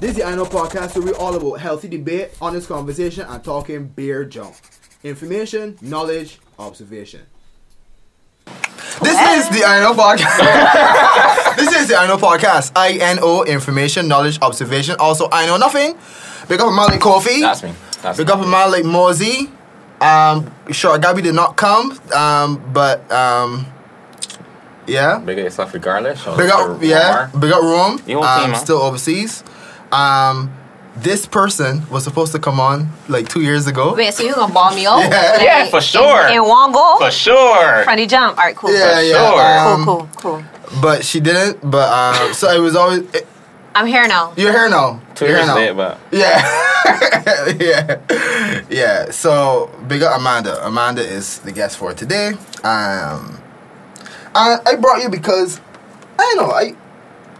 This is the I Know Podcast where we all about healthy debate, honest conversation, and talking beer junk. Information, knowledge, observation. This is the I Know Podcast. this is the I Know Podcast. I N O information, knowledge, observation. Also, I know nothing. Big up Malik Kofi. That's me. That's Big me. up Malik Mozi. Um, sure, Gabby did not come, um, but um, yeah. Big up yourself regardless. or- Big up, or yeah. more. Big up Rome. You won't see him, Um, huh? still overseas. Um, this person was supposed to come on like two years ago. Wait, so you gonna bomb me over? Yeah. Like, Yeah, for sure. In, in one go? For sure. From the jump. All right, cool. Yeah, yeah. Sure. um, cool, cool, cool. But she didn't. But um, so it was always it- I'm here now. you're here now. Two you're years here now. late, but Yeah, yeah, yeah. So big up Amanda. Amanda is the guest for today. Um, I, I brought you because I don't know. I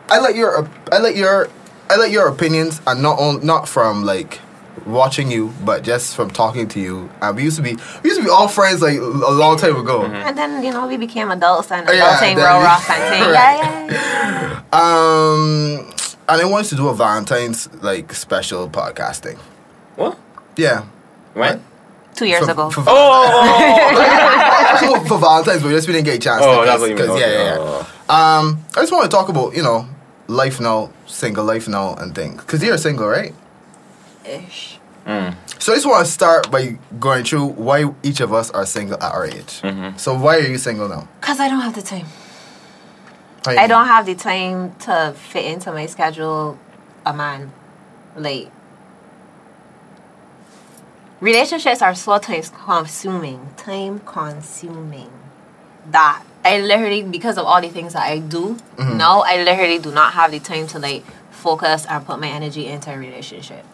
I like your op- I like your I like your opinions, and not on not from like watching you, but just from talking to you. And we used to be we used to be all friends like a long time ago. And then, you know, we became adults and Oh, yeah, then adulting real we- rough and saying, Right. yeah, yeah, yeah. Um, and I wanted to do a Valentine's like special podcasting. what? Yeah. When? Two years For- ago. for Oh, oh, oh, Well, for Valentine's, but just we didn't get a chance. oh, to, oh that's what you mean. 'cause- Okay. Yeah, yeah, yeah. oh, Um, I just want to talk about you know life now, single life now, and things. Cause you're single, right? Ish. So I just want to start by going through why each of us are single at our age. Mm-hmm. So why are you single now? Cause I don't have the time. How you I mean? don't have the time to fit into my schedule a man. Like relationships are so time consuming. Time consuming. That I literally because of all the things that I do now, I literally do not have the time to like focus and put my energy into a relationship.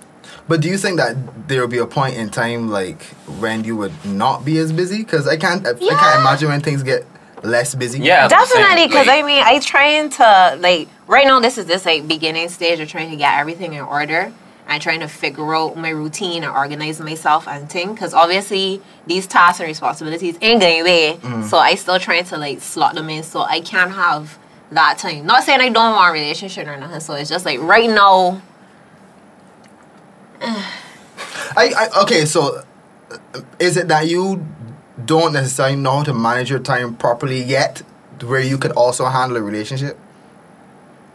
But do you think that there will be a point in time like when you would not be as busy? Cause I can't. I, I can't Yeah. imagine when things get less busy. Yeah. That's what I'm Definitely, because saying, I mean, I trying to like right now. This is this like beginning stage of trying to get everything in order. I'm trying to figure out my routine and organize myself and thing. Because obviously these tasks and responsibilities ain't going away. Mm. So I still trying to like slot them in so I can have that time. Not saying I don't want a relationship or nothing. So it's just like right now. I, I okay. So uh, is it that you don't necessarily know how to manage your time properly yet, where you could also handle a relationship?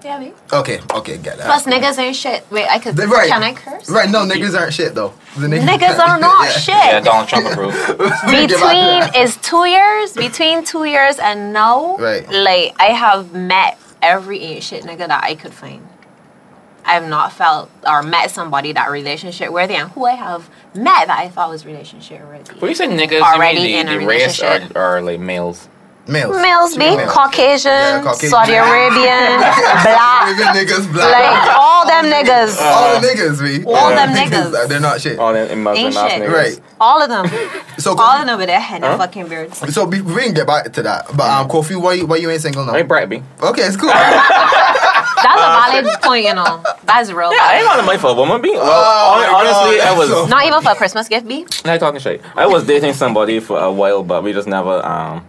Yeah, babe. Okay, okay, get that. Plus niggas ain't shit. Wait, I could. Th- right. Can I curse? Right, no, niggas aren't shit though. The Niggas are not shit. yeah, Donald Trump approved. between is two years between two years and now Right. like i have met every ancient nigga that i could find i've not felt or met somebody that relationship worthy and who i have met that i thought was relationship When worthy you say niggas, Already you mean in the, a the race are, relationship. are like males. Males. males be Males. caucasian, Yeah, Caucasian. saudi arabian black Even niggas black. like all them niggas all the niggas, me. all them niggas. They're not shit. All them Oh, in Muslim ain't ass shit niggas. Right. all of them So, all Kofi, of them with their head and Huh? fucking beards so be- we can get back to that. But um, Kofi, why you- why you ain't single now? Hey, Brad B. Okay, it's cool. that's a valid point you know that's real Yeah, I ain't on the money for a woman B. Well, hon- Oh my honestly, God, I was. that's not even for a christmas gift be Not talking shit. I was dating somebody for a while, but we just never um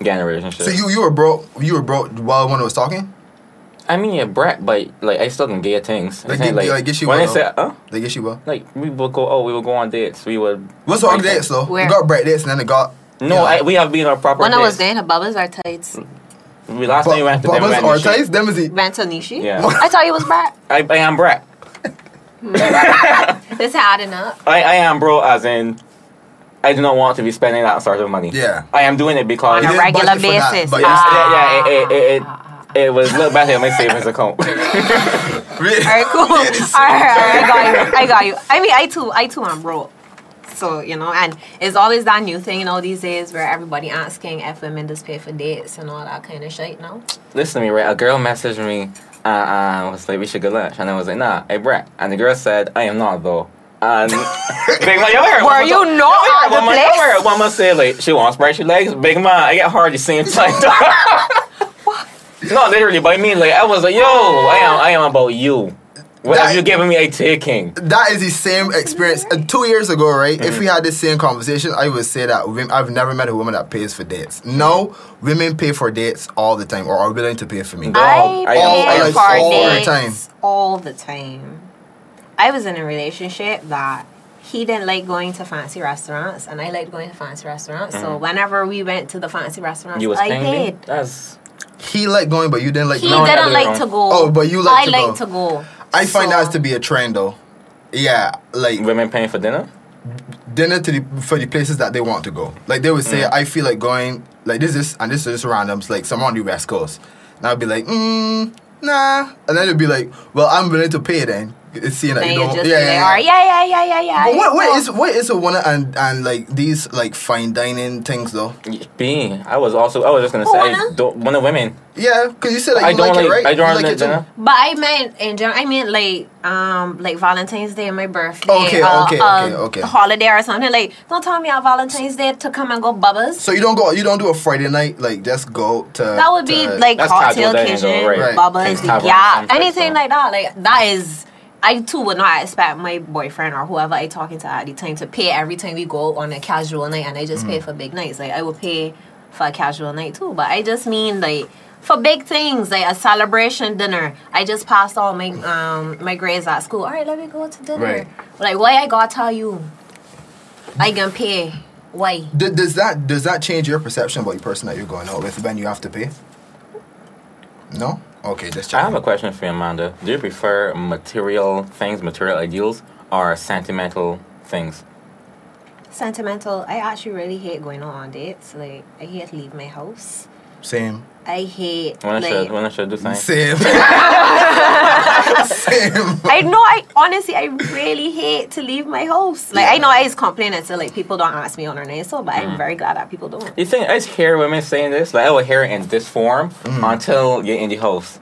got in a relationship. so you you were broke. You were broke while one was talking. I mean, yeah, brat, but like I still can get things. Like, It's ain't did- like, did she when go they though? said, huh? They guess you were. Like we would go. Oh, we would go on dates. We would. What's wrong like, with dates though? Where? We got break dates and then it got. No, I, we have been on proper. When I dates. was dating, her bubbles are tights. we last time we But went to them, we Bubba's went or to shit. tights? Them is the. Went to Nishi. Yeah. I thought you was brat. I, I am brat. This adding up. I, I am bro, as in, I do not want to be spending that sort of money. Yeah. I am doing it because didn't On a yeah, right- regular budget for that, basis. but you Ah. yeah, it, it, it, it, it was look back at my savings account. All right, cool. All right, I got you. I got you. I mean, I too, I too am broke. So you know, and it's always that new thing, you know, these days where everybody asking if women just pay for dates and all that kind of shit. No, Listen to me, right? A girl messaged me, uh, uh, was like, we should go lunch, and I was like, nah, hey brat, and the girl said, I am not though. And big man, you ever heard Were woman- you ever not heard at the woman, place? You ever heard woman say like she wants bright she legs? Big man, I get hard the same time. Not literally, but I mean like I was like, yo, I am, I am about you. What That- have you given me a taking? That is the same experience. Uh, two years ago, right? If Mm. we had this same conversation, I would say that women, I've never met a woman that pays for dates. No, women pay for dates all the time, or are willing to pay for me. I- I I- I- pay all for the dates time. all the time. I was in a relationship that he didn't like going to fancy restaurants, and I liked going to fancy restaurants. So whenever we went to the fancy restaurants, You was I paying me? paid. That's He liked going, but you didn't like He going. No, I didn't did like wrong. to go. Oh, but you like I to like go. to go. I find So- that to be a trend, though. Yeah, like women paying for dinner? dinner to the for the places that they want to go. Like they would say, Mm. I feel like going like this is and this is randoms like somewhere on the west coast. And I'd be like, mm, nah, and then it'd be like, well, I'm willing to pay then. It's seeing that Then you you don't, just yeah, be like, all yeah, yeah. right, yeah, yeah, yeah, yeah, yeah. But what, what So- is what is a one and and like these like fine dining things though? Being, I was also, I was just gonna say, Wanna? I don't- one of women. Yeah, because you said that I you don't like, like, it, right? I don't You like it too. dinner. But I meant in general. I meant like um like Valentine's Day, my birthday, Okay, uh, okay, uh, okay, okay. holiday or something. Like don't tell me on Valentine's Day to come and go bubbles. So you don't go, you don't do a Friday night like just go to. that would be to- like That's casual cocktail dining, kitchen, though, right. Right. bubbles, Things covered, yeah, something, anything so. like that. Like that is. I too would not expect my boyfriend or whoever I talking to at the time to pay every time we go on a casual night, and I just Mm. pay for big nights. Like I would pay for a casual night too, but I just mean like for big things like a celebration dinner. I just passed all my um my grades at school. All right, let me go to dinner. Right. Like why I gotta tell you? I can pay. Why? D- does that does that change your perception about the person that you're going out with when you have to pay? No. Okay, just I check. have a question for you, Amanda. Do you prefer material things, material ideals, or sentimental things? sentimental. I actually really hate going out on dates. Like I hate to leave my house. Same. I hate When I should, like when I should do things? Same. Same. I know I honestly I really hate to leave my house. Like I know I just complain until like people don't ask me on their name so but I'm very glad that people don't. Mm. You think I just hear women saying this? Like I will hear it in this form Mm-hmm. until you're in the house,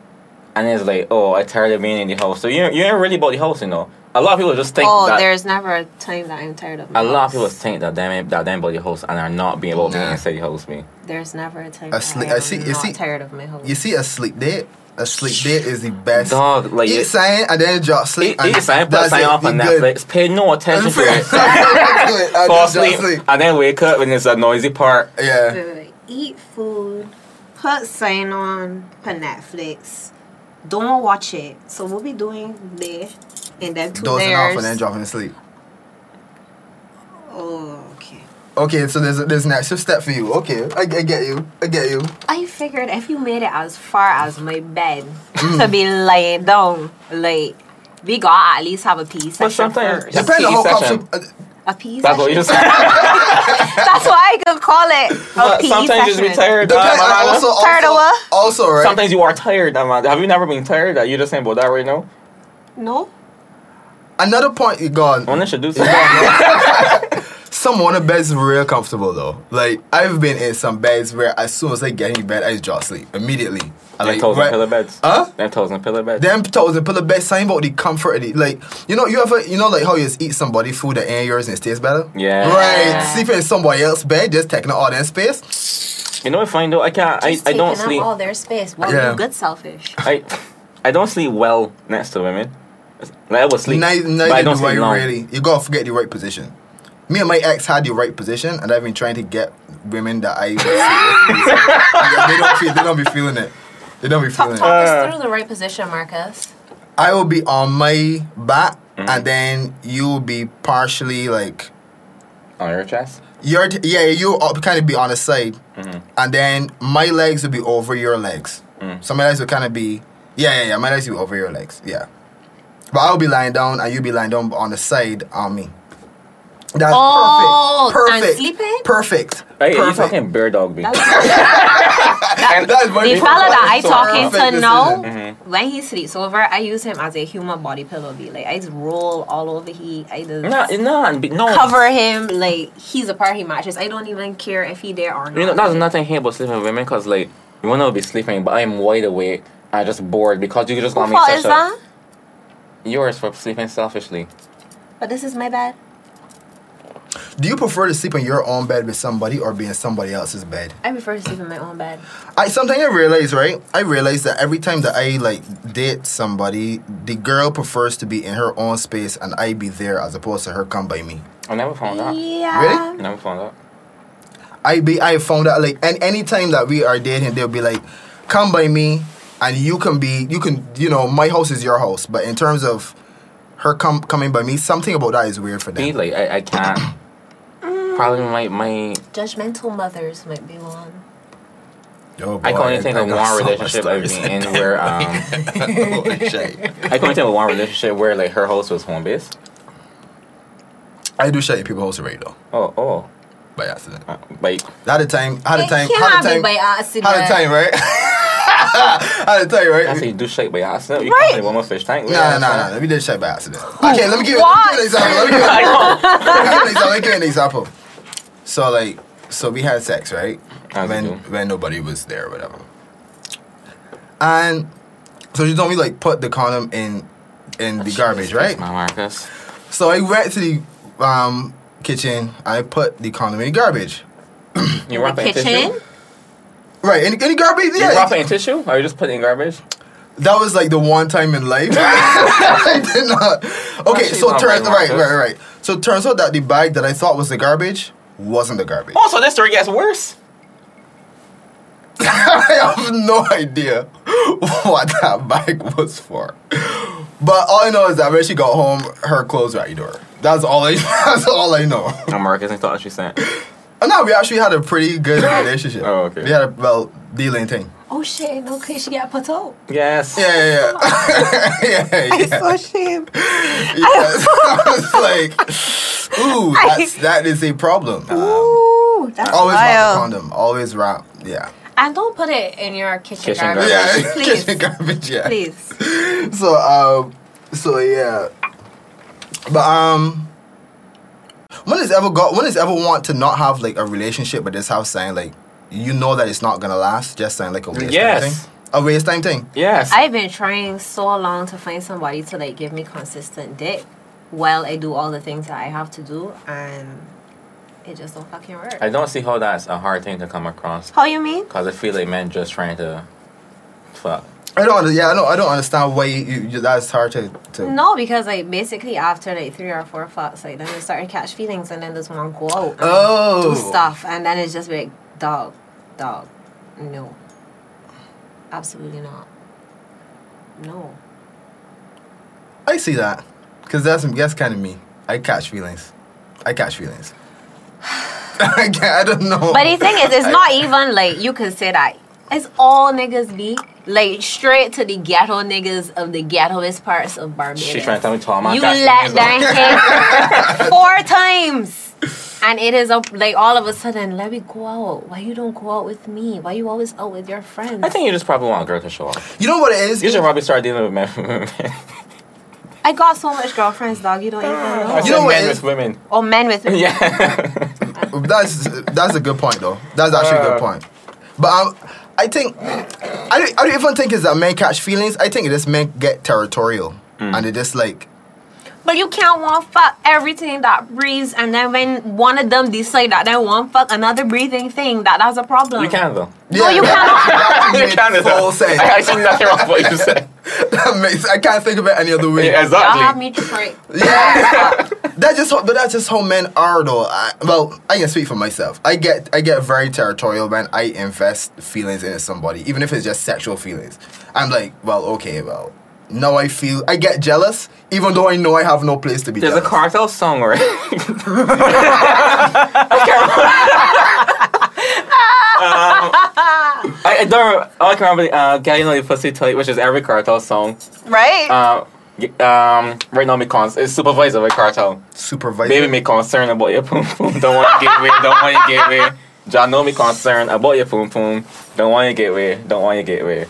and it's like, oh, I tired of being in the house. So you you ain't really about the house, you know. A lot of people just think Oh, that. there's never a time that I'm tired of my a lot of people house. think that they ain't that they ain't about the house and are not being about being Nah. inside the house. Me, There's never a time I that sli- I I am see- you not see- tired of my house. You see, a sleep date. A sleep date is the best. dog, like Eat you- sign and then drop Eat, sleep. and eat something, that's put something it, off you on good. Netflix. Pay no And attention to it. then Fall drop asleep, and then wake up when it's a noisy part. Yeah. Wait, wait, wait. Eat food, put sign on, put Netflix. Don't watch it. So we'll be doing there and then two Dozing off layers. and then dropping asleep. Oh, okay. Okay, so there's a, there's an extra step for you. Okay, I, I get you. I get you. I figured if you made it as far as my bed Mm. to be laying down, like we got at least have a pee session sometimes- first. That's Depends on PE how session. comfortable. A pee That's what you session. just said. That's why I could call it a But pee sometimes you just session. be tired. Depends. uh, and Amanda. Also, Tired of also, what? also, right? Sometimes you are tired, Amanda. Have you never been tired? That you just saying about that right now? No. Another point you gone. When I should do something. Some one of beds real comfortable though. Like I've been in some beds where as soon as I get in bed, I just drop sleep immediately. I Them like toes right- and pillow beds. Huh? Them toes and pillow beds. Them toes and pillow beds. Something about the comfort of the like. You know, you ever you know like how you just eat somebody food that ain't yours and it tastes better. Yeah. Right. Sleeping in somebody else's bed, just taking up all that space. You know what I find though? I can't. I, Just I don't taking up sleep. all their space. Well, Yeah. you good selfish. I I don't sleep well next to women. Like I will sleep, Neither, but I neither don't do I sleep long. really. You gotta forget the right position. Me and my ex had the right position, and I've been trying to get women that I. they don't feel. They don't be feeling it. They don't be Uh, feeling Talk, it. talk us through the right position, Marcus. I will be on my back, Mm. and then you will be partially like On your chest. Mm-hmm. your t- yeah you kind of be on the side, and then my legs will be over your legs. So my legs will kind of be yeah yeah yeah my legs will be over your legs yeah, but I'll be lying down and you'll be lying down on the side on me. That's Oh, perfect. and Perfect. sleeping? Perfect. Hey, you perfect. talking bear dog me? That's That's what the we- fella that I so talking perfect to now, decision. Mm-hmm. when he sleeps over, I use him as a human body pillow. Be like, I just roll all over he. I just No, no, Oh. no. cover him like he's a party mattress. I don't even care if he there or not. You know, that's nothing here about sleeping with women, cause like you wanna be sleeping, but I'm wide awake. I just bored because you just got Who me fault such is a that? yours for sleeping selfishly. But this is my bed. Do you prefer to sleep in your own bed with somebody or be in somebody else's bed? I prefer to sleep in my own bed. I sometimes I realize, right? I realize that every time that I like date somebody, the girl prefers to be in her own space and I be there as opposed to her come by me. I never found out. Yeah. Really? Never found out. I be I found out like and anytime that we are dating, they'll be like, come by me and you can be you can you know, my house is your house. But in terms of her come coming by me, something about that is weird for See, them. like I, I can't. Mm. Probably my my Judgmental mothers might be one. Yo, Oh, boy, I can only think of got one so much relationship I've stories. been in where um Holy shit. I can only think of one relationship where like her host was home based. I do shut people house already though, Oh oh, by accident. uh, like Had a time, had a time, had cannot a time, be by accident. had a time, right? Had a time, I right? say you do shake by accident. You Right. can't say one more fish tank. No, no, no, no. We did shut by accident. Okay, let me give you What? let me give you an example. Let me give you an example. Let me give you an example. So like, so we had sex, right? As when you do. when nobody was there, or whatever. And so she told me like put the condom in in the garbage, right? My Marcus. So I went to the um, kitchen. I put the condom in the garbage. You wrap it in Kitchen? tissue. Right, in, in the garbage. You wrap Yeah, it in tissue, or you just put it in garbage? that was like the one time in life. I did not. Okay, Actually, so not turns very right, much. right, right. So turns out that the bag that I thought was the garbage wasn't the garbage. Oh, so this story gets worse. I have no idea what that bag was for. But all I know is that when she got home, her clothes were at the door. That's all I. That's all I know. No, Marcus, I thought she sent. And now we actually had a pretty good relationship. Oh, okay. We had a well dealing thing. Oh shit, no case she got put out. Yes. Yeah, yeah, yeah. yeah, yeah. So ashamed. Yes. I was like, ooh, that's, that is a problem. Um, Ooh, that's always wrap a wild. condom. Always wrap. Yeah. And don't put it in your kitchen, Kitchen garbage. garbage. Yeah. Please. Kitchen garbage. Yeah. Please. So um, so yeah, but um, when does ever go? When does ever want to not have like a relationship, but just have something like you know that it's not gonna last? Just saying like a waste Yes. time thing. A waste time thing. Yes. I've been trying so long to find somebody to like give me consistent dick while I do all the things that I have to do and it just don't fucking work. I don't see how that's a hard thing to come across. How you mean? Cause I feel like men just trying to fuck. I don't. under- Yeah, I don't. I don't understand why you, you, that's hard to. to No, because like basically after like three or four fucks, like then you start to catch feelings and then this one go out and Oh. do stuff and then it's just be like dog, dog, no. Absolutely not. No. I see that because that's that's kind of me. I catch feelings. I catch feelings. I, can't, I don't know. But the thing is, it's I- not even like you could say that. It's all niggas be like straight to the ghetto niggas of the ghettoest parts of Barbados. She trying to tell me tall man. you got let feelings, that hit four times. And it is a, like all of a sudden, let me go out. Why you don't go out with me? Why you always out with your friends? though. I think you just probably want a girl to show up. You know what it is? You should probably start dealing with men. men. I got so much girlfriends, dog. You don't even I know. You said know what men it with is? women. Or men with me. Yeah. That's that's a good point though. That's actually a good Uh. point. But um, I think I don't, I don't even think it's that men catch feelings. I think it just men get territorial Hmm. and they just like But you can't one fuck everything that breathes, and then when one of them decide that they want fuck another breathing thing, that that's a problem. you can though. No, you cannot. That You makes can though. full sense. I see nothing wrong with what you said. That makes- I can't think of it any other way. Yeah, Y'all have exactly. me tricked. Yeah. that just how- but that's just how men are though. I, well, I can speak for myself. I get I get very territorial when I invest feelings into somebody, even if it's just sexual feelings. I'm like, well, okay, well, now I feel I get jealous, even though I know I have no place to be. There's a jealous. cartel song where. Um, I, I don't remember. All I can remember, uh, "Girl, you know your pussy tight," which is every cartel song. Right? Uh, y- um, right now, me cons is supervisor of a cartel. supervisor. Baby, me concerned about your poom poom. Don't want to get away. Don't want to get away. John, know me concerned about your poom poom. Don't want to get away. Don't want to get away.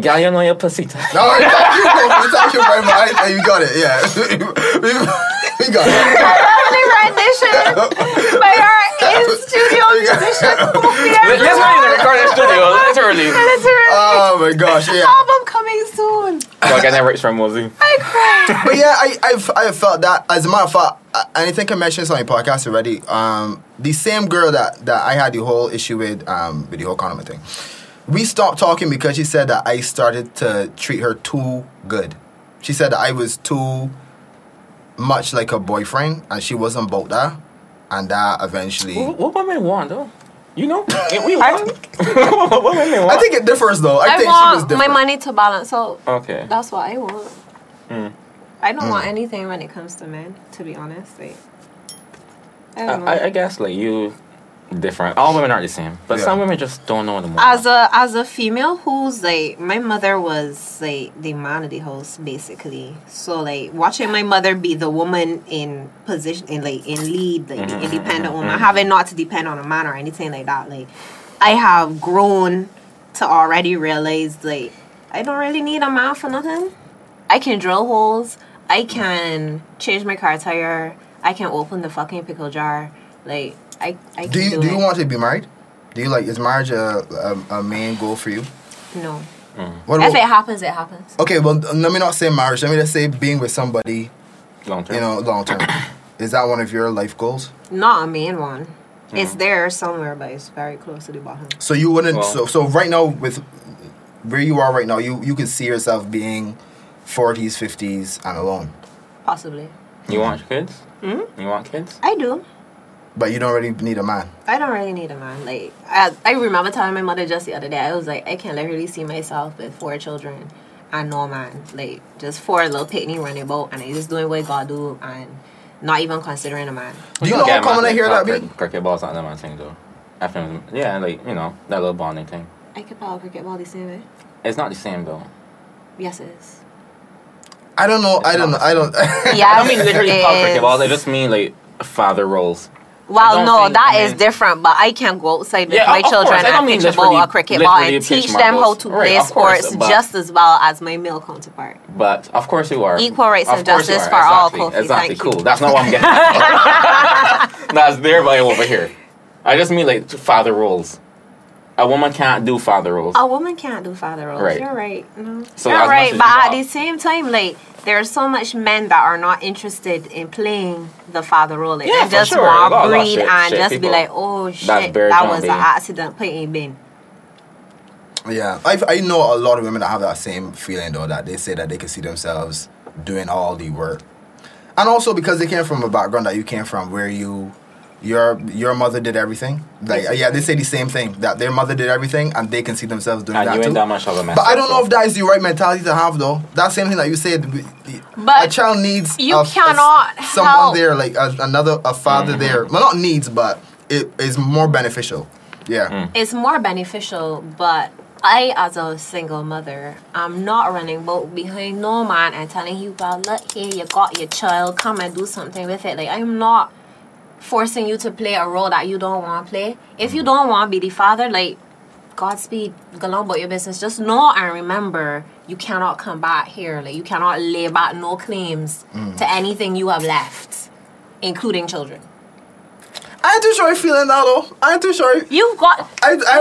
Girl, you know your pussy tight. No, I thought you were talking about my eyes, and you got it. Yeah, we, we got it. Lovely rendition by our in studio musician, Kofi This Anderson. man in the recording studio, literally. Literally, Oh my gosh, Uh, yeah. album coming soon. Y'all getting rich from Mosey. I cried. But yeah, I, I've I've felt that. As a matter of fact, I, and I think I mentioned this on your podcast already. Um, the same girl that, that I had the whole issue with, um, with the whole condom thing. We stopped talking because she said that I started to treat her too good. She said that I was too much like her boyfriend, and she wasn't about that. And that eventually, What, what women want though? You know, Yeah, we want. what women want? I think it differs though. I, I, think she was want my different. money to balance out. Okay. That's what I want. Mm. I don't want anything when it comes to men, to be honest. Like, I I, don't know. I, I guess like you, different. All women aren't the same, but Yeah. some women just don't know the moment. as a as a female who's like my mother was like the man of the house basically so like watching my mother be the woman in position in like in lead like the independent woman having not to depend on a man or anything like that like i have grown to already realize like i don't really need a man for nothing i can drill holes i can change my car tire i can open the fucking pickle jar like i, I can do you do it. you want to be married? Do you like is marriage a a, a main goal for you? no What if about, it happens it happens okay, well let me not say marriage. Let me just say being with somebody Long term. you know, long term. Is that one of your life goals? Not a main one. It's there somewhere, but it's very close to the bottom. So you wouldn't. Well- so so right now with where you are right now, you you can see yourself being forties, fifties, and alone. Possibly. You want kids? Hmm? You want kids? I do. But you don't really need a man. I don't really need a man. Like I, I remember telling my mother just the other day, I was like, I can literally see myself with four children and no man. Like just four little pitney running about and I just doing what God do and not even considering a man. Do you know how common I hear that be? Cricket ball's not that my thing though. After, yeah, like you know that little bonding thing. I could play a cricket ball the same way. It's not the same though. Yes it is. I don't know. I don't know. I don't. Yeah. I don't mean literally It pop cricket is. balls. I just mean like father roles. I Well, don't no, think that I is mean- different. But I can go outside with Yeah, my of- of children course. I and don't mean pitch a ball literally- or cricket ball literally and pitch teach them how marbles. to Right, play of course, sports but- just as well as my male counterpart. But of course you are. Equal rights Of and course you justice are. for all, exactly. Kofi. Exactly. Thank you. Cool. That's not what I'm getting. at. That's their value over here. I just mean like father roles. A woman can't do father roles. A woman can't do father roles. Right. You're right. No. So as You're much right. as But you at know- the same time, like there's so much men that are not interested in playing the father role. Like, Yeah, they for just sure. want A lot to of breed shit- and shit just people. be like, oh shit, very that was an jumpy. accident playing bin. yeah. I I know a lot of women that have that same feeling though that they say that they can see themselves doing all the work, and also because they came from a background that you came from where you. Your your mother did everything. Like yeah, they say the same thing that their mother did everything, and they can see themselves doing and that you too. ain't that much of a mess. But I don't know if that is the right mentality to have, though. That same thing that you said. we- the- But a child needs you a- a- cannot someone help. Mm. there, like a, another a father there. Well, not needs, but it is more beneficial. Yeah, Mm. it's more beneficial, but I, as a single mother, I'm not running boat behind no man and telling you, well, look here, you got your child, come and do something with it. Like, I'm not forcing you to play a role that you don't want to play. If you don't want to be the father, like, Godspeed, go on about your business. Just know and remember, you cannot come back here. Like, you cannot lay back no claims to anything you have left, including children. I ain't too sure you feeling that though. I ain't too sure. You've got I, I, ain't too- I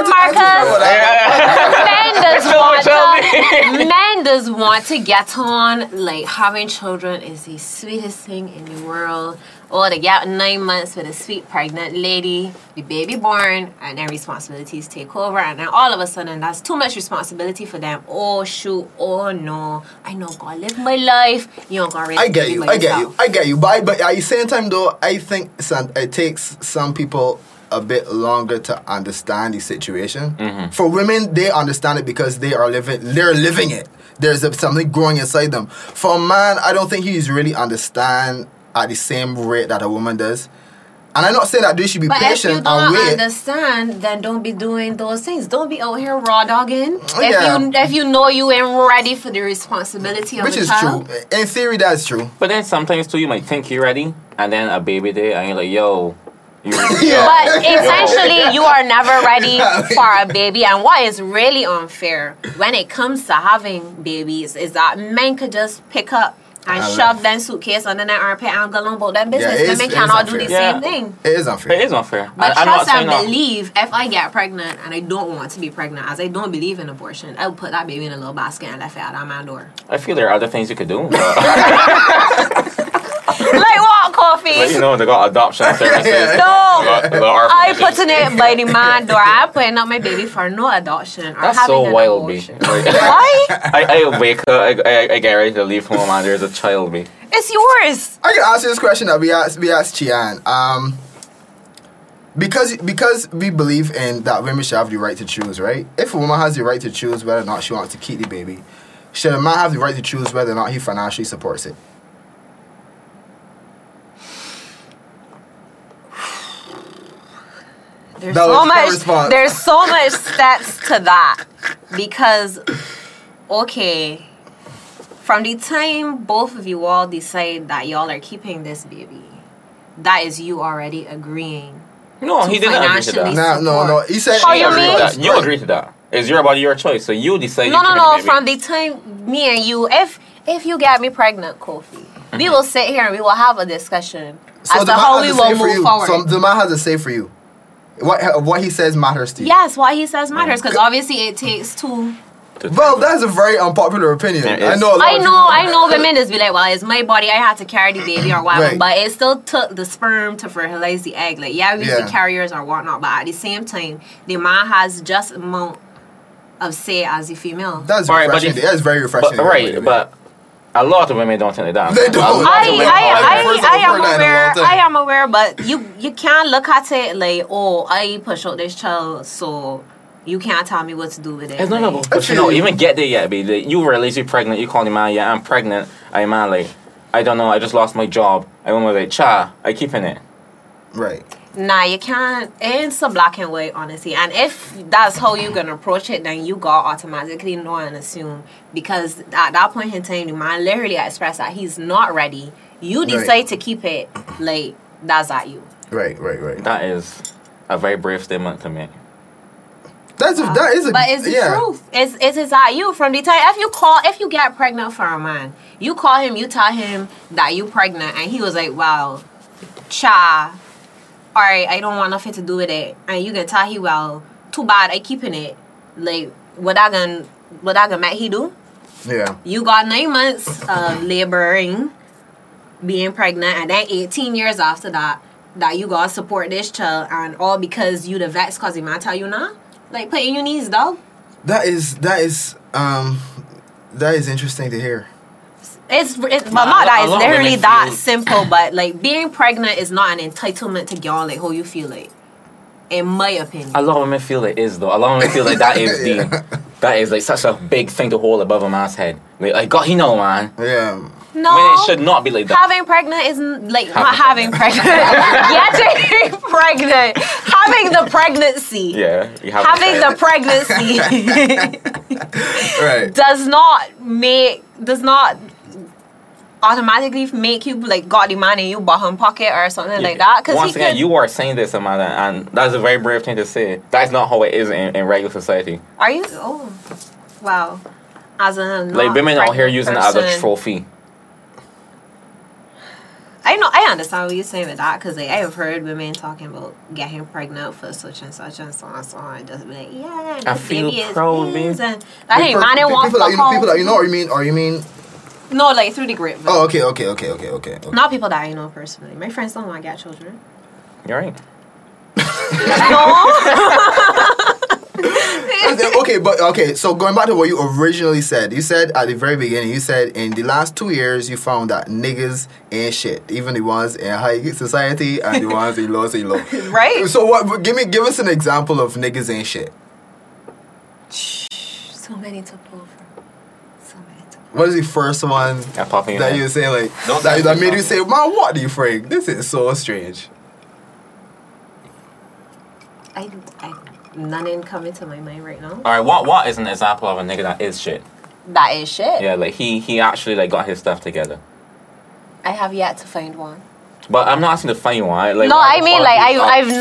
ain't too sure about that. Marcus. men does Tell me, want tell to, men does want to get on. Like having children is the sweetest thing in the world. Or they get nine months with a sweet pregnant lady, the baby born, and then responsibilities take over, and then all of a sudden that's too much responsibility for them. Oh shoot! Oh no! I know God live my life. You don't gotta raise I the get baby you. by I get you. yourself. I get you. But I, but at the same time, though, I think some, it takes some people a bit longer to understand the situation. For women, they understand it because they are living. They're living it. There's a, something growing inside them. For a man, I don't think he's really understand at the same rate that a woman does. And I'm not saying that they should be But if you patient don't and wait. understand, then don't be doing those things. Don't be out here raw dogging. Oh, Yeah. If you if you know you ain't ready for the responsibility of which a is child. true. In theory, that's true. But then sometimes too, you might think you're ready, and then a baby day, and you're like, yo, you. Yeah. But essentially, you are never ready for a baby. And what is really unfair when it comes to having babies is that men could just pick up and I love- shove that suitcase under that armpit and go on about that business. it is- Women it is cannot do unfair. the Yeah. same thing. It is It unfair. is unfair. But I, I'm not trust saying and no. believe if I get pregnant and I don't want to be pregnant, as I don't believe in abortion, I would put that baby in a little basket and left it out of my door. I feel there are other things you could do. But, like what, coffee? but you know, they got adoption services. Yeah. no. Got- they got I orphanages. putting it by the man door. I putting up my baby for no adoption or That's having so an wild, B. abortion. Like, Why? I, I wake up, I, I, I get ready to leave home, and there's a child, B. It's yours. I can ask you this question that we asked we asked Chian. Um, because because we believe in that women should have the right to choose, right? If a woman has the right to choose whether or not she wants to keep the baby, should a man have the right to choose whether or not he financially supports it? There's That was so her much. response. There's so much steps to that because, okay, from the time both of you all decide that y'all are keeping this baby, that is you already agreeing. No, he didn't agree to financially- that. No, no, no. He said. How she you agreed agree with to mean? us. that. You agree to that. It's your body, your choice. So you decide. No, you no, keep no. it, baby. From the time me and you, if if you get me pregnant, Kofi, Mm-hmm. we will sit here and we will have a discussion as the to man how has we a will say for move you. forward. So the man has a say for you. What what he says matters to you. yes, what he says matters Mm-hmm. because obviously it takes two. Well, that's a very unpopular opinion. It I is. know. A lot I of know, I know. Women just be like, "Well, it's my body. I had to carry the baby or whatever." Right. But it still took the sperm to fertilize the egg. Like, yeah, we used Yeah. to carriers or whatnot, but at the same time, the man has just amount of say as the female. people- That's All right, but refreshing. if- that's very refreshing. But, right, but a lot of women don't think that. They don't. A lot of I, Wait, women hold on. I, First I, I of all, that in a am long aware. time. I am aware, but you you can't look at it like, oh, I push out this child, so you can't tell me what to do with it. It's not like, about pushing. No, Actually- even get there yet, baby. Like, you realize you're pregnant. You call the man, yeah, I'm pregnant. I'm man, like, I don't know. I just lost my job. I want my like, cha. I keeping it. right. Nah, you can't. It's a black and white, honestly. And if that's how you're gonna approach it, then you got automatically know and assume because at that point in time, the man literally expressed that he's not ready. You Right. decide to keep it. Like that's at you. Right, right, right. That is a very brave statement to make. That's a, that is a But it's the yeah. truth. It's it is at you from the time if you call if you get pregnant for a man, you call him, you tell him that you pregnant, and he was like, "Wow, cha, all right, I don't want nothing to do with it," and you can tell he, "Well, too bad, I keeping it." Like what I gonna what I gonna make he do? Yeah. You got nine months of laboring, being pregnant, and then 18 years after that, that you gotta support this child, and all because you the vex cause he might tell you nah. Like, put in your knees, dog. That is that is um that is interesting to hear. It's, it's but Nah, not a that. It's lot of women literally that feel- simple. But like being pregnant is not an entitlement to get on like how you feel like. In my opinion, A lot of women feel it is though. A lot of women feel like that is the, that is like such a big thing to hold above a man's head. Like, like God, he know, man. Yeah. no. When it should not be like that. Having pregnant is n- like not having pregnant. Getting pregnant, having the pregnancy, yeah, you have having the pregnancy Right. does not make does not automatically make you like got the money in your bottom pocket or something like that. Because once again, you are saying this, Amanda, and that's a very brave thing to say. That's not how it is in, in regular society. Are you? Oh, wow. As a like women out here non-pregnant using that as a person- trophy. I know. I understand what you're saying with that because like, I have heard women talking about getting pregnant for such and such and so on and so on. It doesn't be like yeah. I the feel baby is proud, man. his and that ain't man. People- They want people that you know, fuck people that you know, all. or you mean, or you mean? No, like through the grapevine. Oh, okay, okay, okay, okay, okay. okay. Not people that I know personally. My friends don't want to get children. You're right. No. Okay, okay, but okay. So going back to what you originally said, you said at the very beginning, you said in the last two years you found that niggas ain't shit, even the ones in high society and the ones in low, in low. right. So what? Give me, give us an example of niggas ain't shit. So many to pull from. So many to pull. What is the first one I'm popping your that head. you say like Don't that, ask that me made you about say, "Man, what do you think? This is so strange." I, I, none ain't coming to my mind right now. All right, what what is an example of a nigga that is shit? That is shit. Yeah, like he he actually like got his stuff together. I have yet to find one. But I'm not asking to find one. I, Like, no, what I the mean fuck like you I thought? I've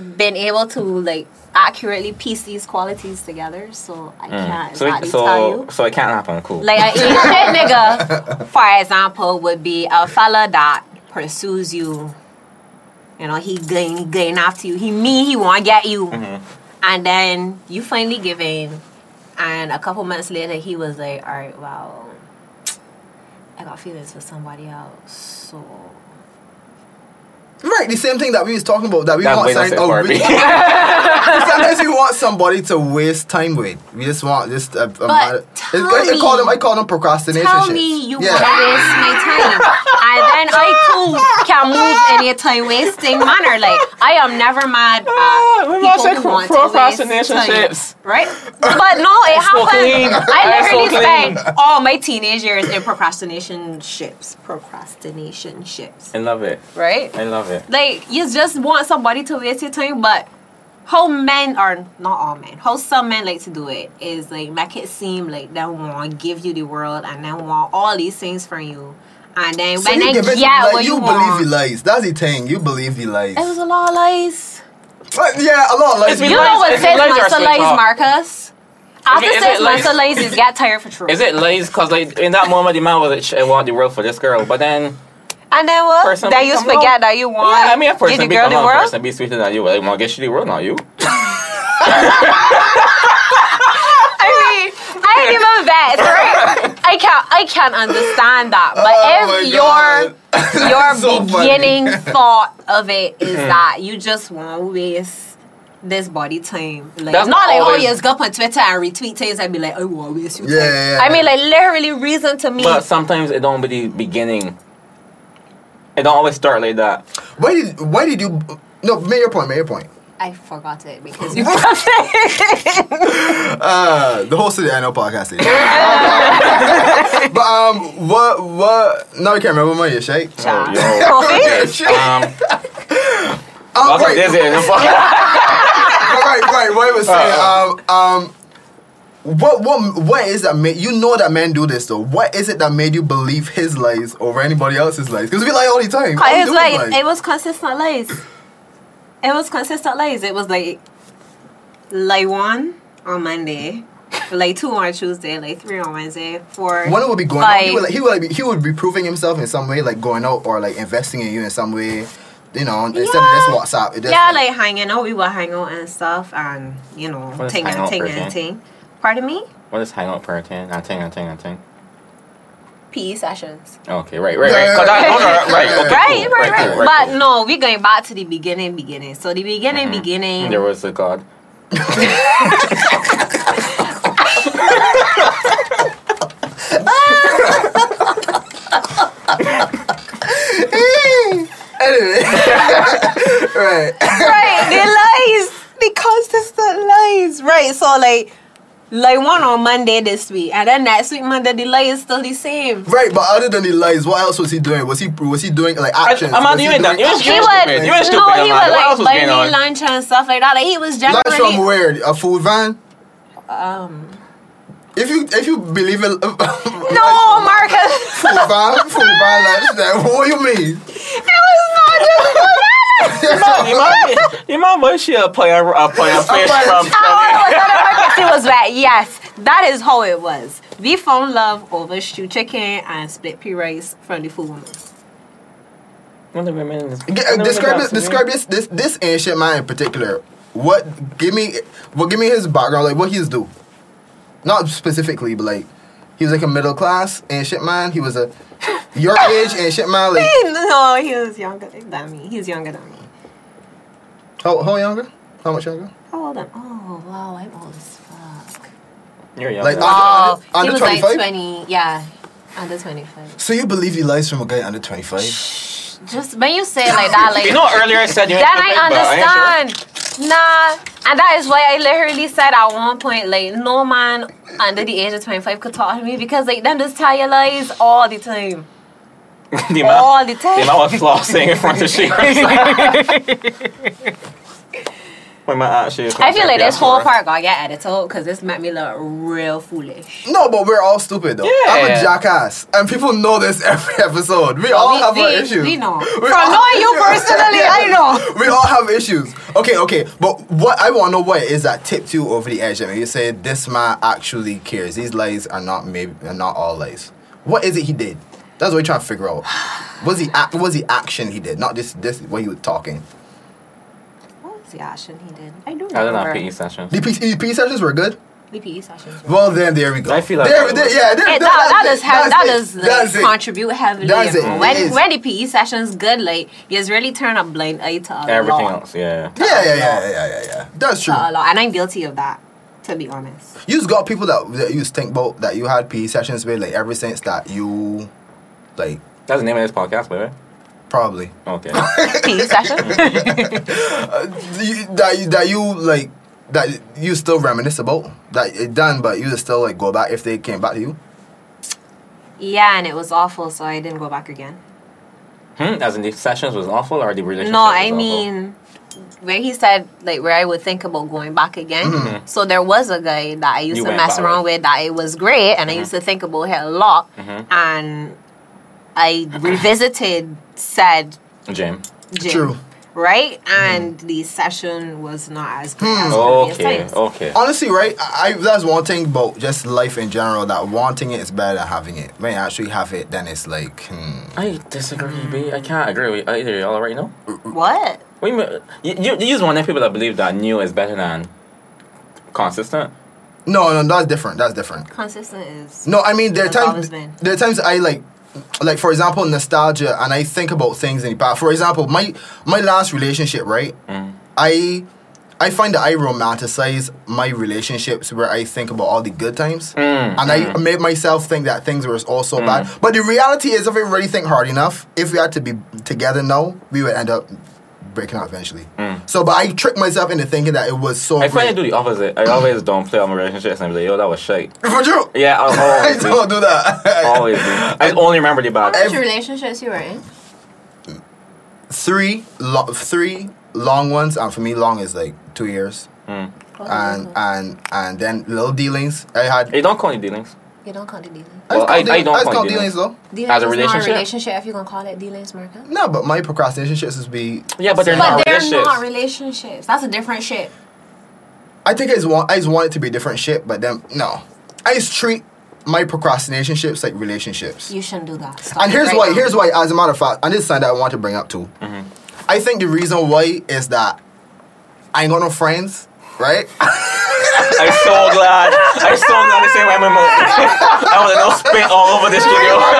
not been able to like accurately piece these qualities together, so I Mm. can't So, exactly tell so, you. so it can't happen. Cool. Like an Asian nigga, for example, would be a fella that pursues you. You know, he going going after you. He mean he wanna get you. Mm-hmm. And then you finally give in and a couple months later he was like, Alright, well I got feelings for somebody else, so Right, the same thing that we was talking about that we That want way that's it something- for oh, we- me. sometimes we want somebody to waste time with. We just want just a, a matter- tell it's- I call them I call them procrastination. Tell shits. me you yeah. want to waste my time. and then I too can move in a time wasting manner. Like I am never mad Ah, at we must people say who want to waste procrastination time. ships. Right? But no, it so clean. happened. I That's so literally clean. spent all my teenage years in procrastination ships. Procrastination ships. I love it. Right? I love it. Like you just want somebody to waste your time, but how men are not all men, how some men like to do it is like make it seem like they want to give you the world and they want all these things from you, and then So when you they give it- get like, what you, you believe want, he it lies. That's the thing. You believe he lies. was a lot of lies. But yeah, a lot of lies. It's been you lies- know what is it says lies or master straight lies, talk? Marcus? After Okay, is says it lies- master lies is get tired for truth. Is it lies? Cause like in that moment, the man was like, "Shit, I want the world for this girl," but then And then what? Person that you become forget wrong. that you want. yeah, I mean, a give the person be girl come the on, a world. person be sweeter than you. I want to get you the world, not you. I mean, I ain't even vet, right? I can't, I can't understand that. But Oh my if God. your your so beginning thought of it is Hmm. that you just want to waste this body time, like That's not like oh always- you just go up on Twitter and retweet things and be like I want to waste your Yeah, time. yeah, yeah. I mean, like literally, reason to me. But sometimes it don't be the beginning. It don't always start like that. why did why did you no make your point, make your point. I forgot it because you brought Uh, the host of the NL podcast. but um, what what? No, I can't remember my years, right? Oh, it. yo. Shit. Coffee? Um, Um, welcome right, this right, is- fuck. right, right. What I was saying. Um, um, what what what is that? Made, you know that men do this though. What is it that made you believe his lies over anybody else's lies? Because we lie all the time. All we do It was is like lie. it was consistent lies. It was consistent lies. It was like like one on Monday, like two on Tuesday, like three on Wednesday, four. One would be going out. He would, like, like- he, would like, be- he would be proving himself in some way, like going out or like investing in you in some way. You know, instead Yeah. of just WhatsApp. It just, yeah, like hanging out. We would hang out and stuff, and you know, What is ting hang and out ting for and then? ting. Pardon me. What is hangout parenting? I think, I think, I think. PE E sessions. Okay, right, right, right. 'Cause I- Oh, no, no, right, okay, Right, cool, right, right. cool, but cool. Mm-hmm. no, we're going back to the beginning, beginning. So the beginning, beginning. there was a god. anyway. right. right, the lies, the consistent lies. Right, so like, like one on Monday this week, and then next week Monday the lie is still the same. Right, but other than the lies, what else was he doing? Was he was he doing like actions? Amanda, Was you he ain't done. You doing- ain't He you ain't would, stupid. You ain't stupid. no, he Amanda. would What else like was buy going me on? lunch and stuff like that. Like he was Lies from generally where? A food van? um If you if you believe it, no, Marcus, food van, food van lies. Then what you mean? it was not just. You might, you might wish you play a, a play a fish from. Oh, it was not a market. It was right. Yes, that is how it was. We found love over stew chicken and split pea rice from the food woman. One of the women is- G- one of uh, the describe this. girls to me. Describe this. This this ancient man in particular. What? Give me. Well, give me his background. Like what he's do. Not specifically, but like he was like a middle class ancient man. He was a your age ancient man. Like No, he was younger than me. He's younger than me. how how younger? How much younger? How old am I? Oh, wow, I'm old as fuck. You're young. Like, Like, uh, Oh, Under- he was 25? like 20, yeah, under 25. So you believe he lies from a guy under twenty five? Just when you say it like that, like, you know, earlier I said you. then ain't stupid, but ain't sure. I understand. Nah, and that is why I literally said at one point, like, no man under the age of 25 could talk to me because, like, them just tell you lies all the time. the man, All the the man time. was flossing in front of she. When my aunt she I feel like this whole part gonna get edited out because this made me look real foolish. No, but we're all stupid though. I'm a Yeah. jackass, and people know this every episode. We all we, have our we- issues. we know. We From all- knowing you personally, I know. We all have issues. Okay, okay, but what I want to know what it is that tipped you over the edge? I mean, you say this man actually cares. These lies are not maybe are not all lies. What is it he did? That's what we're trying to figure out. Was he act? Was the action he did? Not this. This what he was talking. What was the action he did? I do remember. E I don't know E PE session. The P- PE sessions were good. The PE sessions. were- Well, then there we go. I feel like there, that there, was- yeah, there, Hey, that, that- that, does have, that that's does it. like, That's it. contribute heavily. That's you it. know. It When, is. when the E PE session's good, like you really turn a blind eye to a Everything lot. else, yeah. Yeah, yeah, yeah, yeah, yeah, yeah, yeah. That's true. To a lot, and I'm guilty of that. To be honest, You've got people that, that you think about that you had PE sessions with, like ever since that you, like, That's the name of this podcast, by the way. Oh, probably Okay. PE E session. uh, you- that you, that you like that you still reminisce about that it done, but you still like go back if they came back to you. yeah, and it was awful, so I didn't go back again. hmm? As in the sessions was awful or the relationship No, was I awful? mean, where he said like where I would think about going back again. So there was a guy that I used Mm-hmm. You to went mess back around with. Mm-hmm. with that it was great, and I used to think about it a lot. Mhm. And I revisited said Jim. gym, True. right? And the session was not as good. Hmm. As previous Mm-hmm. Okay, times. okay. Honestly, right? I, I that's one thing about just life in general that wanting it is better than having it. When you actually have it, then it's like, hmm. I disagree, B. I can't agree with either of y'all right now. What? Wait a minute. You, you, you're one of the people that believe that new is better than consistent. Oh, no, no, that's different. That's different. Consistent is No, I mean there are That's times always been. there are times I like like for example nostalgia and I think about things in the past. For example, my my last relationship, right? Mm. I I find that I romanticize my relationships where I think about all the good times, Mm, and I made myself think that things were also bad. But the reality is, if we really think hard enough, if we had to be together now, we would end up breaking up eventually. So, but I tricked myself into thinking that it was so. Mm. I find I great. do the opposite. I always don't play on my relationships and be like, yo, that was shit. For true, Yeah, Oh, I'll I always do. don't do that. Always do. I only remember the bad. how things. much relationships you were in? three lo- three long ones and for me long is like two years Mm. and Mm-hmm. uh, and and then little dealings i had Hey, don't call me dealings. you don't count the dealing. I Well, I- still I deal- don't still count dealings dealings. though As a relationship? if you're gonna call it dealings, Marcus. no but my procrastination shits is be Yeah, but they're But not they're relationships. not relationships. That's a different shit. i think i just want i just want it to be different shit but then no i just treat my procrastination ships like relationships You shouldn't do that. Stop and it here's right why now. here's why as a matter of fact and this is something that i want to bring up too Mm-hmm. i think the reason why is that i ain't got no friends right I'm so glad. I'm so glad the same way I'm I want to know spit all over this studio. Right?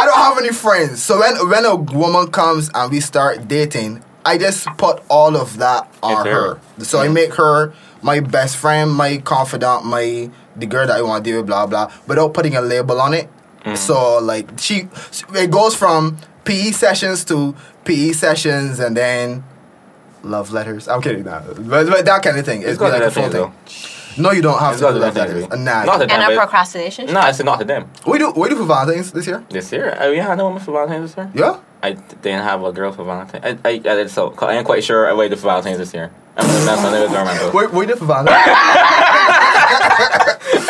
I don't have any friends. So when when a woman comes and we start dating, I just put all of that on Into her. her. So I make her my best friend, my confidant, my the girl that I want to deal with, blah blah, without putting a label on it. Mm-hmm. So like she, it goes from PE sessions to PE sessions, and then love letters. I'm kidding, nah. but, but that kind of thing. It's, It's be got like a that full thing thing. though. No, you don't have It's to got do that love thing. letters. though. Nah, Not to them. And a but- procrastination. No, it's not to them. we do we do for Valentine's this year. This year, uh, we had no woman for Valentine's this year. Yeah. I didn't have a girl for Valentine's. I, I, I did so. I ain't quite sure I waited for Valentine's this year. I mean, that's something I don't remember. Wait, what you do for Valentine's?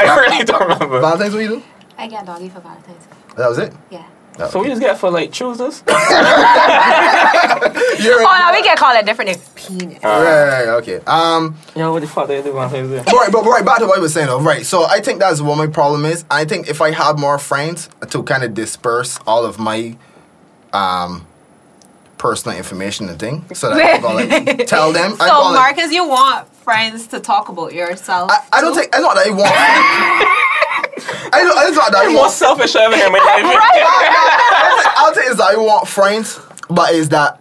I really don't remember. Valentine's, what you do? I got doggy for Valentine's. That was it. Yeah. so we just get for like choosers. You're Oh no, we can call it different than penis. Right, right, right, okay. Um, Yo, what the fuck they do Valentine's this but right, but right, back to what I was saying though. Right, so I think that's what my problem is. I think if I had more friends to kind of disperse all of my, um, personal information and thing, so that I can go, like tell them. I, so go, like, Marcus, you want friends to talk about yourself? I, I don't too? think I not that I want. I don't. I not that I The want. most selfish I ever in my life. I'll say is that I want friends, but is that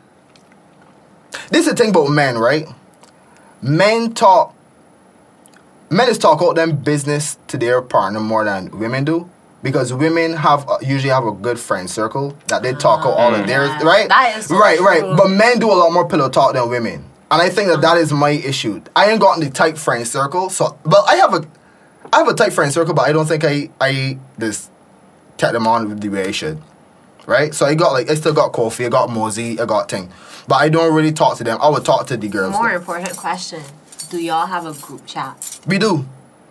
this is the thing about men, right? Men talk. Men is talk out them business to their partner more than women do because women have uh, usually have a good friend circle that they talk out all of theirs, Ah, yeah. right? That is so right, true. right. But men do a lot more pillow talk than women, and I think that that is my issue. I ain't gotten the tight friend circle, so but I have a. I have a tight friend circle, but I don't think I I this tap them on the way I should. right? So I got like I still got Kofi, I got Mosey, I got Ting, but I don't really talk to them. I would talk to the girls. More though. important question: Do y'all have a group chat? We do,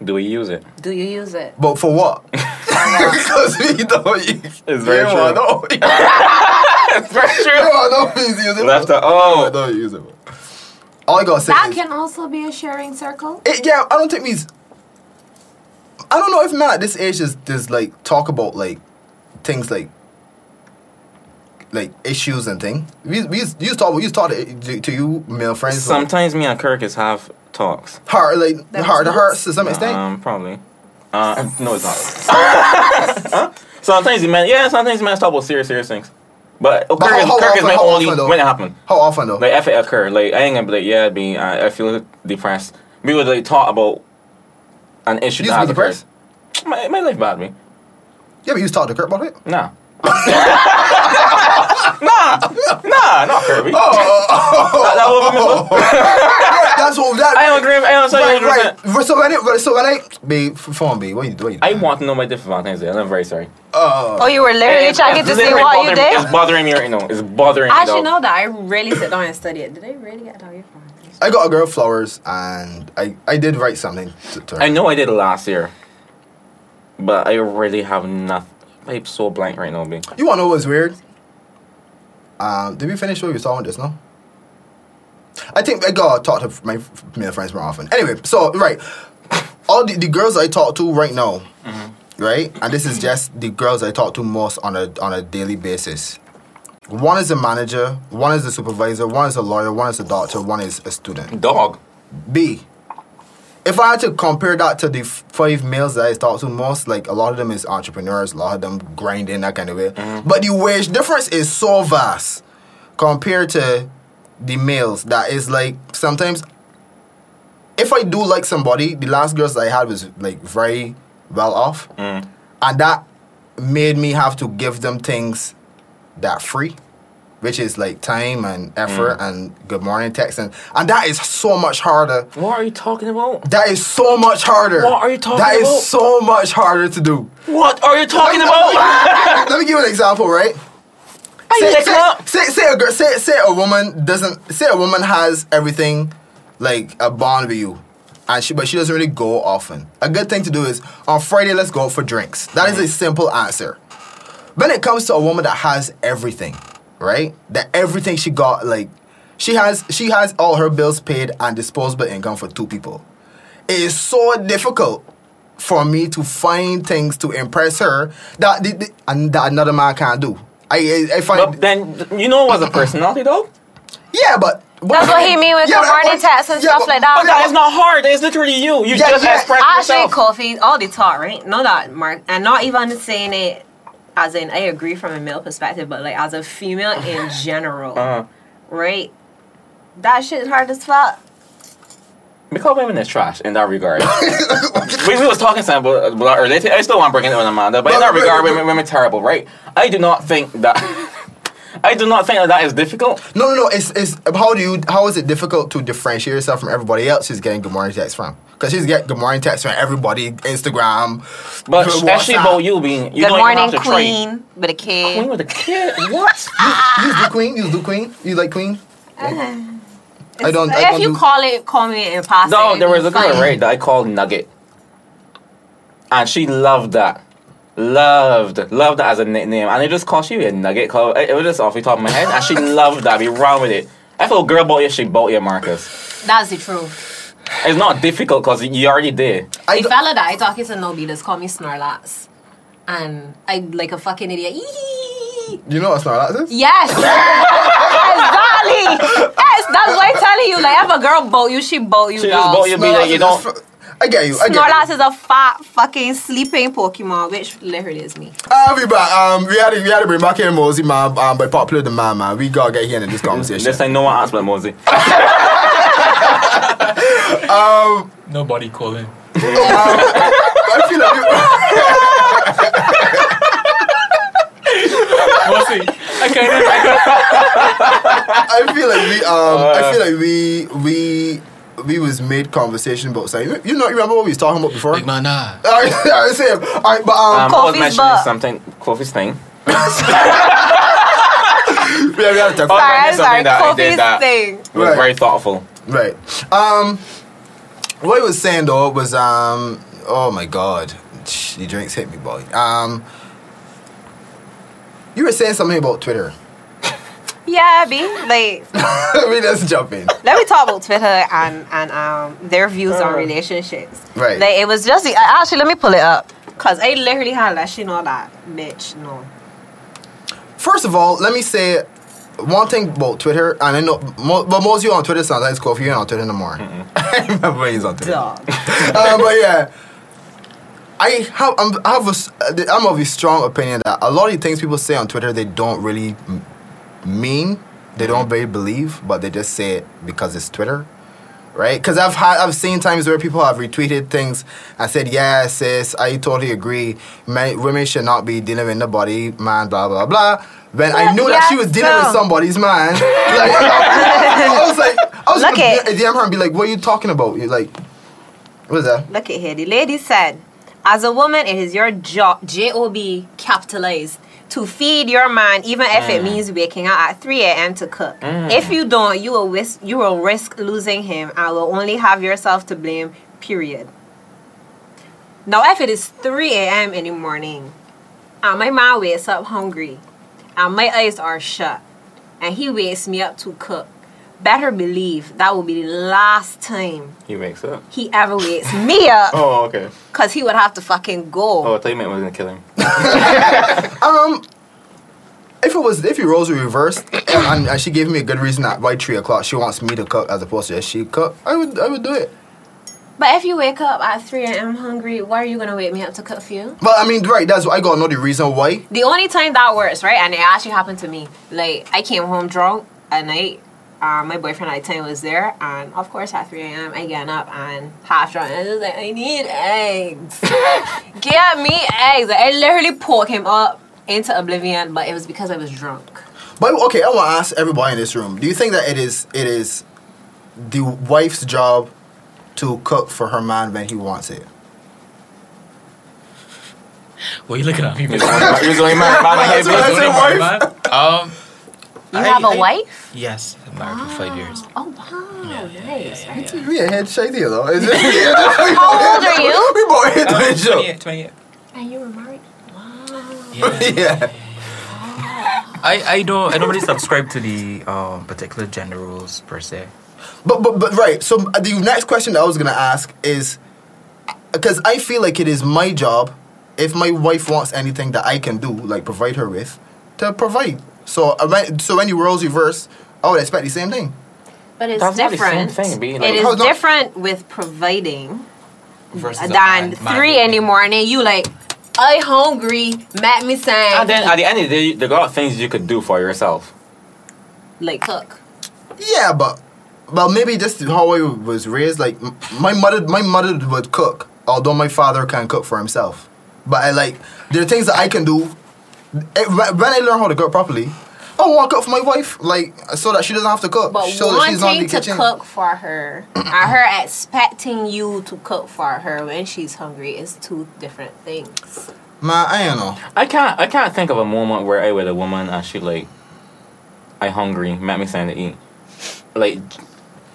Do we use it? Do you use it? but for what? Because we don't. use- It's very you true. wanna know. You That's very true. wanna know who's using it. Left the I oh. don't use it. All I gotta say That is, can also be a sharing circle. it, yeah, I don't think me's. I don't know if not at this age is there's like talk about like things like like issues and thing. We we used, you used to talk we used to talk to, to, to you male friends like, Sometimes me and Kirkus have talks. heart like That heart to was heart nuts. to some extent. Um, probably. Uh, no, it's not. Huh? Sometimes you man, yeah, sometimes you man talk about serious, serious things. But oh, But Kirkus, how- how Kirkus often- may how only often though? when it happened. How often oh, though? Like if it occurred, like I ain't gonna be like, yeah, be I, I feel depressed. We would like talk about an issue You that used has to be occurred. My, my life bad me. yeah, but you used to talk to Kurt about it. Nah. nah, nah, not Kirby. Oh. That, that would be miserable. Yeah, that's what that. I don't agree. with- I don't right, agree. right. Right, So when it, so when I be phone be what you doing? I want to know my different Valentine's Day. and I'm very sorry. Uh, Oh, you were literally It's- trying it's to see literally what you bothering- did. It's bothering me right now. It's bothering me. I should dog. know that. I really sit down and study it. Did I really get a target for it? I got a girl flowers and I I did write something to, to her. I know I did it last year, but I really have nothing. I'm so blank right now, B. You wanna know what's weird? Um, did we finish what we were talking about just now? I think I gotta talk to my f- male friends more often. Anyway, so right, all the, the girls I talk to right now, right, and this is just the girls I talk to most on a on a daily basis. One is a manager, one is a supervisor, one is a lawyer, one is a doctor, one is a student. Dog. B. If I had to compare that to the f- five males that I talk to most, like a lot of them is entrepreneurs, a lot of them grinding that kind of way. But the wage difference is so vast compared to the males that is like sometimes. If I do like somebody, the last girls I had was like very well off, and that made me have to give them things that free, which is like time and effort and good morning text and and that is so much harder. What are you talking about? That is so much harder. What are you talking That about? is so much harder to do. What are you talking Oh, about? Let me- let me give you an example, right? Are you Say, looking say, up? say, say a girl, say, say a woman doesn't say a woman has everything like a bond with you. And she, but she doesn't really go often. A good thing to do is on Friday, let's go out for drinks. That Mm-hmm. is a simple answer. When it comes to a woman that has everything, right? That everything she got, like she has, she has all her bills paid and disposable income for two people. It is so difficult for me to find things to impress her that, the, the- and that another man can't do. I, I, I find But then you know it was a personality though. yeah, but That's what he mean with Yeah, yeah, but- morning texts and yeah, stuff but- like But that is that. not hard. It's literally you. You Yeah, just yeah. express Actually, yourself. coffee, all the talk, right? No, that Mark, and not even saying it as in I agree from a male perspective, but like as a female in general, Uh, right? That shit is hard as fuck. because women is trash in that regard. we, we was talking some about about earlier. I still want to bring it on Amanda, but But- in that but- regard, but- women, women terrible, right? I do not think that. I do not think that that is difficult. no, no, no. It's it's how do you how is it difficult to differentiate yourself from everybody else? She's getting good morning texts from because she's getting good morning texts from everybody, Instagram. But Good actually, WhatsApp. about you being you Good don't morning, even have to queen, with a Try. Queen kid. with a kid. What? You the queen. You the queen. You like queen. I don't. I Uh-huh. If don't you do, call it, call me an imposter. No, there was a girl, Fine. right, that I called Nugget. And she loved that. Loved, loved that as a nickname. And they just called she a Nugget. Called, it it was just off the top of my head. And she loved that. Be wrong with it. I feel girl bought you, she bought you, Marcus. That's the truth. It's not difficult because you already did. I the don't- fella that I talking to no beaters call me Snorlax. And I like a fucking idiot. you know what's not like this? Yes! exactly! Yes, that's why I'm telling you. Like, if a girl boat you, she boat you, She just dog. boat you, be like, you don't. I get you. I get Snorlax you. is a fat fucking sleeping Pokemon, which literally is me. I'll be back. Um, we had to, we had to bring back in Mosey, man. Um, by popular demand, man. We gotta get here in this conversation. This ain't no one asked but Mosey. Nobody calling. I feel like you- Mostly, I kind of. I feel like we um I feel like we we we was made conversation about something. You know, you remember what we was talking about before? Big man, ah. nah. Alright, alright, same. Alright, but um, Um, I was Kofi's mentioning butt. something, Kofi's thing. we have, we have to talk Sorry, I'm that's something sorry. that Oh, I Kobe's did that- thing. It was Right. very thoughtful. Right. Um, what he was saying though was, um, oh my god, Shh, the drinks hit me, boy. Um, you were saying something about Twitter. Yeah, B. Like, we just jump in. let me talk about Twitter and and um their views on Uh, relationships. right. Like, it was just the- I- actually. Let me pull it up because I literally had that shit on that bitch. No. First of all, let me say one thing about Twitter, and I know, mo- but most of you on Twitter sometimes cool if you're not on Twitter no more. I remember he's on Twitter. Dog. uh, but yeah, I have I'm, I have a s- uh, I'm of a strong opinion that a lot of the things people say on Twitter they don't really m- mean, they don't really believe, but they just say it because it's Twitter, right? Because I've had I've seen times where people have retweeted things and said, "Yeah, sis, I totally agree. Men, women should not be dealing with nobody, man, blah blah blah." When I knew that she was dealing Yeah, with so- somebody's man, like, I was like, I was Look gonna it. DM her and be like, "What are you talking about?" You're like, "What's that?" Look at here. The lady said, as a woman, it is your job, J O B capitalized, to feed your man, even if it means waking up at 3 a.m. to cook. If you don't, you will, risk, you will risk losing him and will only have yourself to blame, period. Now, if it is 3 a.m. in the morning, and my man wakes up hungry, and my eyes are shut, and he wakes me up to cook, better believe that will be the last time He makes up. he ever wakes me up Oh, okay. because he would have to fucking Oh, go. I thought you meant was gonna kill him. If it was if your roles were reversed and, and she gave me a good reason that by three o'clock she wants me to cook as opposed to just she cook, I would I would do it. But if you wake up at 3 a.m. hungry, why are you gonna wake me up to cook for you? But I mean, right? That's why I gotta know the reason why. The only time that works, right? And it actually happened to me. Like, I came home drunk at night. Uh, my boyfriend at the time was there, and of course, at 3 a.m., I get up and half drunk. And I was like, I need eggs. Get me eggs. Like, I literally poke him up into oblivion, but it was because I was drunk. But okay, I want to ask everybody in this room: Do you think that it is it is the wife's job to cook for her man when he wants it? What are you looking at me He was for? only- he was only mad about my So that's your Don't know head. why, wife? man. Um, You I- have a I- wife? yes, I'm married for five years. Oh, wow. nice. Give me a head shady, though. How old How old are you? We both hit Uh, the joke. 28, 28. And you were married? Wow. Yeah. Yeah. I, I don't I don't really subscribe to the um, particular gender rules per se. But but but right. So uh, the next question that I was gonna ask is, because I feel like it is my job, if my wife wants anything that I can do, like provide her with, to provide. So uh, when- so when you roles reverse, I would expect the same thing. But it's That's not the same different. thing, B, like- it is Hold on. different with providing Versus a than man- man three would in be. the morning. You like, I hungry, Matt me saying, And then at the end of the day, there are things you could do for yourself. like cook. Yeah, but but maybe just how I was raised. Like m- my mother, my mother would cook, although my father can cook for himself. But I like there are things that I can do. eh, When when I learn how to cook properly, I want to cook for my wife, like so that she doesn't have to cook. But so that she's on the wanting to kitchen. cook for her and her expecting you to cook for her when she's hungry is two different things. Man, I don't know. I can't. I can't think of a moment where I with a woman and she like, I hungry. Make me something to eat. Like,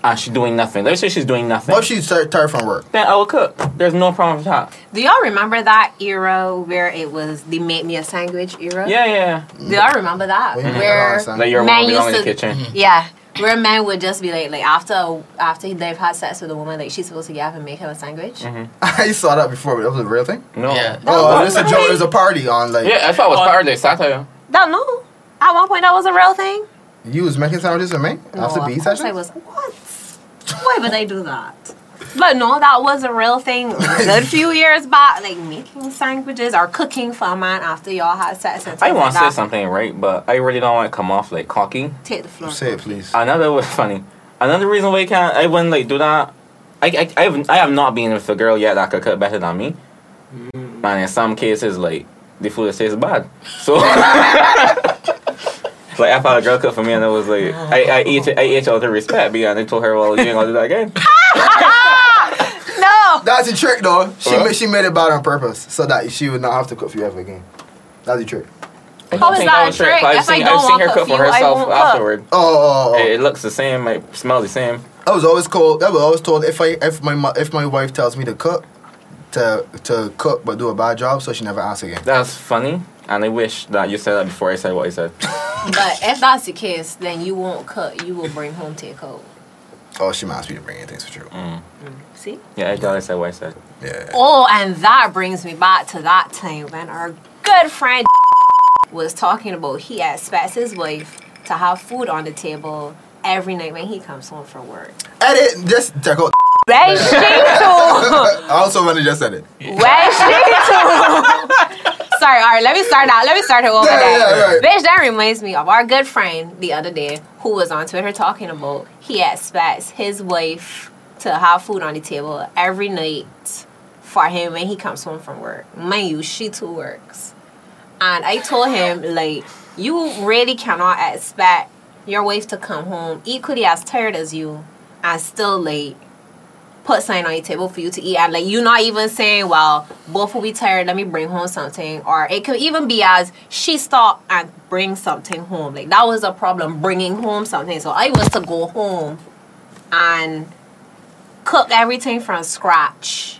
and she doing nothing. Let's say she's doing nothing. What if she's tired, tired from work? then I will cook. There's no problem with that. Do y'all remember that era where it was the make me a sandwich era? Yeah, yeah. Do y'all remember that? We didn't have a lot Where of sandwiches. yeah. Like your Man woman belong in the used to- kitchen. Mm-hmm. Yeah, where men would just be like, like after after they've had sex with a woman, like she's supposed to get up and make him a sandwich. I saw that before, but that was a real thing. No. Yeah. Yeah. Oh, this was is a a joke. thing. It was a party on like I thought it was Oh. Saturday, Saturday. Don't know. At one point, that was a real thing. you was making sandwiches with me after no, B of course session. I was what? Why would I do that? But no, that was a real thing. A good few years back, like making sandwiches or cooking for a man after y'all had sex. And I want things to like say that. something, right? But I really don't want to come off like cocky. Take the floor. Say it, please. Another was funny. Another reason why I can't, I wouldn't like do that. I, I, I, have, I have not been with a girl yet that could cook better than me. And in some cases, like the food that tastes bad. So, like I had a girl cook for me, and I was like, I, I ate, it- I ate it out of respect, because I told her, well, you ain't gonna do that again. No. That's a trick, though. She Huh? ma- she made it bad on purpose so that she would not have to cook for you ever again. That's the trick. think- How I is think that I a was tricked, trick? but I've If I seen, don't I've seen walk her up cook to for you, I herself won't cook. afterward. Oh, oh, oh. It, it looks the same. It smells the same. I was always told. I was always told if I if my mo- if my wife tells me to cook, to to cook but do a bad job, so she never asks again. That's funny, and I wish that you said that before I said what I said. But if that's the case, then you won't cook. You will bring home takeout. Oh, she asked me to bring in things for true. See? Yeah, I thought I said what I said. Yeah. Oh, and that brings me back to that time when our good friend was talking about he expects his wife to have food on the table every night when he comes home from work. Edit. Just check out. Where she to? I also when I just said it. Where she to? Sorry, all right, let me start out. Let me start her over Yeah, there. yeah, right. Bitch, that reminds me of our good friend the other day who was on Twitter talking about he expects his wife to have food on the table every night for him when he comes home from work. Mind you, she too works. And I told him, like, you really cannot expect your wife to come home equally as tired as you and still late. Put something on your table for you to eat, and like you not even saying, "Well, both will be tired. Let me bring home something," or it could even be as she stopped and bring something home. Like that was a problem bringing home something. So I was to go home and cook everything from scratch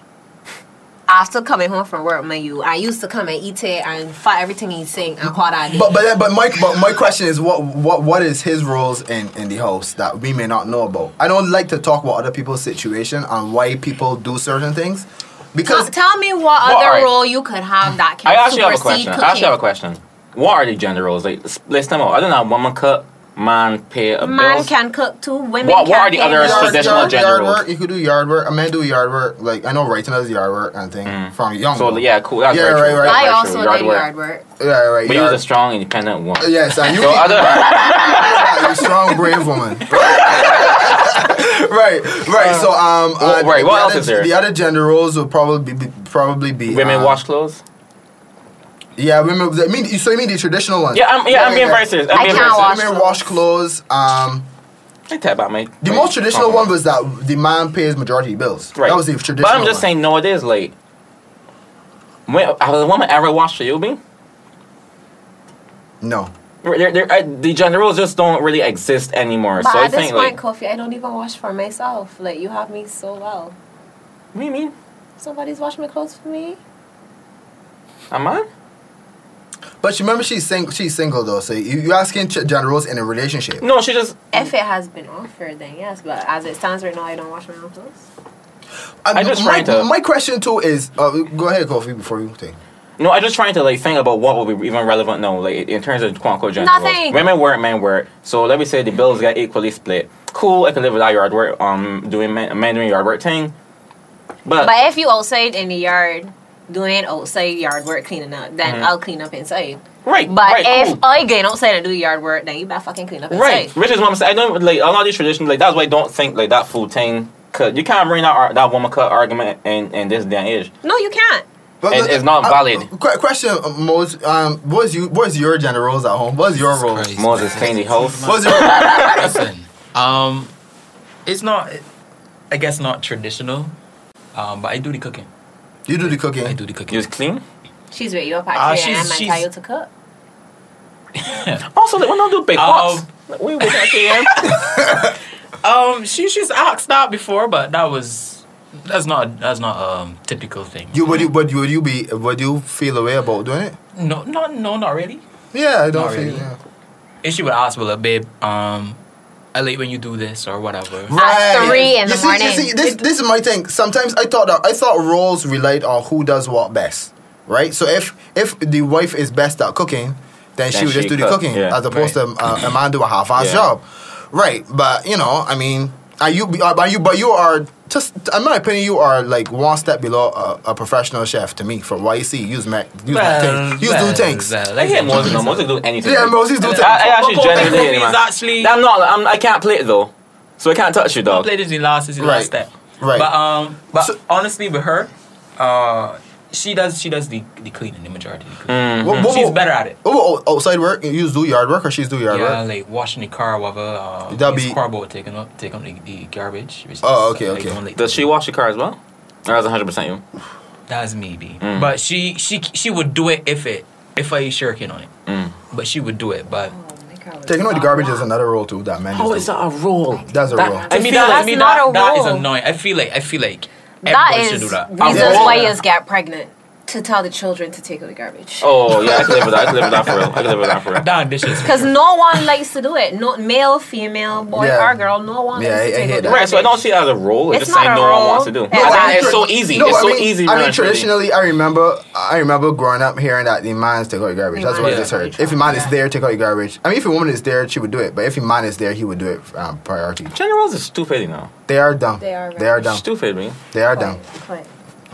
after coming home from work, man, you I used to come and eat it and fry everything in sink and call that a day. But but but my but my question is what what what is his roles in in the house that we may not know about? I don't like to talk about other people's situation and why people do certain things, Tell, because tell me what Well, other alright. role you could have that can I actually have a supersede question. cooking. I actually have a question. What are the gender roles? Like, s- list them out. I don't know. Woman cook, man pay a Man bills. can cook too. Women What- what can are the pay other bills. traditional yard, gender yard roles. work. You could do yard work. A man do yard work. Like I know writing does yard work and thing from young. Mm. So though. yeah, cool. That's Yeah, very right, true. right. That's I very also true. did Yard work. yard work. yeah, right. But you yard- was a strong, independent woman. Yes, and you So other you strong, brave woman. right, right. So um, Wh- right, the other- what else is there? The other gender roles will probably be, probably be women um, wash clothes. Yeah, women. I mean, you- so you mean the traditional ones? Yeah, I'm yeah, I'm being very serious. I'm I being can't very serious. wash Women clothes. wash clothes. Um, I tap out my. the my most traditional one compliment. was that the man pays majority bills. Right. That was the traditional. But I'm just one. saying nowadays, like, when has a woman ever washed for you, be? No. They're, they're, uh, the gender roles just don't really exist anymore. But so I at this think point, like, Kofi, I don't even wash for myself. Like you have me so well. me mean, Somebody's washing my clothes for me. am I? But you remember she's single. She's single though. So you you asking ch- gender roles in a relationship. No, she just. If it has been offered, then yes. But as it stands right now, I don't wash my own clothes. Um, I just my, trying to- my question too is uh, go ahead, Kofi, before you think. No, I'm just trying to like think about what would be even relevant now, like in terms of quote unquote gender Nothing. roles. Women work, men work. So let me say the bills get equally split. Cool, I can live without yard work. Um, doing men, men doing yard work thing. But, But if you outside in the yard doing outside yard work cleaning up, then I'll clean up inside. right, But right, if cool. I get outside and do yard work, then you better fucking clean up inside. Right, which is what I'm saying. I don't like a lot of these traditions. Like that's why I don't think like that food thing. Cause you can't bring that ar- that woman cut argument in, in this day and age. No, you can't. But, And it's not valid. que- question, uh, Mose. Um, what is you? What is your gender roles at home? What is your role? Christ. Moses clean the house. What is your? Listen, um, it's not, I guess, not traditional, um, but I do the cooking. you do the cooking. I do the You cooking. was clean. She's with you up Ah, out here she's- and I she's- tell you to cook. Also, like, we don't do big Um, pots. Like, we would not care. Um, she she's asked that before, but that was that's not that's not um typical thing. You would you would you would you be would you feel a way about doing it? no no no not really. Yeah, I don't Not feel. really. Yeah. If she would ask, well, like, babe, um, I late when you do this or whatever. At three in you the see, morning. You see, this this is my thing. Sometimes I thought that I thought roles relied on who does what best, right? So if if the wife is best at cooking, then, she Then would just she do the cook, cooking yeah. as opposed Right. to uh, a man do a half ass Yeah. job, right? But you know, I mean, are you are, are you but you are just in my opinion, you are like one step below a, a professional chef to me from what you see. Use Mac, use Well, things, use well, do things. well, I let's get get Moses. No, Moses. Moses do anything. Yeah, Moses do I- things. I, I actually Football genuinely thing hate it, is man. actually- I'm not. I'm, I can't play it though, so I can't touch you, dog. Play this is the last is the Right. last step. Right. But um, but So- honestly, with her, uh, she does she does the the cleaning, the majority. Of the cleaning. Mm-hmm. What- what- She's better at it. Oh, oh, outside work, you do yard work or she's do yard Yeah, work? like washing the car, whatever. Uh, That'd it's be- Carbo taking up, taking up the, the garbage. which Oh, is, okay, like, okay. don't like- Does she wash your car as well? Or That's 100 percent you. Mm. That's maybe. But she she she would do it if it if if I shuriken on it. Mm. But she would do it. But Oh, Taking out the garbage is another role too Oh, that men How just is do. that a role? That's a That- role. I to me, feel that, like- to me, That's that, not a that is role. annoying. I feel like I feel like That everybody should is do that. reasons Yeah. why you got pregnant to tell the children to take out the garbage. Oh yeah, I can live with that. I can live with that for real. I can live with that for real. Damn dishes. Because no one likes to do it. No male, female, boy Yeah. or girl, no one Yeah, likes I- to I take hate out the that. Right, so I don't garbage. see it as a role. It's, It's just something not a no one role. wants to do. Exactly. I think It's so easy. No, it's I so mean, easy. I man, mean, it's really- traditionally, I remember, I remember growing up hearing that the man's take out the garbage. The That's what I man just is heard. really If a man is trying, there, take out the garbage. I mean, if a woman is there, she would do it. But if a man is there, he would do it um, priority. Generals are stupid, you know. They are dumb. They are They are right. dumb. Stupid, man. They are dumb. Quit,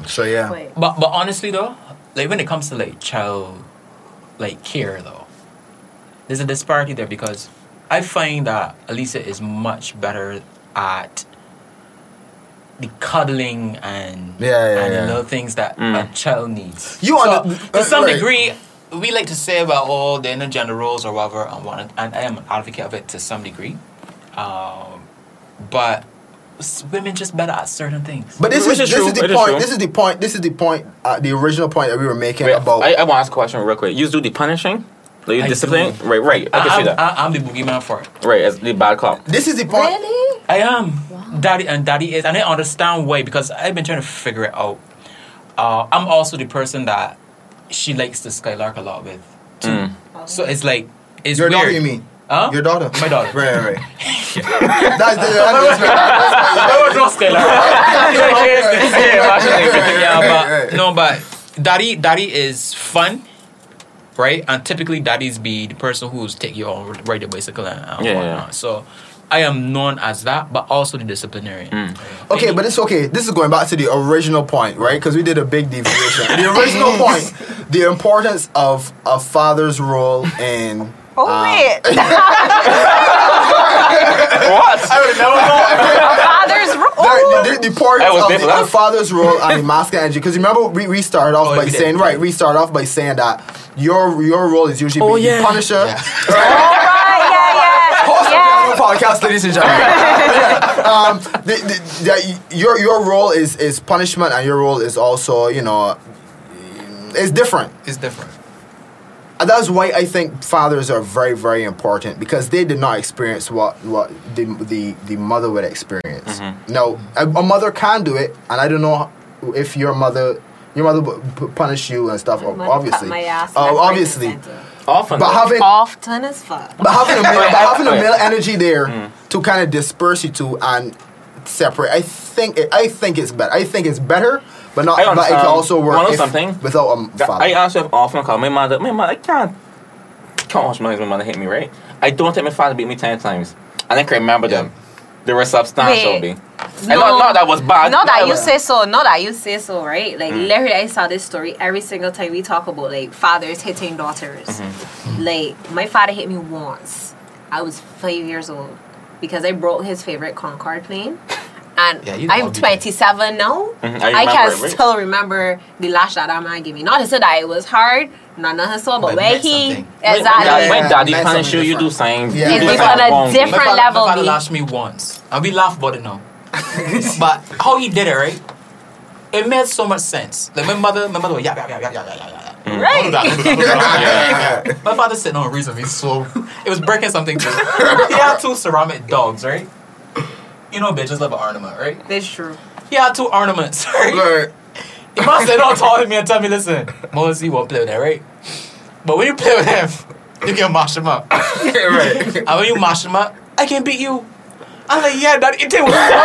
So yeah. quit. But but honestly though, like when it comes to like child, like care though, there's a disparity there because I find that Alisa is much better at the cuddling and Yeah, yeah, and the yeah. little things that Mm. a child needs. You uh, so, under- to some right. degree. We like to say about all the intergender roles or whatever, and whatnot, and I am an advocate of it to some degree. Um, but s- women just better at certain things. But this Which is, is this true, is the it is point. true. this is the point. This is the point. Uh, the original point that we were making Wait, about. I, I want to ask a question real quick. You do the punishing? Like you I discipline? do. Right, right. I can I, see am that. I, I'm the boogeyman for it. right, as the bad cop. this is the point. Really? I am. Daddy and daddy is. And I understand why because I've been trying to figure it out. Uh, I'm also the person that she likes to skylark a lot with. Too. So it's like, it's Your weird. daughter, you mean? Huh? Your daughter. My daughter. Right, right, right. that's the. That's the I was not skylark. yeah, but, no, but daddy, daddy is fun. Right, and typically daddies be the person who's take you on ride the bicycle and, and Yeah, yeah, whatnot. yeah. So, I am known as that, but also the disciplinarian. Mm. Okay, but it's okay. This is going back to the original point, right? Because we did a big deviation. the original point, the importance of a father's role in. uh, Oh, wait. What? Father's ro- oh. The, the, the importance That was of deep, the, huh? the father's role and the masculine energy. Because remember, we, we started off Oh, by we did. saying right. We started off by saying that your your role is Oh, usually being the punisher. All right, yeah, yeah. Host yeah. of the podcast, ladies and gentlemen. um, the, the, that y- your your role is is punishment, and your role is also you know, it's different. It's different. And that's why I think fathers are very, very important because they did not experience what, what the, the, the mother would experience. Mm-hmm. Now, a, a mother can do it, and I don't know if your mother, your mother would p- punish you and stuff, mother obviously. cut my ass Oh, when I was obviously. pregnant, so- Often. But having, Often as fuck. but having a male, but having a Right. male energy there Mm. to kind of disperse you two and separate, I think it, I think it's better. I think it's better, but not. I But it can understand. also um, Wanna work know if- something? without a That- father. I answer if often call my mother. My mother, I can't. Can't watch my my mother hit me, right? I don't think my father beat me ten times. And I can remember them. They were substantial, Wait. B. And not, not that was Mm. bad. Not that but- you say so. Not that you say so, right? Like literally, I saw this story every single time we talk about like fathers hitting daughters. Mm-hmm. Like my father hit me once. I was five years old because I broke his favorite Concorde plane. And Yeah, you know I'll I'm be 27 now. Mhm, I I, can remember it, right? still remember the lash that that man gave me. Not to say that it was hard, not nothing so, but when it meant he something. When- exactly, When, Yeah, daddy that's punish you, something you do different. something. Yeah. you do It's something on a wrong, B. different- my father, level, My father B. lashed me once, and we laugh about it now. but how he did it, right? It made so much sense. Like my mother, my mother was yap yap yap yap yap yap yap. yap. Don't do that, don't do that, don't do Mm. that. My father said no reason. He's so it was breaking something. Too. he had two ceramic dogs, right? You know, bitches love an ornament, right? that's true. He had two ornaments, right? Right. The man said, don't talk to me and tell me, listen, Moses, you won't play with that, right? But when you play with him, you can mash him up. right. And when you mash him up, I can beat you. I'm like, yeah, that it did work. I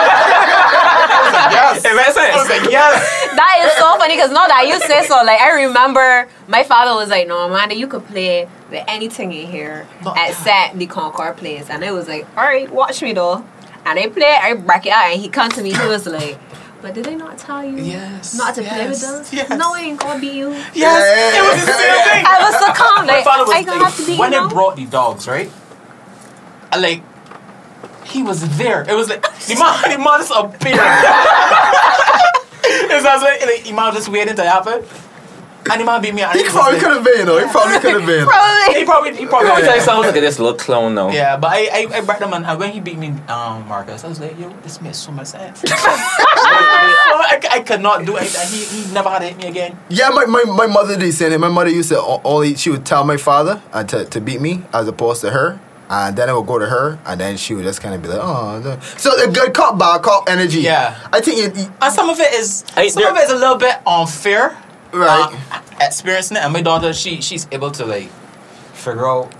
was like, yes. It makes sense. I was like, yes. That is so funny because now that you say so, like I remember my father was like, "No, Amanda, you could play with anything in here But- except the Concord plays," and I was like, "All right, watch me though." And I play, I break it out, and he come to me. He was like, "But did they not tell you Yes, not to play with them? yes, yes. No, I ain't gonna beat you." Yes. It was the same thing. I was so calm, My like father was I gonna have to beat when you. they now?" brought the dogs, right? I like he was there. It was like the man, the man just appeared. it's just like, like the man just waiting to happen. And the man beat me. and He was probably like- could have been though. He probably could have been. He Probably. probably, he probably. I'm gonna tell you something. Look at this little clone now. Yeah, but I, I, I brought the man, and when he beat me, um, Marcus, I was like, yo, this makes so much sense. I, I, I could not do it. and He, he never had to hit me again. Yeah, my, my, my mother did say that. My mother used to all, all she would tell my father uh, to, to beat me as opposed to her. And then I would go to her, and then she would just kind of be like, "Oh." No. So the good cop, bad cop energy. Yeah. I think it. it- And Uh, some of it is, Hey, some there- of it is a little bit unfair. Right. uh, experiencing it, and my daughter, she, she's able to like figure out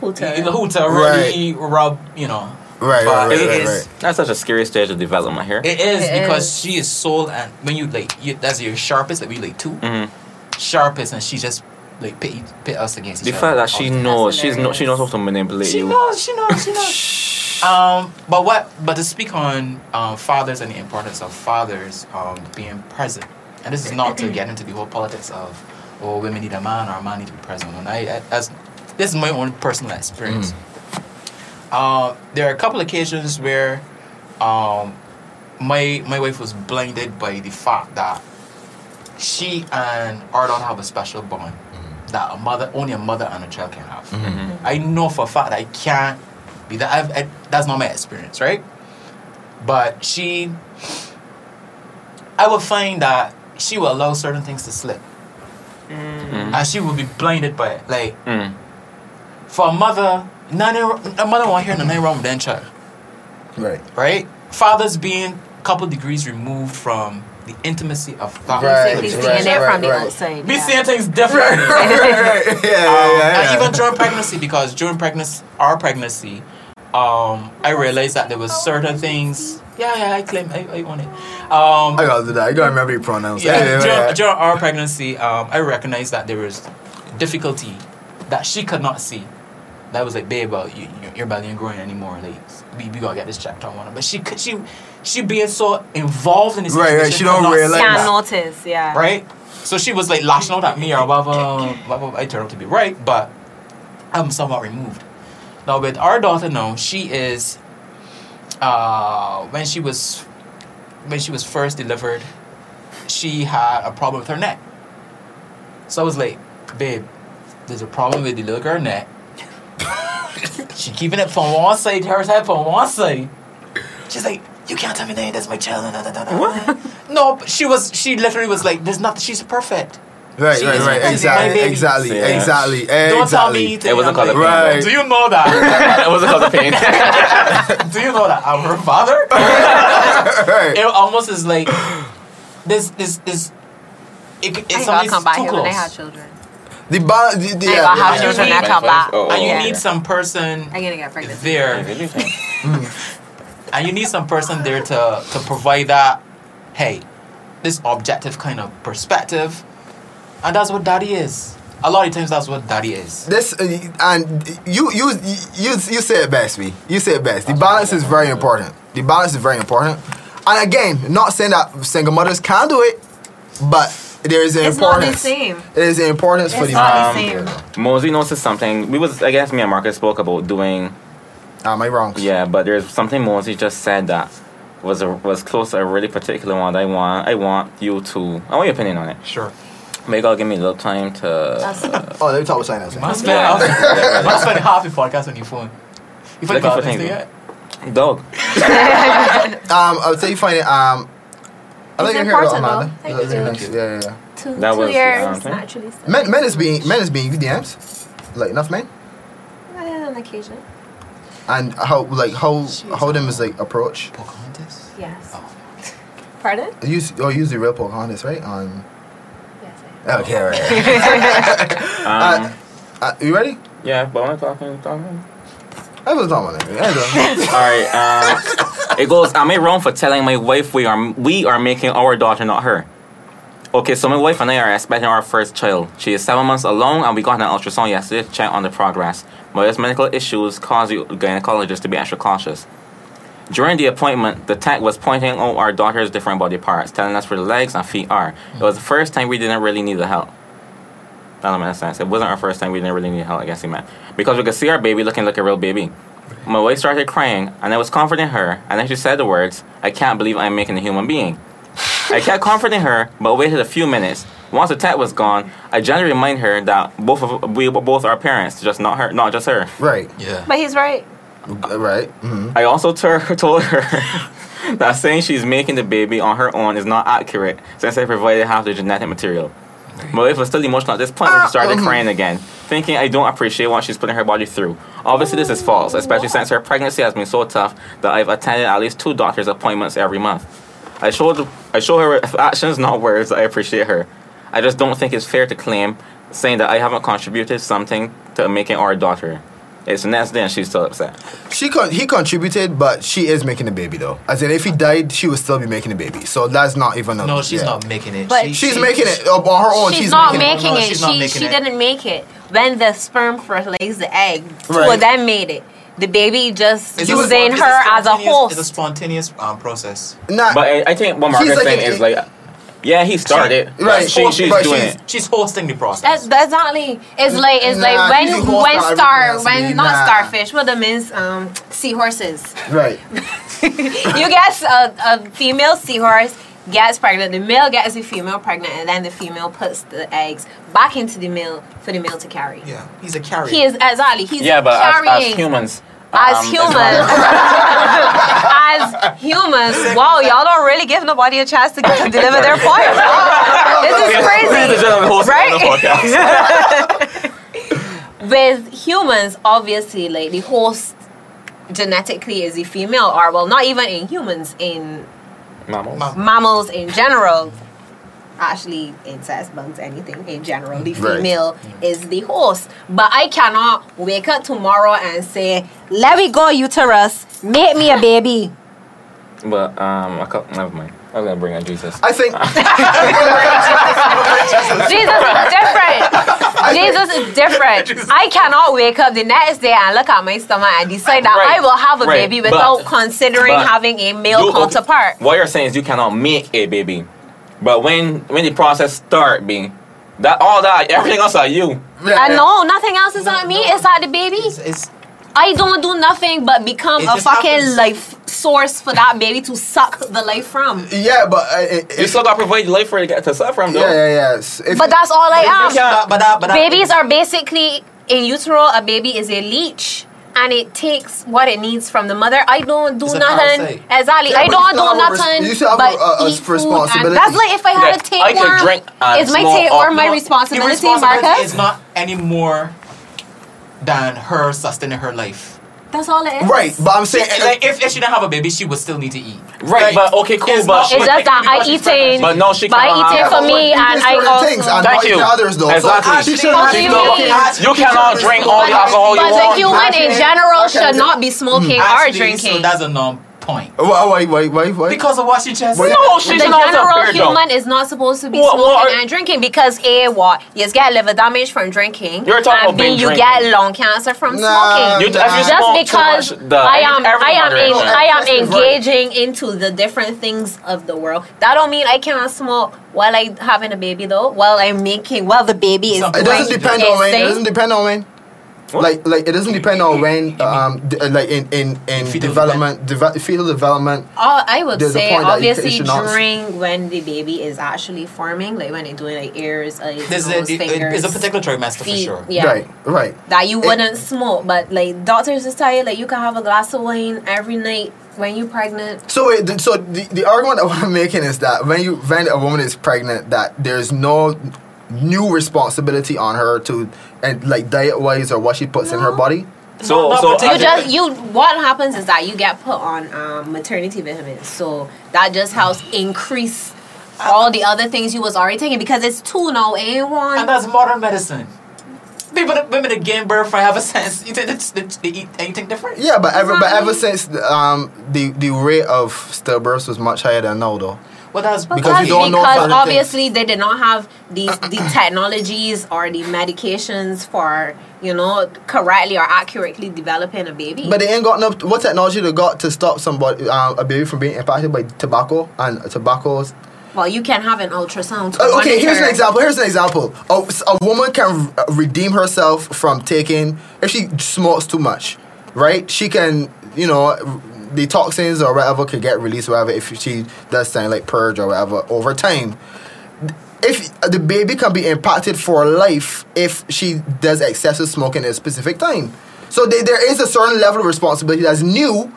Who you tell know, who to Right. really rub, you know. right, But right, right, it right, is- right. That's such a scary stage of development here. It is It because is. she is soul, and when you like, you, that's your sharpest. Like we like 2 Mhm. sharpest, and she just like pit, pit us against The each other. fact that she Often. knows, she's not, she knows how hilarious. to manipulate She you. knows, she knows, she knows. um, but what? But to speak on um, fathers and the importance of fathers um, being present, and this is not to get into the whole politics of oh women need a man or a man need to be present. And I, I as this is my own personal experience. Um, there are a couple occasions where um, my my wife was blinded by the fact that she and our daughter have a special bond Mm-hmm. that a mother only a mother and a child can have. I know for a fact I can't be that. I've, I, that's not my experience, right? But she, I would find that she will allow certain things to slip, Mm. and she will be blinded by it. Like Mm. for a mother, nothing. wr- A mother won't hear nothing wrong with their child, Right. right? Fathers being a couple degrees removed from the intimacy of that. Right, He's right, seeing it right, from the right. outside. We yeah. seeing things different. right, right. Yeah, Um, yeah, yeah, And yeah. even during pregnancy, because during pregnancy, our pregnancy, um, I realized that there was certain things. Yeah, yeah, I claim, I, I own it. Um, I gotta do that. I gotta remember your pronouns. yeah, yeah, during, yeah. during our pregnancy, um, I recognized that there was difficulty that she could not see. That was like, babe, well, you, you, your belly ain't growing anymore. Like, we, we gotta get this checked on one. But she could, she, she being so involved in this Right, right, she don't realize Can't that. notice. Yeah. right? So she was like lashing out at me or whatever, whatever. I turned out to be right, but I'm somewhat removed. Now with our daughter now, she is uh, when she was when she was first delivered, she had a problem with her neck. So I was like, babe, there's a problem with the little girl neck. she keeping it from one side, her side from one side. She's like, you can't tell me that that's my child. da, da, da, da." No, but she was. She literally was like, "There's nothing. She's perfect. Right, She right, is right. my Exactly, baby. exactly, Yeah. exactly, Don't tell exactly. me." It wasn't I'm called a like, Right. Do you know that? it wasn't called the pain. Do you know that I'm her father? Right. it almost is like this. This. This. It, I it's think I'll almost come by too here when they have close. children. The ba- the, the, I ain't yeah, gonna have yeah. children Yeah. that come by. Oh, And you Yeah. need some person I'm gonna get pregnant. there, and you need some person there to to provide that. Hey, this objective kind of perspective, and that's what daddy is. A lot of times, that's what daddy is. This uh, and you you you you say it best, me. You say it best. The balance is very important. The balance is very important. And again, not saying that single mothers can do it, but there is an It's not the importance. same. There is an importance for It's the not the balance. same. Mosey noticed something. We was, I guess, me and Marcus spoke about doing. Am I wrong? Yeah, but there's something Mosey just said that was a, was close to a really particular one. that I want. I want you to. I want your opinion on it. Sure. May God give me a little time to. That's it. Oh, let me talk about China. Must spend Yeah. half, must spend half your podcast on your phone. You Looking forgot for this thing things. yet? Dog. Um, I'll tell you funny. Um, I It's let you hear about important, though. Amanda. Thank Let you. me hear next. Yeah, yeah, yeah. Two, That two was, years, um, thing. naturally. so- Men, men is being men is being you DMs, like enough men, Yeah, on occasion. and how like how how them is like approach. Pocahontas? Yes. Oh. Pardon? You or use the real Pocahontas, right? On Yes. okay, right. Um, Uh, uh, you ready? yeah, but I'm talking. talking. I was not on it. I don't. All right. Um, it goes. Am I wrong for telling my wife we are we are making our daughter, not her? Okay, so my wife and I are expecting our first child. She is seven months along, and we got an ultrasound yesterday to check on the progress. But there's medical issues cause the gynecologist to be extra cautious. During the appointment, the tech was pointing out our daughter's different body parts, telling us where the legs and feet are. It was the first time we didn't really need the help. That don't make sense. It wasn't our first time we didn't really need help, I guess he meant. Because we could see our baby looking like a real baby. My wife started crying, and I was comforting her, and then she said the words, I can't believe I'm making a human being. I kept comforting her, but waited a few minutes, Once the tent was gone, I generally remind her that both of we were both our parents, just not her, not just her. Right. Yeah. But he's right. Right. hmm I also ter- told her that saying she's making the baby on her own is not accurate since I provided half the genetic material. My wife was still emotional at this point when she started crying again, thinking I don't appreciate what she's putting her body through. Obviously, this is false, especially since her pregnancy has been so tough that I've attended at least two doctor's appointments every month. I showed I show her with actions, not words, that I appreciate her. I just don't think it's fair to claim saying that I haven't contributed something to making our daughter. It's the next day and she's still upset. She con- he contributed, but she is making a baby though. As in, if he died, she would still be making a baby. So that's not even. A, No, she's yeah. not making it. But- She- She's she- making it uh, on her own. she's, not making it. making No, it. she's not She making she it. didn't make it. When the sperm first lays the egg, two Right. of them made it. The baby just It's a using spon- it's her as a spontaneous- It's a host. spontaneous um, process. Nah, But I, I think what She's Margaret's like saying an- is like, yeah, he started. Right. Right. She, she's But doing she's- it. She's hosting the process. That's that's only. It's like it's Nah, like you can when go when after star everything else, when babe. not Nah. starfish. What the means um seahorses. right. you get a, a female seahorse gets pregnant the male gets the female pregnant and then the female puts the eggs back into the male for the male to carry yeah, he's a carrier. he is exactly he's Yeah, but as, carrying as humans. as um, humans, as humans, wow, y'all don't really give nobody a chance to, to deliver their point. Wow. This is This is crazy. the general host of the Right? podcast. With humans, obviously, like the host genetically is the female, or well, not even in humans, in Mammals. Mam- mammals in general, actually insects, bugs, anything in general, the Right. female is the host. But I cannot wake up tomorrow and say, "Let me go, uterus, make me a baby." But um, a couple, never mind. I was gonna bring on Jesus. I think. Jesus is different. Jesus is different. I cannot wake up the next day and look at my stomach and decide that Right. I will have a Right. baby But- without considering but having a male You- counterpart. What you're saying is you cannot make a baby, but when when the process start, being that all that everything else are you. And no, nothing else is on me. It's on the baby. It's, it's, I don't do nothing but become It a just fucking happens. life source for that baby to suck the life from. Yeah, but uh, it, You still gotta provide life for it to get to suffer from though. Yeah, yeah, yeah. It's- if- But that's all I Yeah. am. but, but, that- but, that- Babies are basically in utero. A baby is a leech, and it takes what it needs from the mother. I don't do It's a nothing. parasite. Exactly, Yeah, I but don't you still do have a res- nothing. you still have but a- a- a eat food and- responsibility. that's like if I Like, had a I tapeworm. could drink and is my swallow tapeworm up. my No, responsibility, the responsibility Marcus? is not any more than her sustaining her life. That's all it is. right. But I'm saying. She- like if, if she didn't have a baby, she would still need to eat. Right, Like, but okay, cool, it's but not- It's just that I eating. But no, she but I cannot eat it have- for me, You and did I certain also. things and Thank not you. the others though. Exactly. So she shouldn't Fuck have you. to go- You You cannot drink all the alcohol you But the want. human in general should not be smoking or Actually, So drinking. that's a non point. Why? Why? Why? Why? Why? Because of what she just Well, said. No, the she's not general a weirdo. human is not supposed to be What- smoking what are- and drinking because a what you get liver damage from drinking. You're talking and about B, being you drinking. get lung cancer from Nah, smoking. You, if you Just smoke Just too because much, the- I am I everything am en- moderation. I am That's right. engaging into the different things of the world. That don't mean I cannot smoke while I having a baby though. While I'm making while the baby is Something. It doesn't Right. depend Yes, on when. It same. doesn't depend on when. What? Like, like it doesn't depend on when, um, d- uh, like in in in Fetal development, deve- fetal development. Oh, I would There's a say point that you- it obviously should not- during when the baby is actually forming, like when they're doing like ears, eyes, There's a, nose, fingers, it's a particular trimester for feet, sure. Yeah, Right. Right. that you wouldn't smoke, but like doctors just tell you like you can have a glass of wine every night when you're pregnant. So, wait, th- so the, the argument that I'm making is that when you when a woman is pregnant, that there's no new responsibility on her to and like diet wise or what she puts in her No. body. So, Not- so not You particular. just you. What happens is that you get put on um, maternity vitamins, so that just helps increase all the other things you was already taking because it's two now, it ain't one. And that's modern medicine. People, that- women that gain birth for have a sense. You think it's, it's, they eat anything different? Yeah, but ever but Right. ever since um the the rate of stillbirths was much higher than now though. Well, that's Because you don't know because certain obviously they did not have these the technologies or the medications for you know correctly or accurately developing a baby. But they ain't got no what technology they got to stop somebody um, a baby from being impacted by tobacco and tobacco's. well, you can have an ultrasound. to Uh, okay, here's an monitor. example. Here's an example. A, a woman can r- uh, redeem herself from taking if she smokes too much, right? She can you know r- the toxins or whatever could get released whatever if she does something like purge or whatever over time. if uh, the baby can be impacted for life if she does excessive smoking at a specific time. So they, there is a certain level of responsibility that's new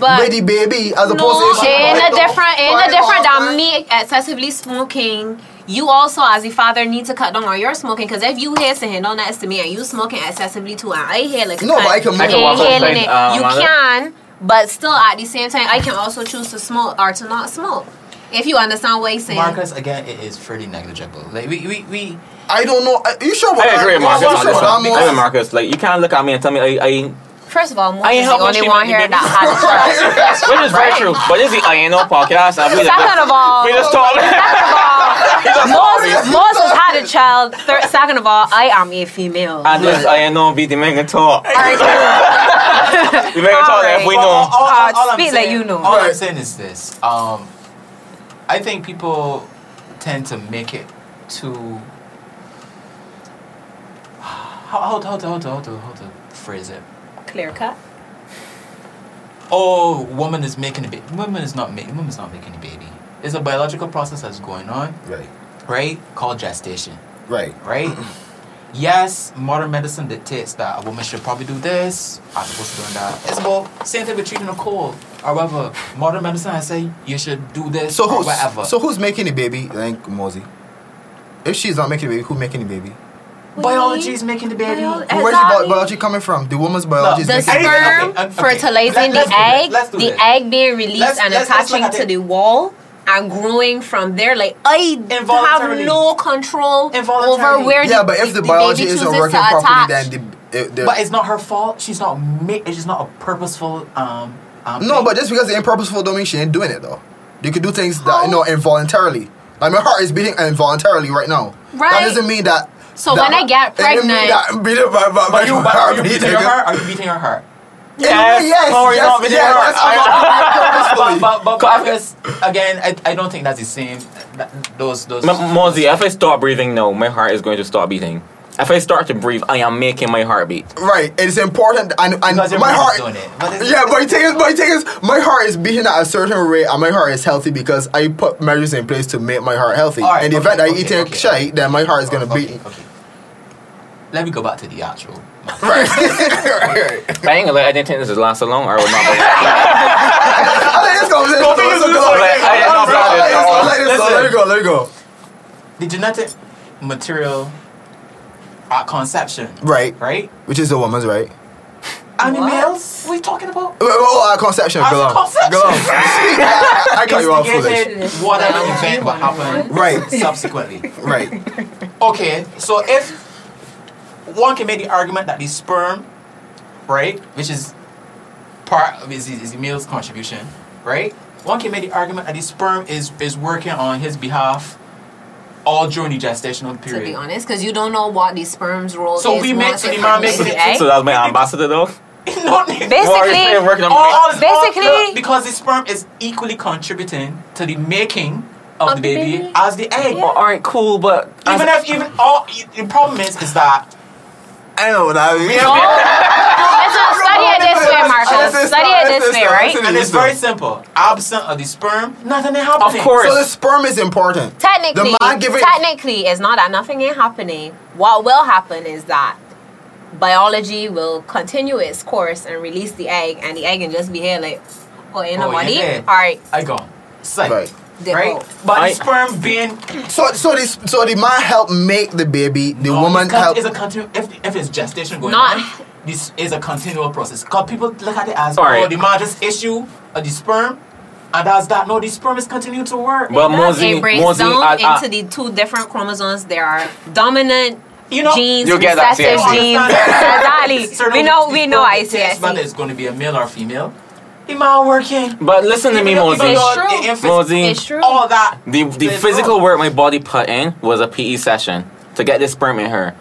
But- with the baby as opposed No, to ain't a different, ain't a Fight different off, man. than me excessively smoking. You also, as a father, need to cut down on your smoking. Cause if you here sitting down next to me and you smoking excessively too, and I hear like a No, but cunt, I can you I can walk inhaling outside, it. um, Uh, you Amanda. can, but still at the same time, I can also choose to smoke or to not smoke. If you understand what he's saying. Marcus, again, it is pretty negligible. Like we, we, we I don't know. Are you sure? I agree with Marcus You on sure this what I'm one. I agree with Marcus. Like, you can't look at me and tell me I, I ain't. First of all, Marcus ain't is the helping only she one make the here baby. that has trust. Which is very true. But this is the I ain't no podcast. I mean, Second of all, we just talking. Moses, Moses had a child. Third, second of all, I am a female. Uh, And this I ain't no beat the Megan talk. The Megan talk Alright. if we all, all, know. all, Uh, all I'm speak like saying, you know. All I'm Right. saying is this. Um, I think people tend to make it too. How how how to how to how to how to phrase it? Clear cut. Oh, woman is making a baby. Woman is not making. Woman's not making a baby. It's a biological process that's going on, Right, right? Called gestation. right. right? yes, modern medicine dictates that a woman should probably do this, as opposed to doing that. It's about same thing with treating a cold. However, modern medicine I say you should do this So or who's whatever. so who's making the baby? I think Mosey. If she's not making the baby, who's making the baby? biology is making the baby. Biol- Where's the Exactly. bi- biology coming from? The woman's biology the is making. sperm- sperm okay, okay. fertilizing Let- the let's do this. egg, Let's do the this. egg being released Let's- and let's- let's look attaching at to it. the wall and growing from there. Like I Involuntarily. have no control over Involuntarily. where Yeah, the, but if the baby biology chooses isn't to working properly, attach. then the, it- the But it's not her fault. She's not. Ma- it's just not a purposeful. Um. um No, thing. but just because they ain't purposeful don't mean she ain't doing it though. You could do things that you know involuntarily. Like my heart is beating involuntarily right now. Right. That doesn't mean that. So that- when I get it didn't mean pregnant- that I'm beating my, my, my Are you, but are heart you beating beating. her heart? Are you beating her heart? Yes, yes, Sorry, yes, not beating yes, her that's heart. what I'm doing but, purposefully. but, but, Marcus, again, I, I don't think that's the same. That, those those. M- Mosey, if I stop breathing now, my heart is going to stop beating. If I start to breathe, I am making my heart beat. Right, it's important, and, and Because your my brain is heart. doing it. But it's- yeah, my thing is, my thing is, my heart is beating at a certain rate, and my heart is healthy because I put measures in place to make my heart healthy. Alright, in the okay, event I okay, eat a okay, shite, then my heart is gonna Oh, okay, beat. okay. Let me go back to the actual. Right. I ain't gonna lie, I didn't think this would last so long. Or I would not. Be- I think this conversation Go is finish also this good. one. Like, I am not proud of this Let one. let this go, let it go, let it go. The genetic material at conception, Right. right? Which is the woman's right. I mean, males. What are you talking about? Oh, our conception. Our Go on. conception. Go on. I, I cut you off foolish. Instigated whatever event will happen Right, subsequently. right. Okay, so if one can make the argument that the sperm, right, which is part of is, is the male's contribution, right? One can make the argument that the sperm is is working on his behalf all during the gestational To be period. honest, because you don't know what the sperm's role So is. we make- once so the it eh? man fertilizes making it- the egg. so that's my ambassador though. No, Basically- Or if they're working on all- all is- all- Basically- no, because the sperm is equally contributing to the making of, the, baby, as the egg. Well, aren't cool, but Even if even all the problem is is that I know what I mean. Listen, study it this way, Marcus. Listen, Study it listen, this way, listen, right? listen. and it's very simple. Absent of the sperm, nothing is happening. Of course. So the sperm is important. Technically, The man giving- technically, it's not that nothing ain't happening. What will happen is that biology will continue its course and release the egg, and the egg can just be here like, oh, in the Oh, body. yeah. All right, I go. Sight. Right. they Right? go. But I- the sperm being So, so this, so the man helped make the baby. The No, woman oh, it's con- helped. is a continu- if, if it's gestation going Not- on, this is a continual process. Because people look at it as Alright. oh, the man just issue of the sperm, and that's that. No, the sperm is continuing to work. But it Mosey, breaks Mosey, down I, I, into the two different chromosomes. There are dominant you know, genes, You'll get that, recessive CSC. genes. exactly. Certain We know. We know. I sperm see. I dictates Whether see. it's going to be a male or female, the man working. but listen to me, Even though- Mosey. even though It's the true. infant- Mosey, It's true. All that. the the It's physical wrong. E work my body put in was a PE session to get this sperm in her.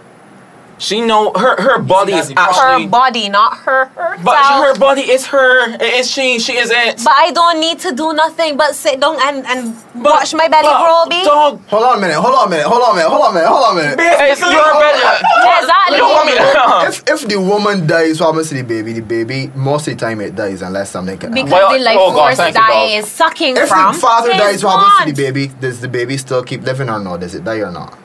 She know her her body that's is the actually her body, not her herself. but her body is her. It is she. She is it. But I don't need to do nothing but sit down and, and But- watch my belly but grow, B. Dog, Hold on a minute. Hold on a minute. Hold on a minute. Hold on a minute. Hold on a minute. it's your belly. Exactly. You want me to- If, if the woman dies, what happens to the baby? The baby, most of the time, it dies unless something can happen. Because Well, the life oh God, force thank that you, I dog. is sucking If from. the father is dies, what happens to gone. the baby? Does the baby still keep living or not? Does it die or not?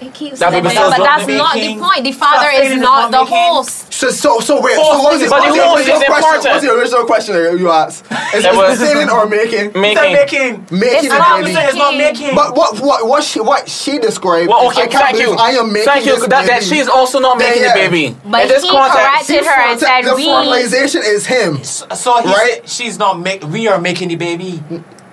It keeps That living, would be but so that's lovely. not the Making- point. The father Stop is feeding not the the mom making- host. So so so wait. Both so what was it? things, Oh, but What's the the whole original thing is question? important. What's the original question that you asked? Is It was- it sitting or making? Making. making. Making It's a not baby. making. It's not making. But what what what she what she described? Well, is, okay, I can't thank believe you. I am making Thank you. this That, that baby. she is also not Yeah, making yeah. the baby. But In this he context, corrected- did her and said, the "We-" fertilization is him. so he's, Right? she's not make. We are making the baby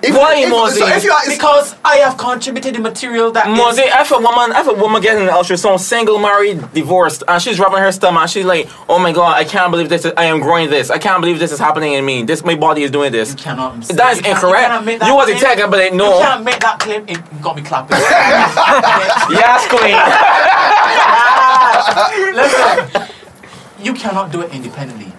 If, Why, if, Moses? So if you are, because I have contributed the material that is- Mose, if a woman, if a woman getting an ultrasound, single, married, divorced, and she's rubbing her stomach, and she's like, "Oh my God, I can't believe this. Is, I am growing this. I can't believe this is happening in me. This, my body is doing this." You cannot. That is you can't- incorrect. You, cannot make that You was claim. attacking, but it- no. You can't make that claim. It got me clapping. Bitch. Yes, queen. Listen, you cannot do it independently.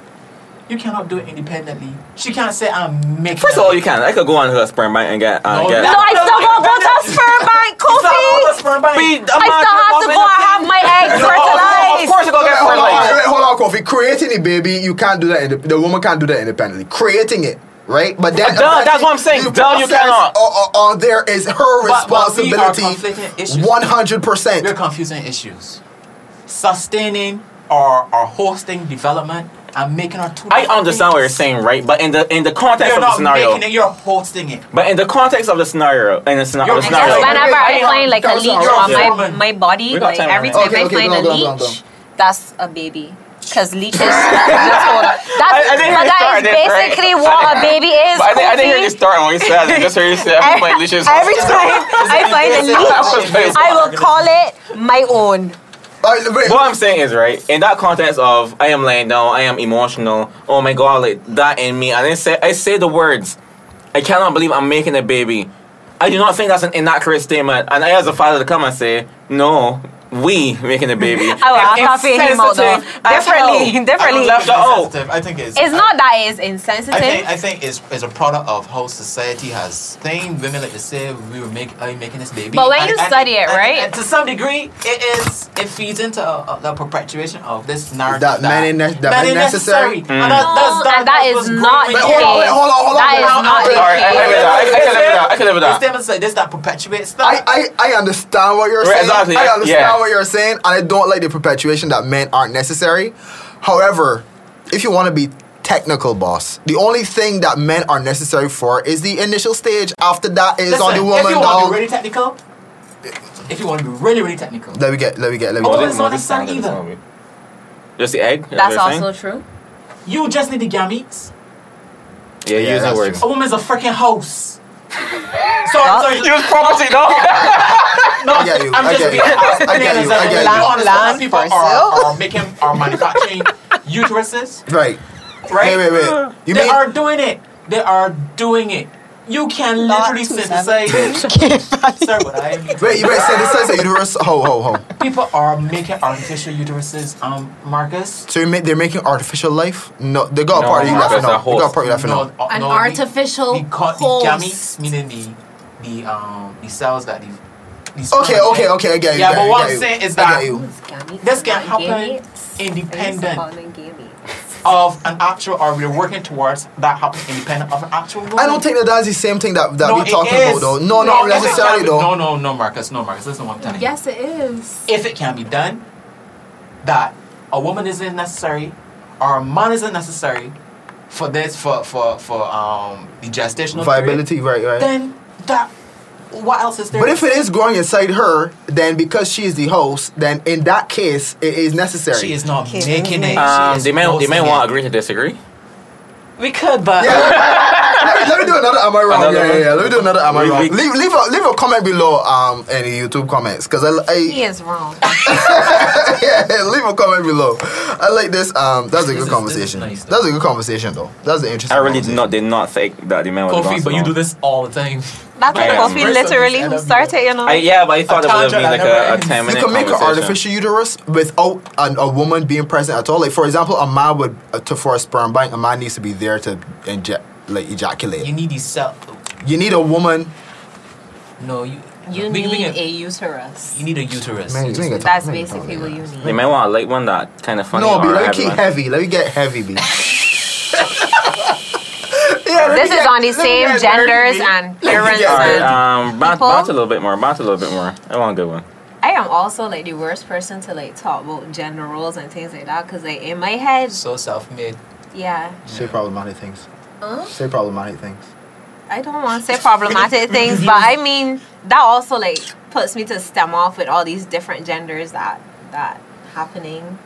You cannot do it independently. She can't say I'm making. First of all, you can. I could go on her sperm bank and get. Uh, No, get No, I still gotta go to a sperm bank, It's not all the Kofi. sperm bank. Be- I still have to go and have my eggs No, of- Of fertilized. course, you gonna get hold, on, fertilized. wait, hold on, Kofi. Creating a baby, you can't do that. Inde- the woman can't do that independently. Creating it, right? But then, Duh, that's what I'm saying. the Duh, you process cannot. Or, or, or there is her But- but we are conflicting responsibility. issues. One hundred percent. We're confusing issues. Sustaining or or hosting development and making our two. I different understand what you're things. saying, right? But in the in the context You're of the not scenario, making it. You're hosting it. but in the context of the scenario, in the, scena- You're of the right. And scenario, that's Exactly. whenever I Wait, wait, find like a wait, leech wait, on wait. my, my body, We got like time every on time that. I Okay, find okay, a go on, go on, go on, leech, that's a baby. Because leeches, that's all. That's, I didn't but hear you that is start this, right? basically what a baby is. But I didn't, I didn't hear Kofi. you start on what you said. I just heard you say every point Alicia is Every time I find a leech, I will call it my own. What I'm saying is right in that context of I am laying down, I am emotional. Oh my god, like that in me. I didn't say I say the words. I cannot believe I'm making a baby. I do not think that's an inaccurate statement. And I, as a father, to come and say, no, we making a baby. I will It's copy him out though. insensitive as Differently, hell. differently. I left out. Sensitive. I think it's. It's not that it's I think insensitive. I think it's, it's a product of how society has thing. Women like to say we were make are you making this baby? But when you study it, and- right? and to some degree, it is it feeds into uh, the perpetuation of this narrative That men ain't nec- that men necessary. And that, that's, No, and that what's is not growing But hold on, here. wait, hold on, hold on. That hold is on. not Wait, the Alright, I wait, can live with wait, that. I can live with that. I can live with It's that. statements like this that perpetuates that. I, I, I understand what you're Right, saying. exactly, I yeah, understand yeah. what you're saying, and I don't like the perpetuation that men aren't necessary. However, if you want to be technical, boss, the only thing that men are necessary for is the initial stage. After that is on the Listen, woman. If you want to dog. be really technical, if you want to be really really technical, Let me get, let me get, let me Oh, get. it's not the sun either. Just the egg. what That's you're saying? also true. you just need the gametes. Yeah, Yeah, using that's words. A woman's a freaking house. sorry, sorry. Use property, no. I get you. I'm I just get you. being I get you. I get Honest, Land people for are, sale. are making are manufacturing uteruses, you. Right. right? Wait, wait, wait. You they mean are doing it. They are doing it. You can Lot literally two synthesize. Sorry, but I am. wait, you wait. Say this. Say this. Uterus. Ho, ho, ho. People are making artificial uteruses, um, Marcus. So you make, they're making artificial life? No, they got a No, party no, left that's and a all. They got horse. a party left and all. uh, An no, we- artificial we call it host. the gametes, meaning the the um the cells that the. these- Okay, okay, okay. I get you. Yeah, I get but you, what I get I'm you. saying is I that get you. This can happen independent of an actual, or we're working towards that happening independent of an actual. Woman. I don't think that that's the same thing that, that No, we're it talking is. about though. No, not if it can necessarily be- though. No, no, no, Marcus, no, Marcus. Listen, to what I'm telling Yes, it is. you. If it can be done, that a woman isn't necessary, or a man isn't necessary for this, for for for um the gestational period, Viability, right, right. then that. What else is there? but if it is growing inside her, then because she is the host, then in that case, it is necessary. she is not Okay, making it. Um, she is they may they may forcing want to it. agree to disagree. We could, but Yeah. let me do another am I wrong? Another Yeah, yeah, one? yeah. Let me do another am I We- wrong? we- Leave, leave a leave a comment below um in the YouTube comments because I, I He is wrong. yeah, leave a comment below. I like this. Um, that's a This good is- conversation. this is nice, though. that's a good conversation though. That's an interesting. I really did conversation. not did not think that the man was gone Kofi, so but you long. do this all the time. That's I like am. Kofi literally who started, you know. I, yeah, but I thought it A would have been tundra like that never a, a ends. ten You minute can make an conversation. artificial uterus without an, a woman being present at all. Like for example, a man would uh, to for a sperm bank, a man needs to be there to inject, like ejaculate. You You, need these cell. need a woman. No, you. you we- need we can- a uterus. You need a uterus. Man, You you just- nigga talk- That's man, you talk basically like what you that. They need. might want to like one that kind of funny. No, be or let me have keep one. heavy. Let me get heavy, be. yeah, let me This is get- on the let me same get dirty, genders B. and Let me parents get All right, dirty. and um, bounce, People? bounce a little bit more. Bounce a little bit more. I want a good one. I am also like the worst person to like talk about gender roles and things like that because like in my head, So self-made. yeah, Say problematic things. Huh? Say problematic things. I don't want to say problematic things, but I mean that also like puts me to stem off with all these different genders that that happening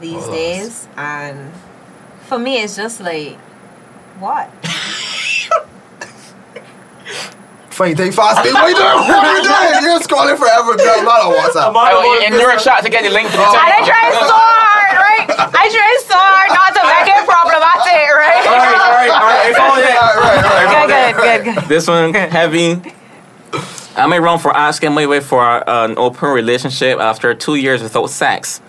these All of us. days, and for me it's just like what Funny thing, fast thing. What are you doing? What are you doing? You're scrolling forever, girl. Not on WhatsApp. and direct shot to get the link to the Oh. And I try so hard, right? I try so hard not to make it problematic, right? All right, all right, all Yeah, right. It's all that. right, right, right. Good, good, good, good. This one heavy. Am I wrong for asking my way for uh, an open relationship after two years without sex?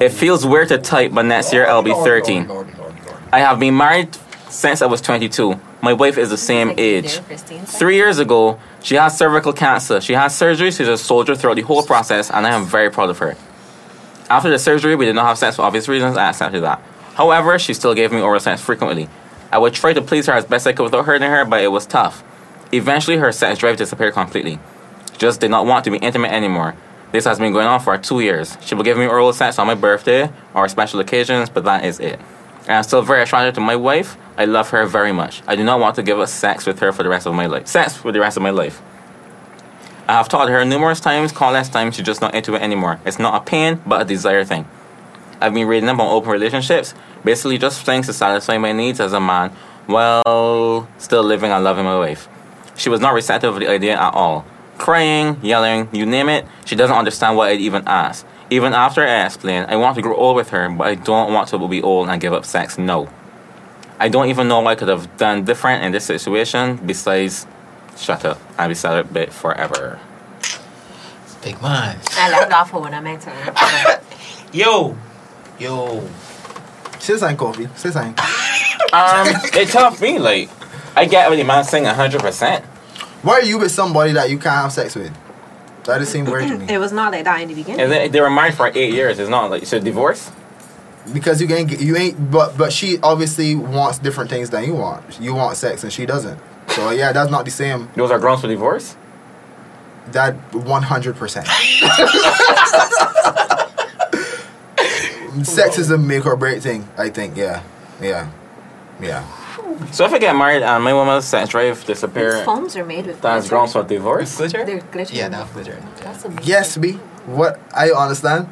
It feels weird to type, but next year Oh, I'll be 13. Lord, Lord, Lord, Lord. I have been married since I was 22. My wife is the same Like you age. do, Christine said. Three years ago, she had cervical cancer. She had surgery. She's a soldier throughout the whole process, and I am very proud of her. After the surgery, we did not have sex for obvious reasons. I accepted that. However, she still gave me oral sex frequently. I would try to please her as best I could without hurting her, but it was tough. Eventually, her sex drive disappeared completely. Just did not want to be intimate anymore. This has been going on for two years. She will give me oral sex on my birthday or special occasions, but that is it. And I'm still very attracted to my wife. I love her very much. I do not want to give up sex with her for the rest of my life. Sex for the rest of my life. I have taught her numerous times, countless times, she's just not into it anymore. It's not a pain, but a desire thing. I've been reading up on open relationships, basically just things to satisfy my needs as a man while still living and loving my wife. She was not receptive to the idea at all. Crying, yelling, you name it, she doesn't understand what I even asked. Even after I explained, I want to grow old with her, but I don't want to be old and give up sex, no. I don't even know what I could have done different in this situation besides shut up and be celibate forever. Big man. I left off for when I meant to. Yo. Yo. Say something, Kobe. Say something. Um, it tough me, like, I get what the man's saying 100%. Why are you with somebody that you can't have sex with? That just seems weird to It me. was not like that in the beginning. And they, they were married for eight years. It's not like so divorce. Because you ain't, you ain't, but but she obviously wants different things than you want. You want sex and she doesn't. So yeah, that's not the same. Those are grounds for divorce. That one hundred percent. Sex is a make or break thing. I think. Yeah, yeah, yeah. So if I get married and my woman's sex drive These disappear, phones are made with that's grounds for divorce. Glitter? They're glittering. Yeah, now glitter. That's amazing. Yes, B. What I understand.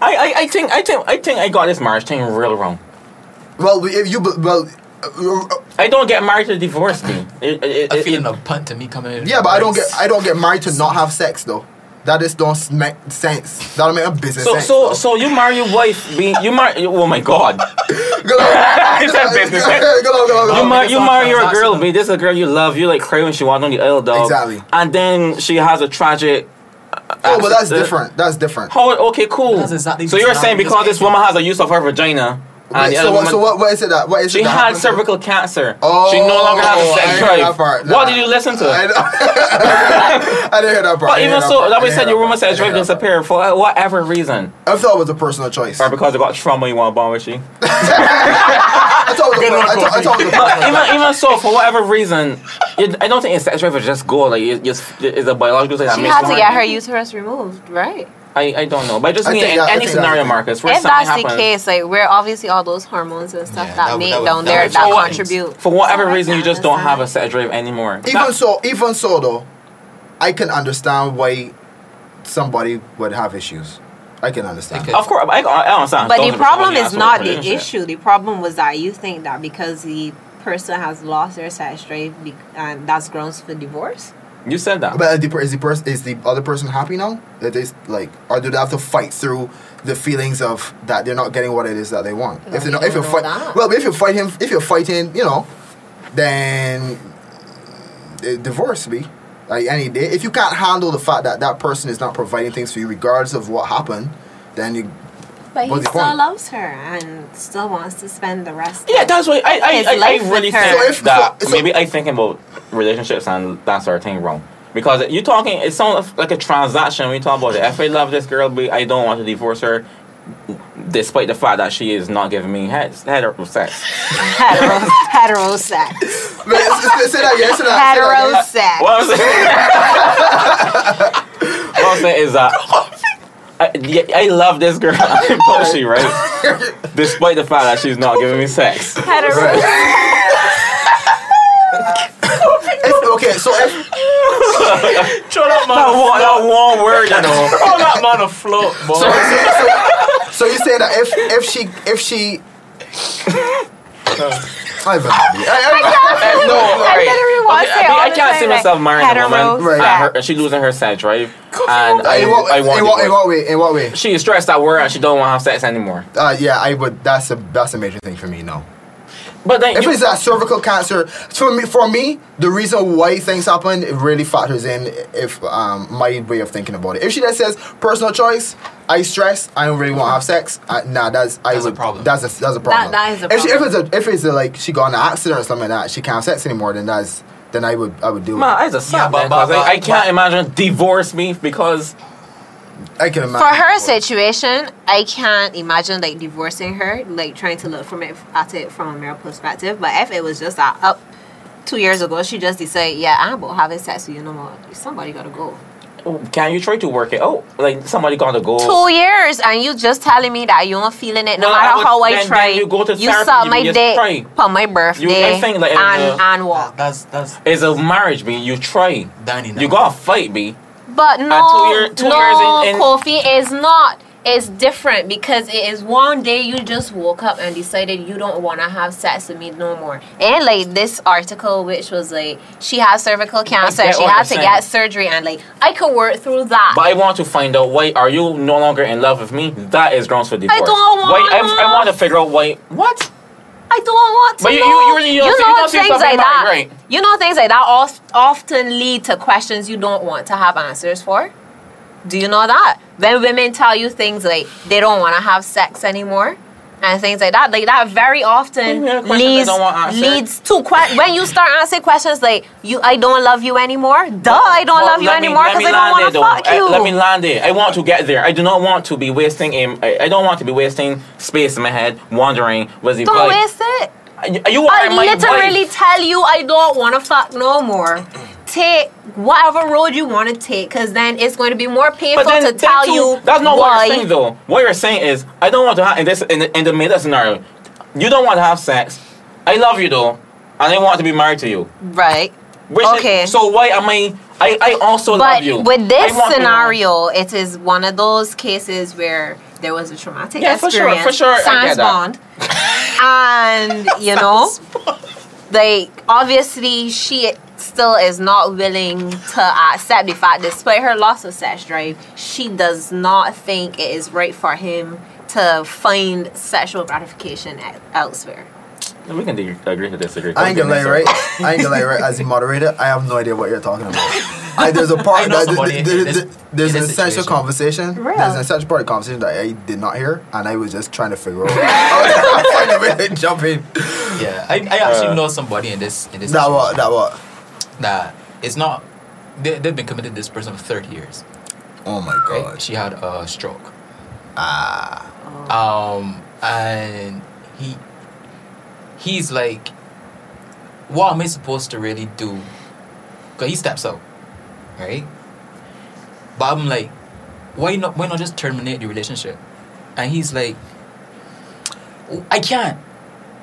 I, I, I think I think I think I got this marriage thing real wrong. Well, we- if you be- well, uh, uh, I don't get married to divorce me. It, it, it, A it- feeling of punt to me coming in. yeah, but I don't get I don't get married to not have sex though. That just don't make sense. That don't make a business so sense. so so you marry your wife. Being, you marry. Oh my god. Go on. It's that business sense. Go on, go on, go You, on. my- mar- it's you all marry your girl, transactional. B. This is a girl you love. You like cry when she walks on the aisle, dog. Exactly. And then she has a tragic. uh, Oh, but that's different. That's different. How, okay, cool. That's exactly so you're what saying I'm because this thinking. woman has a use of her vagina, and Wait, the so other what? woman So what? What is it that? What is She it? that had happens- cervical cancer. Oh, she no longer has a I sex didn't hear drive. that part. What Nah. did you listen to? I, don't- I didn't hear that part. I but didn't even hear so, part. I that we didn't hear said your that woman part. I sex didn't drive hear that part. disappeared for whatever reason, I thought it was a personal choice. or because they got trauma you want to bond with she. I thought it was a, per- I thought, I thought it was a But personal even even so, for whatever reason, it, I don't think it's sex drive. It's just go like it, it's, it's a biological thing. that She makes had to woman- get her uterus removed, right? I, I don't know, but I just I mean think in that- I any think scenario, that- Marcus, where If something that's the happens. case, like we're obviously all those hormones and stuff Yeah, that, that would- make that would- down that there would that change. contribute. For Oh, whatever So I reason, you can just don't have a understand. sex drive anymore. Even That- so, even so though, I can understand why somebody would have issues. I can understand. Okay. of course, I, I understand. But the 100% problem when you is ask not about the relationship. issue. The problem was that you think that because the person has lost their sex drive, be- and that's grounds for divorce. You said that. But is the, per- is the person is the other person happy now? That they s- like, or do they have to fight through the feelings of that they're not getting what it is that they want? Well, if they we not, if you don't know fight, that. well, if you fight him, if you're fighting, you know, then eh, divorce be like any day. If you can't handle the fact that that person is not providing things for you, regardless of what happened, then you. But he What's the still point? loves her and still wants to spend the rest. yeah, of- that's what I I, His I, I life really with her. think So if- that so- so- maybe I think about relationships and that sort of thing wrong. Because you talking, it sounds like a transaction. We talk about it. If I love this girl, but I don't want to divorce her, despite the fact that she is not giving me head, head or sex. hetero, hetero sex. Wait, s- s- say that again, say that- say that Hetero again. sex. What I'm saying, what I'm saying is that I, yeah, I love this girl, Poshi, right? Despite the fact that she's not giving me sex. Hetero. Right. If- okay, so if Throw that man That afloat. one, that one word, you know. Throw that man afloat, boy. so, so, so you say that if if she if she. I don't know. I- I- No, I right. literally want to say I, mean, all I the can't same, see like, myself marrying a woman. hetero Right. Uh, sex. her, she's losing her sex, right? And I, In what, I want in what, in divorce. what way? In what way? She is stressed out work and she don't want to have sex anymore. Uh, yeah, I would. That's a that's a major thing for me. No, But then, if you, it's a cervical cancer, for me, for me, the reason why things happen it really factors in if um my way of thinking about it. If she just says personal choice, I stress, I don't really want to have sex. Uh, nah, that's I That's a would, problem. That's a that's a problem. that is a If, she, if it's problem. a if it's a, like she got in an accident or something like that, she can't have sex anymore. Then that's then I would I would do man, it. it's a Yeah, sad but- man, but- 'cause I, I but- can't imagine divorce me because I can For imagine her situation, I can't imagine like divorcing her, like trying to look from it at it from a male perspective. But if it was just that up two years ago, she just decided, yeah, I'm about having sex with you no more. Somebody gotta go. oh, can you try to work it out? Like somebody got to go. Two years, and you just telling me that you ain't feeling it, no Well, I matter would- how then- I then try. you go to therapy, saw you my just try. date for my birthday think, like, and uh, and what? That's that's It's a marriage, me. You try. Danny. Now. You gotta fight, me. But no, year- two no, years in- in- Kofi is not. It's different because it is one day you just woke up and decided you don't want to have sex with me no more. And like this article, which was like she has cervical cancer, get she what had you're to saying. get surgery, and like I could work through that. But I want to find out why are you no longer in love with me? That is grounds for divorce. don't want Why, love. I, I want to figure out why. What? I don't want to. But you- know. you- you really- you don't see- you don't see things yourself like being that. married, right? You know things like that of- often lead to questions you don't want to have answers for. Do you know that? When women tell you things like they don't want to have sex anymore. And things like that, like that, very often What do you mean, questions they leads don't want answered? leads to que- when you start answering questions like you, I don't love you anymore. Duh, Oh, I don't Well, love you let me- anymore let me because I don't land want there, to though. fuck I- you. let me land there. I want to get there. I do not want to be wasting. a- I, I don't want to be wasting space in my head wondering was he. don't right? waste it. You- You are I my literally wife. tell you I don't want to fuck no more. Take whatever road you want to take, because then it's going to be more painful to then tell too, you that's not why. what you're saying though. What you're saying is I don't want to have in this in the, in the middle scenario. You don't want to have sex. I love you though, and I want to be married to you. Right. Which is- Okay. so why am I? I, I also But love you. with I this want to- scenario, it is one of those cases where there was a traumatic Yeah, for sure, experience. for sure, I sans get that. bond. and you know, like obviously she still is not willing to accept the fact, despite her loss of sex drive, she does not think it is right for him to find sexual gratification e- elsewhere. we can de- agree to disagree. I ain't gonna lie, right? I ain't gonna lie, right? As a moderator, I have no idea what you're talking about. I, there's a I part know that somebody there- in there- this- there's in an this essential situation. conversation. Real. There's an essential part of the conversation that I did not hear, and I was just trying to figure out. I was trying to find a way to jump in. Yeah, I, I actually Uh, know somebody in this in this. That what? That what? situation. Nah, it's not. They they've been committed to this person for thirty years. Oh my Right? gosh. She had a stroke. Ah. Um, and he he's like, what am I supposed to really do? Cause he steps out, right? But I'm like, why not? Why not just terminate the relationship? And he's like, I can't.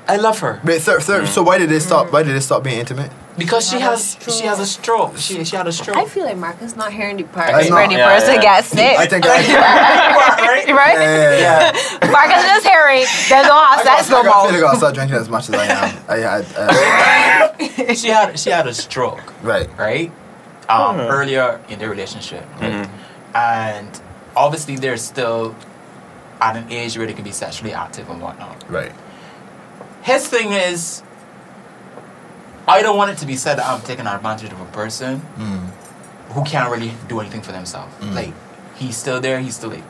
I love her. But sir, sir, so why did they stop? Why did they stop being intimate? because she Not a has she has a stroke. She she had a stroke. I feel like Marcus not hearing the part I know. where the Yeah, person yeah. got sick. I think I. right? Yeah, right? yeah, yeah. Marcus just hearing there's no have sex no I got- I feel more. like I'll start drinking as much as I am. I had uh, she had she had a stroke, right. right? Um, Mhm. earlier in their relationship, right? Mhm. and obviously they're still at an age where they can be sexually active and whatnot. Right. His thing is, I don't want it to be said that I'm taking advantage of a person Mm. who can't really do anything for themselves. Mm. Like he's still there, he's still like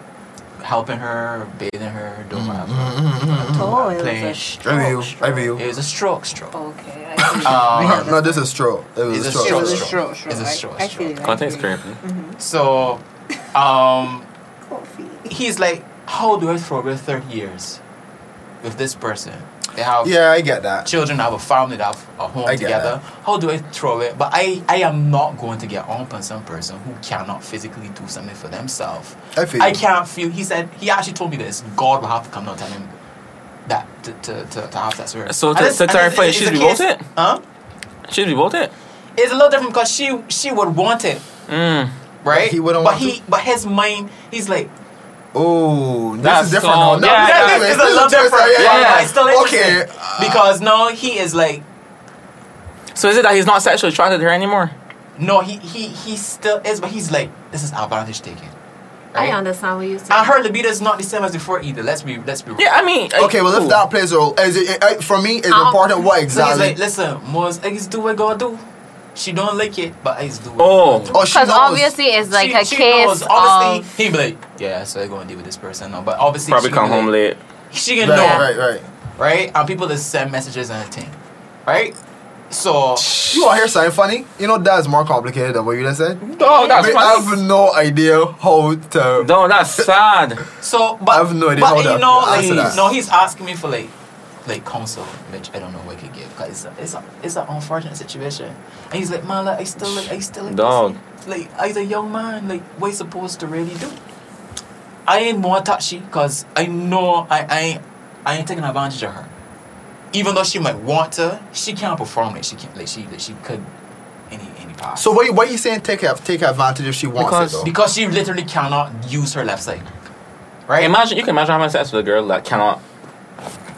helping her, bathing her, doing Mm, whatever. mm, mm, mm, mm. Oh, it was Playing. a I stroke. view. I stroke. view. It was a stroke, stroke. Okay, I see. Um, No, no, this is straw. It was It's a a straw. it stroke, was a stroke. stroke, stroke. It's a I- stroke, I feel Mm-hmm. stroke. that. Context therapy. so, um, Coffee. he's like, how do I forego 30 years with this person? They have Yeah, I get that. children, have a family, they have a home I get together. How do I throw it? But I, I am not going to get on on some person who cannot physically do something for themselves. I feel. I you. can't feel. He said he actually told me this. God will have to come down and tell him that to to, to, to have that surgery. So And to- it's- to and clarify, it's- it's she's a revolt case- it? Huh? Should we vote it? It's a little different because she she would want it, Mm. right? he wouldn't But want he to? but his mind, he's like, Oh, this That's is different. so- now. No, yeah, this yeah, is- this is this a is little twist, different. yeah, Yeah, yeah. it's still Okay. uh, interesting because now he is like, So is it that he's not sexually attracted to her anymore? no, he he he still is, but he's like, this is advantage taking. I Right? understand what you said. And her libido is not the same as before either. Let's be let's be real. Yeah, I mean. Okay, well, if ooh. that plays a role, is it, I- for me, it's Um, important what So he's exactly. like, listen, Mose, I just do what God do. She don't like it, but I just do. What Oh. God do." oh, she Because knows. obviously it's like She- a she case knows. Obviously, of he be like, yeah, so I go and deal with this person now. But obviously, Probably she come gonna home be late. like- She Right, can know, right. right, right. And people just send messages and thing, right? So You want to hear something funny? You know, that's more complicated than what you just said. Oh, I, that's mean, I have no idea how to. No, that's sad. so, but I have no idea but, how you to know, answer like, that. no, he's asking me for like, like counsel, which I don't know what I could give because it's a, it's a, it's an unfortunate situation. And he's like, man, like, I still like, I still like, Dog. This. like, as a young man, like, what you supposed to really do? I ain't more touchy because I know I, I ain't I ain't taking advantage of her. Even though she might want to, she can't perform like she can't like she like she could any any pass. So what? You, what you saying? Take av- take advantage if she wants Because- it though. because she literally cannot use her left side. Right? Imagine you can imagine having sex with a girl that cannot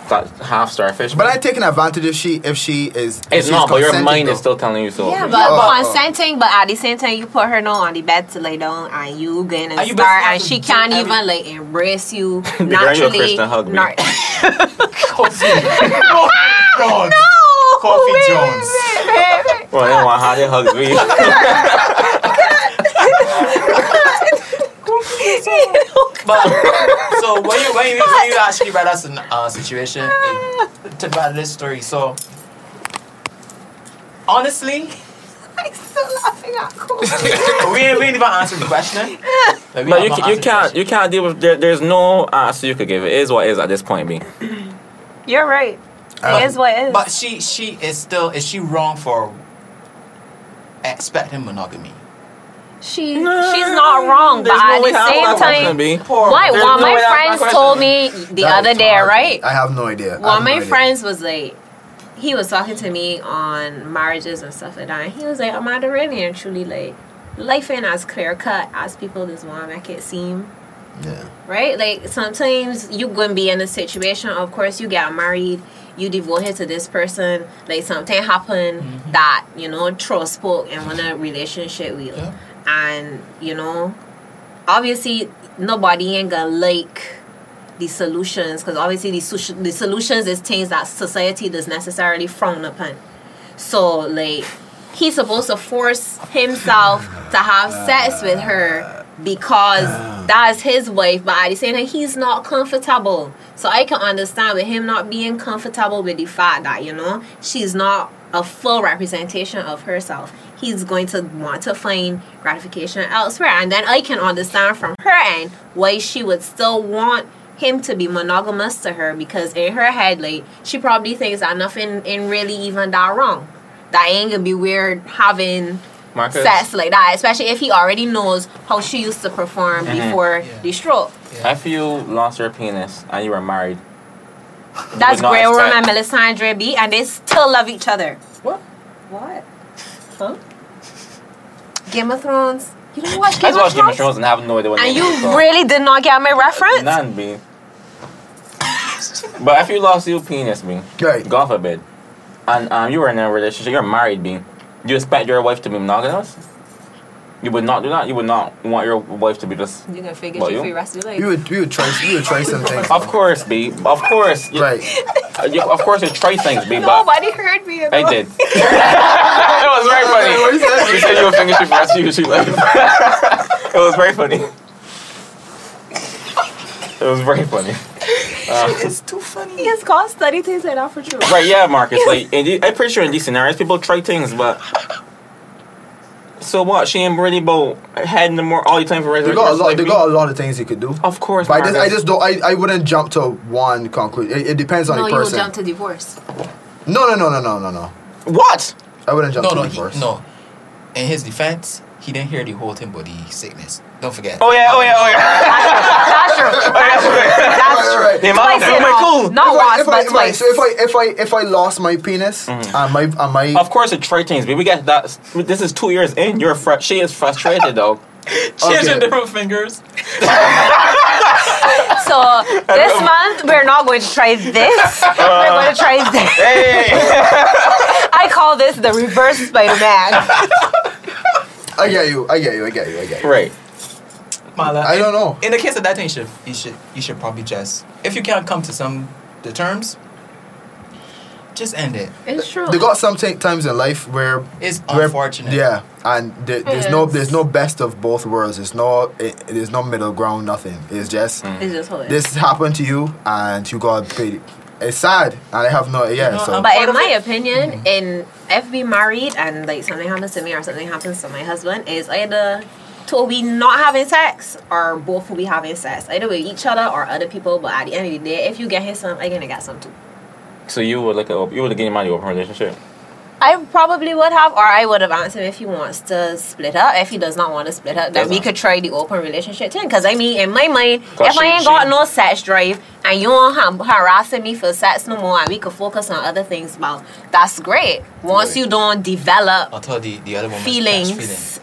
that half starfish. but I taking advantage if she if she is. if it's she's not. But your consenting, mind though. is still telling you so. Yeah, but Oh, oh. consenting, but at the same time, you put her down on the bed to lay down, and you going And and you start, basically and have she to can't do even every- like embrace you girl, you a naturally. Christian, hug me. nar- Coffee Oh Jones. Coffee Jones. Well, then why how they hug me? But so when you when you, when you actually read us in uh, situation it, to about this story, so honestly, I'm still laughing at Kobe. we ain't, we ain't even answered the question. Like, we But you, have not ca- you answered the can't question. you can't deal with there, there's no answer you could give. It is what is at this point, B. You're right. Um, it is what it is. But she she is still is she wrong for expecting monogamy? she she's not wrong, but There's no at way the how same that's time, gonna be. Poor why? There's One no of my way that's friends my told me the That other is day, hard. right? I have no idea. I One have of my no idea. friends was like, he was talking to me on marriages and stuff like that. And he was like, Amanda really and truly like, life ain't as clear cut as people just want to make it seem. Yeah. Right? Like sometimes you gonna be in a situation, of course you got married, you devoted to this person, like something happened that, you know, troll spoke and want a relationship with. Yeah. And, you know, obviously nobody ain't gonna like the solutions because obviously the, su- the solutions is things that society does necessarily frown upon. So like he's supposed to force himself to have sex with her because that's his wife, but at the same time he's not comfortable. So I can understand with him not being comfortable with the fact that, you know, she's not a full representation of herself. He's going to want to find gratification elsewhere. And then I can understand from her end why she would still want him to be monogamous to her because in her head, like, she probably thinks that nothing ain't really even that wrong. That ain't gonna be weird having Marcus. sex like that, especially if he already knows how she used to perform Mm-hmm. before Yeah. the stroke. If you lost your penis and you were married, That's not Grey Worm expect- and Melisandre B, and they still love each other. What? What? Huh? Game of Thrones. You don't watch I Game, just watched Game of Thrones Thrones? and have no idea what And name it is, you so- really did not get my reference? None, B. but if you lost your penis, B, Right. God forbid, and um, you were in a relationship, you're married, B, do you expect your wife to be monogamous? You would not do that. You would not want your wife to be just. You're gonna figure What, it you? for the rest of your life. You would you would try you would try something. Of course, B. Of course. You, Right. you- of course, you try things, B. But Nobody heard me. At I all. did. it was very What funny. is that? She said you were finger she passed you. She left. it was very funny. It was very funny. Uh, It's too funny. It's called study things that are for true. right? Yeah, Marcus. Like, in the, I'm pretty sure in these scenarios, people try things, but so what? She ain't really about heading the more all the time for They resurrection. got a lot. They got a lot of things you could Oh do. Of course, But I just, I Marcus. just don't. I, I wouldn't jump to one conclusion. It, it depends on No, the you will person. jump to divorce. no, no, no, no, no, no, no. what? I wouldn't jump No, to no, he, divorce. no. In his defense, he didn't hear the whole thing about the sickness. Don't forget. Oh yeah! Oh yeah! Oh yeah! That's true. Oh, That's true. That's true. Right, right. The amount Twice of in my all. cool. Not once, if I, but if I, twice. so if I if I if I lost my penis Mm-hmm. and my and my Of course, it trade things, but we got that. This is two years in. You're fr- she is frustrated though. She has okay. your different fingers. So this month we're not going to try this. we're going to try this. Hey! I call this the reverse Spider-Man. I get you, I get you, I get you, I get you. right. Mala. I don't know. In the case of that thing, you should you should you should probably just if you can't come to some the terms, just end it. It's true. They got some t- times in life where It's where- unfortunate. Yeah, and there, there's It no is. there's no best of both worlds. There's no it, there's no middle ground. Nothing. It's just Mm. It's just hilarious. this happened to you and you got paid. It's sad, and I have no yeah. know, so I'm- But Part in of my it- opinion, in if we married and like something happens to me or something happens to my husband, is either two we not having sex or both we having sex. Either with each other or other people. But at the end of the day, if you get his some, I gonna get some too. So you would look at you would have gained money open relationship. I probably would have, or I would have asked him if he wants to split up. If he does not want to split up, then we Doesn't. could try the open relationship thing. Because I mean, in my mind, Cause if I she- ain't got she- no sex drive and you don't ham- harassing me for sex no more, and we could focus on other things, well, that's great. Once Right. you don't develop I'll tell the, the other woman feelings,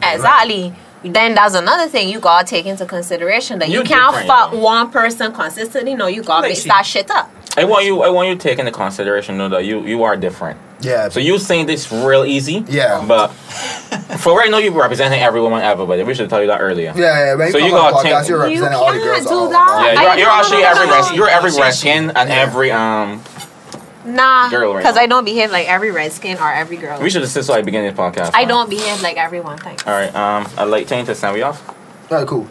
Right. exactly. Then that's another thing you gotta take into consideration that you, You can't different, fuck though. one person consistently. No, you gotta Like mix she- that shit up. I want you. I want you to take into consideration though that you you are different. yeah. So you saying this real easy. Yeah. But for right now, you're representing every woman ever. But we should tell you that earlier. yeah, yeah. When you So come you on gotta podcast, take- you're You representing all the can't girls. do all- that. Yeah, I- you're, you're no, no, actually no, no, every no, no. res- you're every She- she- Redskin and every um. Nah, Girl right because now. I don't behave like every redskin or every girl. We should assist so I begin this podcast. I man. don't behave like everyone. Thanks. All right. Um. I like taint to sound we off. Alright, cool.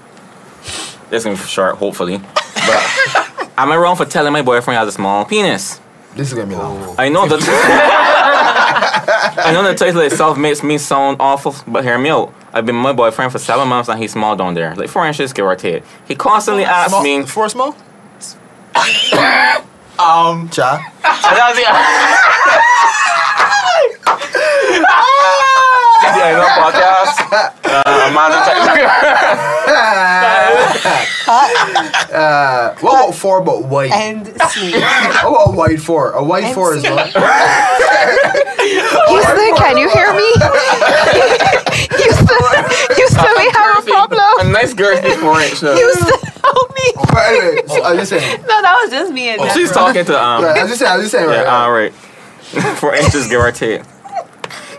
This gonna be short, hopefully. But am I wrong for telling my boyfriend he has a small penis? This is gonna be long. I know the I know the title itself makes me sound awful, but hear me out. I've been my boyfriend for seven months and he's small down there, like four inches give or take. He constantly asks Small- me. for small. Oh. Um, Cha. yeah, I know podcast. Uh, Amanda, Uh, what about four but wide? and sweet. What about wide four? A wide four is Oh, what? Houston, can you hear me? Houston, Houston, we have a a problem. nice girl is four inch. though. Houston, help me. But anyway, so I was just saying. No, that was just me and Oh, Deborah. She's talking to um. Right, I was just saying. I was just saying. Right, Yeah, uh, right. all right. Four inches, give or take.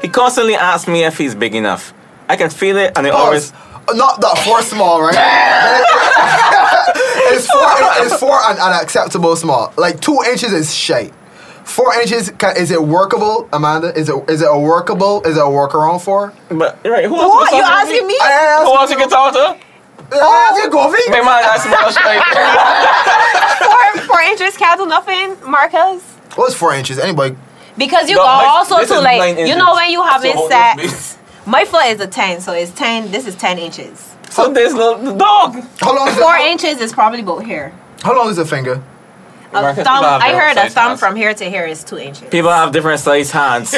He constantly asks me if he's big enough. I can feel it, and it always. Pause. Not that four small, right? it's four. It's four an, an acceptable small. Like two inches is shite. Four inches ca- is it workable, Amanda? Is it is it a workable? Is it a workaround for? But right, who else? What? who You else- asking me? I Who else you can talk to? oh. ask you, My Govi. man asked me. I was like, Four, four inches, cattle, nothing, Marcus. What's Oh, four inches? Anybody? Because you No, got like, also this to is like, nine you inches. know when you having So what does sex. My foot is a ten, so it's ten. This is ten inches. so this little dog. How long is Four it? inches is probably about here. How long is a finger? A Marcus, thumb. people have I heard a different thumb size from here to here is two inches. People have different size hands.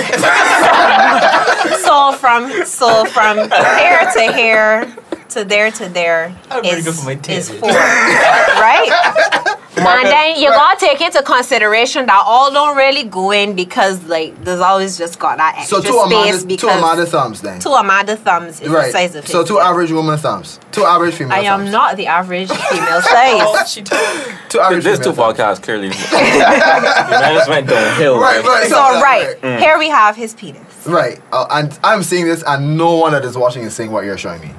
So from so from here to here to there to there I'm very is, good for my is tangent. four, right? And market. then you gotta take into consideration that all don't really go in because like there's always just got that So extra two space Amanda, two because Amanda thumbs then. two Amanda thumbs is the size of right. So it. two average woman thumbs. Two average female I thumbs. Oh, am not the average female size. Oh, she told. Two average This two female thumbs. podcasts clearly. the man just went downhill. Right, right. It's so- all right. Mm. Here we have his penis. Right, uh, and I'm seeing this, and no one that is watching is seeing what you're showing me.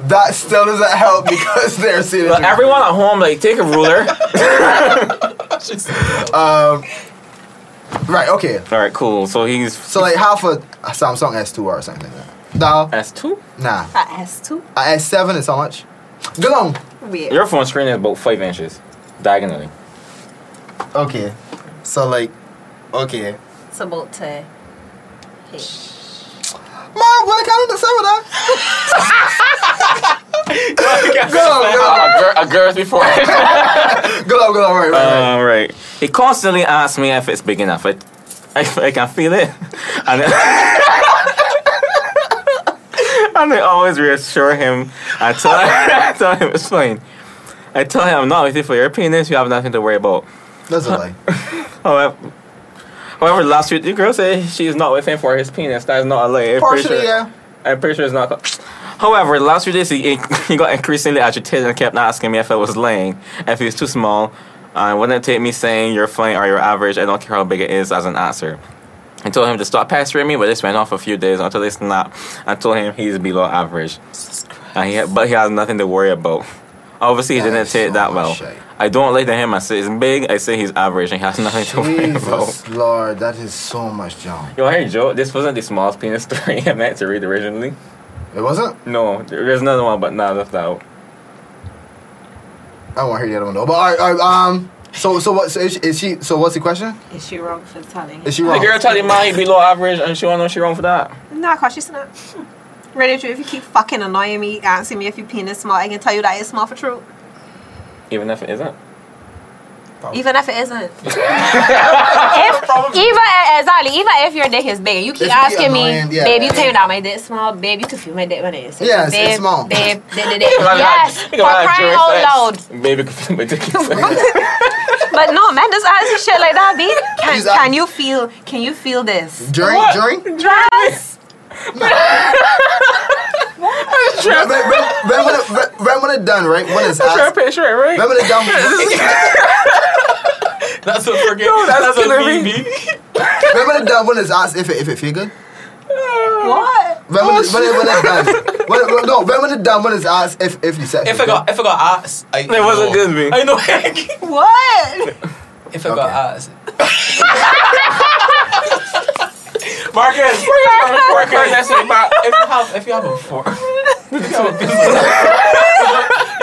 That still doesn't help because they're seeing it. But everyone at home, like, take a ruler. right, okay. All right, cool. So he's So like half a Samsung S2 or something like that. No, S2. nah. That has two. A S7 is how much? Go on. Weird. Your phone screen is about five inches diagonally. Okay. So like, okay. It's about to hit. Mom, well, I can't understand what that. Go a, girl, a girl's before. on, go on, go on, right, right, All right. He constantly asks me if it's big enough. I, I, I can feel it, and and I always reassure him. I tell, I tell him it's fine. I tell him I'm not with you for your penis. You have nothing to worry about. right. That's a lie. However, however, last week the girl said she is not with him for his penis. That's not a lie. I'm pretty Partially, sure- yeah. I'm pretty sure it's not. co- However, the last few days he, he got increasingly agitated and kept asking me if I was lying, if he was too small. Uh, wouldn't it take me saying you're fine or you're average? I don't care how big it is as an answer. I told him to stop pestering me, but this went on for a few days until they snapped. I told him he's below average, and he, but he has nothing to worry about. Obviously, he That didn't is take it so that much well. shade. I don't like to him. I say he's big. I say he's average, and he has nothing to worry about. Jesus Lord, that is so much, John. Yo, hey Joe, this wasn't the smallest penis story I meant to read originally. It wasn't. No, there- there's another one, but nah, left that out. Oh, I won't hear the other one though. But all right, all right, um. So so what so is, she, is she? So what's the question? Is she wrong for telling him? Is she wrong? The girl tell your man he below average and she wanna know she wrong for that. Nah, cause she's not. Ready to if you keep fucking annoying me, asking me if your penis small, I can tell you that it's small for true. Even if it isn't. Even if it isn't. if, even exactly, even if your dick is big, and you keep If you keep asking me, annoying, yeah. babe, you tell me that my dick small, babe, you can feel my dick when it is. Yes, it's babe, small. Babe, dick, dick, dick. yes, for Think about how crying Joe out said, loud. Baby could feel my dick. inside." But no, man, just ask you shit like that, babe. Can, He's a- can you feel? Can you feel this? During What? during. Yes. When, when, when, when, it- when, when it done right, when it's Sure, asked, picture it, when right? it done, when That's what forget. that's that's what killing me. me. me. when it done, when it's asked if it if it feel good. What? When Oh, when, it, when, it, when it done, when, it- when, no, when when it done, when it's asked if if you said If I got if I got asked, I it wasn't good, me. I know. What? if I got Okay. asked. Marcus, Marcus, that's it, Mar- if you have if you have a fork, if you have a pencil,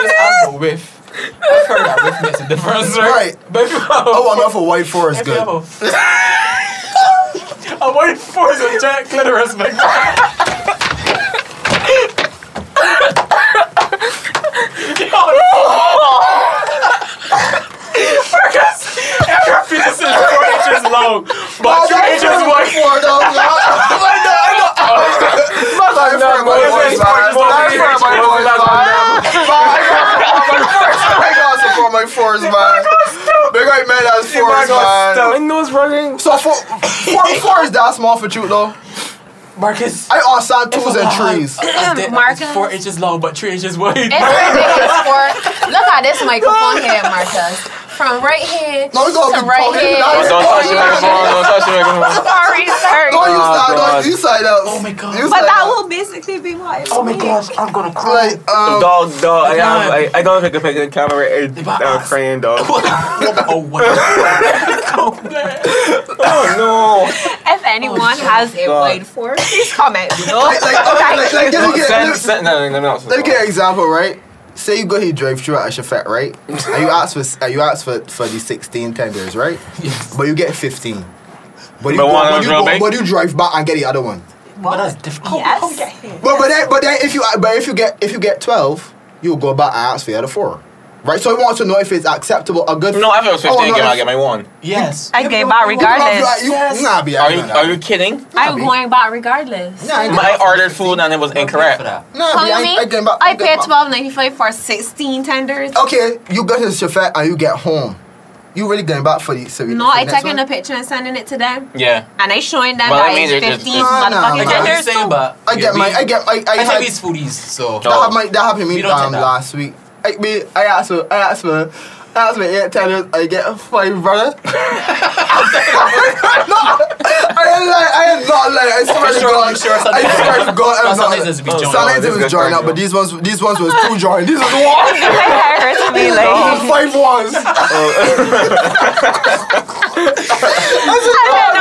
just ask for whiff. I've heard that whiff makes a difference, right? Right. But if you have a oh, I'm not for white forest if you good. have a fork- I'm waiting for a giant clitoris, man. Marcus, if your penis is four inches long, Oh, but your White inches wide. forest, though, yeah. Not white forest, white forest, man. Not white forest, white forest, man. I got support my forest, man. Big white man, that's forest, man. My nose running. So for four, four is that small for you though. Marcus. I understand twos and Wow. trees. I did- Marcus. Four inches long, but three inches wide. It's ridiculous for. Look at this microphone here, Marcus. From right here No, we gonna to be right talking now. Don't here. touch your microphone, don't touch your microphone. Sorry, sorry. Don't use that. God. Don't use that. else. Oh my God. Use But that else. will basically be what. Oh my gosh, I'm gonna cry. Like um, Dog, dog, I, have, I, I don't think I pick the camera. I, I'm crying, dog. oh, what? Oh If anyone Oh, has a God. wide fork, please comment below. like, like, okay, like, like, let me no. get, Send, let, send, no, no, no, no. let me get an example, right? Say you go here drive through at Shafet, right? And you ask for, and you ask for for the sixteen tenders, right? Yes. But you get fifteen. But you, But go, one but, was you real go- big? but you drive back and get the other one. But that's different. Yes. But but then, but then if you but if you get if you get twelve, you'll go back and ask for the other four. Right? So he wants to know if it's acceptable or good. No, I thought it was Oh, 15 no, give, I it's- get my one. Yes. I gave out Like, regardless. you, Yes. Nah, be Are you are you kidding? I'm going back regardless. Nah, I get- I ordered food and it was Don't pay for incorrect. that. Nah, Follow be, I, me? I get back. I get paid back. twelve ninety five for sixteen tenders. Okay, you go to the chauffeur and you get home. You really going back for the service? No, I taking a picture and sending it to them, Yeah. and I showing them Well, that I mean, it's it- it's- fifteen No, no, motherfucking no. Like, Yeah. you're tenders. saying, but I get we- my, I get, I, I, I had- think these foodies, so That happened, my, that happened to We me don't um, do that. last week. I, me, I asked for, I asked for, I asked for eight tenders. I get a five brother. no, I am like, I am not like. I swear to sure- God, I'm sure I Sundays- swear to God, I'm Some not. days it's be Some joined. days Oh, it this was is joined good up, for but these ones, these ones was two joined. This is one. that hurts me like. Five ones. No, no, no,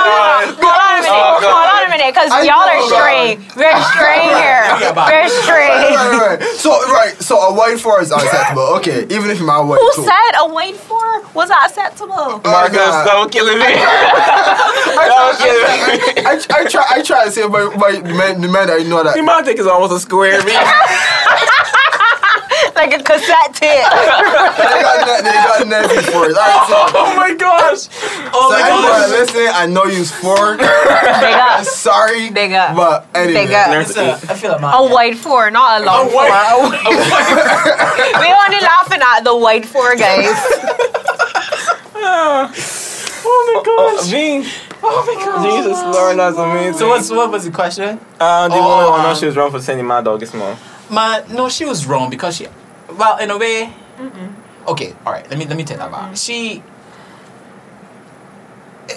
no. Hold on a minute. Oh, God. Hold on a minute, because I y'all know, are God. straight. We're straight here. Yeah, bye. We're straight. right, right. right. So right, so a white four is acceptable. Okay, even if my white. Who too. said a wait for was acceptable? Oh, Marcus, nah. that was killing me. that was killing I, me. I try, I try to say, but my men, the men I know that. See, my dick is almost a square meter. Like a cassette they tape. got net, they got net before. All right, so, oh my gosh. Oh so my everyone gosh. listening, I know you's four. Big up. Sorry, Big up. but anyway. Big up. It's a- I feel like my. Oh A white four, not a long four. we only laughing at the white four guys. Ah. Oh, Jean. Oh my gosh. Jesus, Lord, that's amazing. So what's, what was the question? Uh, the Oh, woman, oh, no, um, she was wrong for sending my dog this morning. My no, she was wrong because she, well, in a way. Okay, all right. Let me let me take that back. She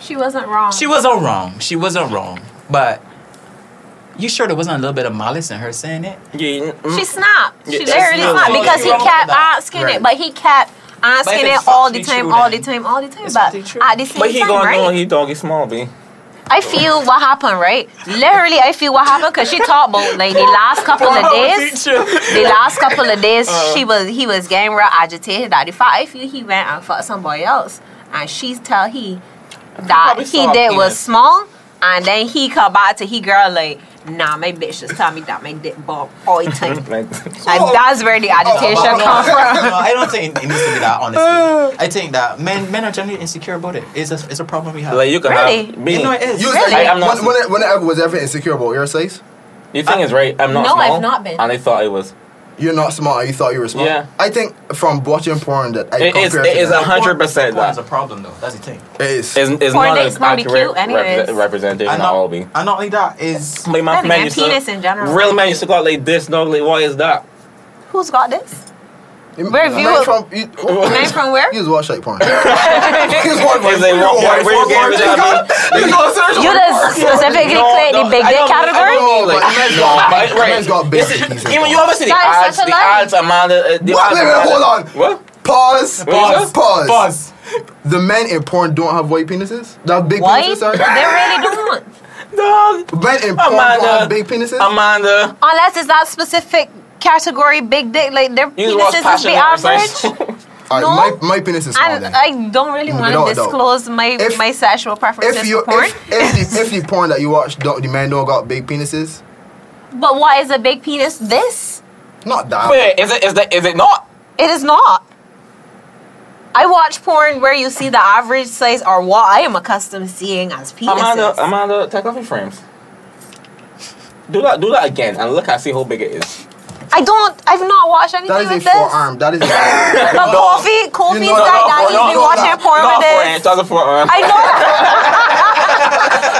She wasn't wrong. she wasn't wrong. She wasn't wrong. But you sure there wasn't a little bit of malice in her saying it? Yeah, mm, She snapped. She Yeah, literally that's snapped not- because he You're wrong kept for that. asking it, Right. but he kept asking it's it all the fucking time, true all the then. time, all the time. It's But fucking true. at the same but he time, gonna know right? he doggy small, B. I feel what happened, right? Literally, I feel what happened because she talked about like the last couple of days. The last couple of days, Uh. she was he was getting real agitated. That the fact I feel he went and fucked somebody else, and she tell he that probably he saw a did was penis. small, and then he come back to he girl like, nah, my bitch just tell me that my dick bump all the time. Like, And that's where Oh, the agitation Well, comes no, from. no, I don't think it needs to be that. Honestly, I think that men men are generally insecure about it. It's a it's a problem we have. like you can Really? have. B, you know it is. You Really? said I- I'm not- when, when, when I was ever insecure about your size, You think it's right? I'm not No, small. I've not been. And I thought it was. you're not small. You thought you were small. Yeah. I think from watching porn that I It is. compare It to is that. hundred percent Porn is that. a problem though. That's the thing. it is. It's, it's Porn not an dicks gonna be accurate cute anyways. repre- representation And of not, all B. and not only that is Like my Not man even used penis to, in general. Real man used to go like this dog. Like why is that? Who's got this? You- Where you view- know, from you, Name from where? you was watch like porn. You was watch Is they wrong? Where where you getting this at, B? You just specifically No, clicked no, the big I dick don't- I don't category? mean, like, But the man's no, got- but- the right. man's got big It's- pieces, Even though. you ever see the That is ads, such a the lie. ads Amanda. uh, the What? ads Wait, wait, Amanda- hold on. What? Pause. Pause. Pause. Pause. Buzz. The men in porn don't have white penises. They have big Why? penises. They Sorry. really don't. Dog. Men in porn Amanda. don't have big penises. Amanda. Unless it's that specific category, big dick, like their You just watch penises must Passion be average. All No. right, my, my penis is small. I, Then. I don't really want Without to a doubt. disclose my, If- my sexual preferences if you for porn. if if the, if the porn that you watch, don't, the men don't got big penises. but why is a big penis this? Not that. Wait, is it is that is it not? It is not. I watch porn where you see the average size or what I am accustomed to seeing as penises. Amanda, um, Amanda, take off your frames. Do that, do that again, and look and see how big it is. I don't. I've not watched anything That is with a this. forearm. That is. A, But Kofi, Kofi's know- guy no, that no, he's been no, watching no, porn Not with for this. an inch, that's uh. a forearm. I know.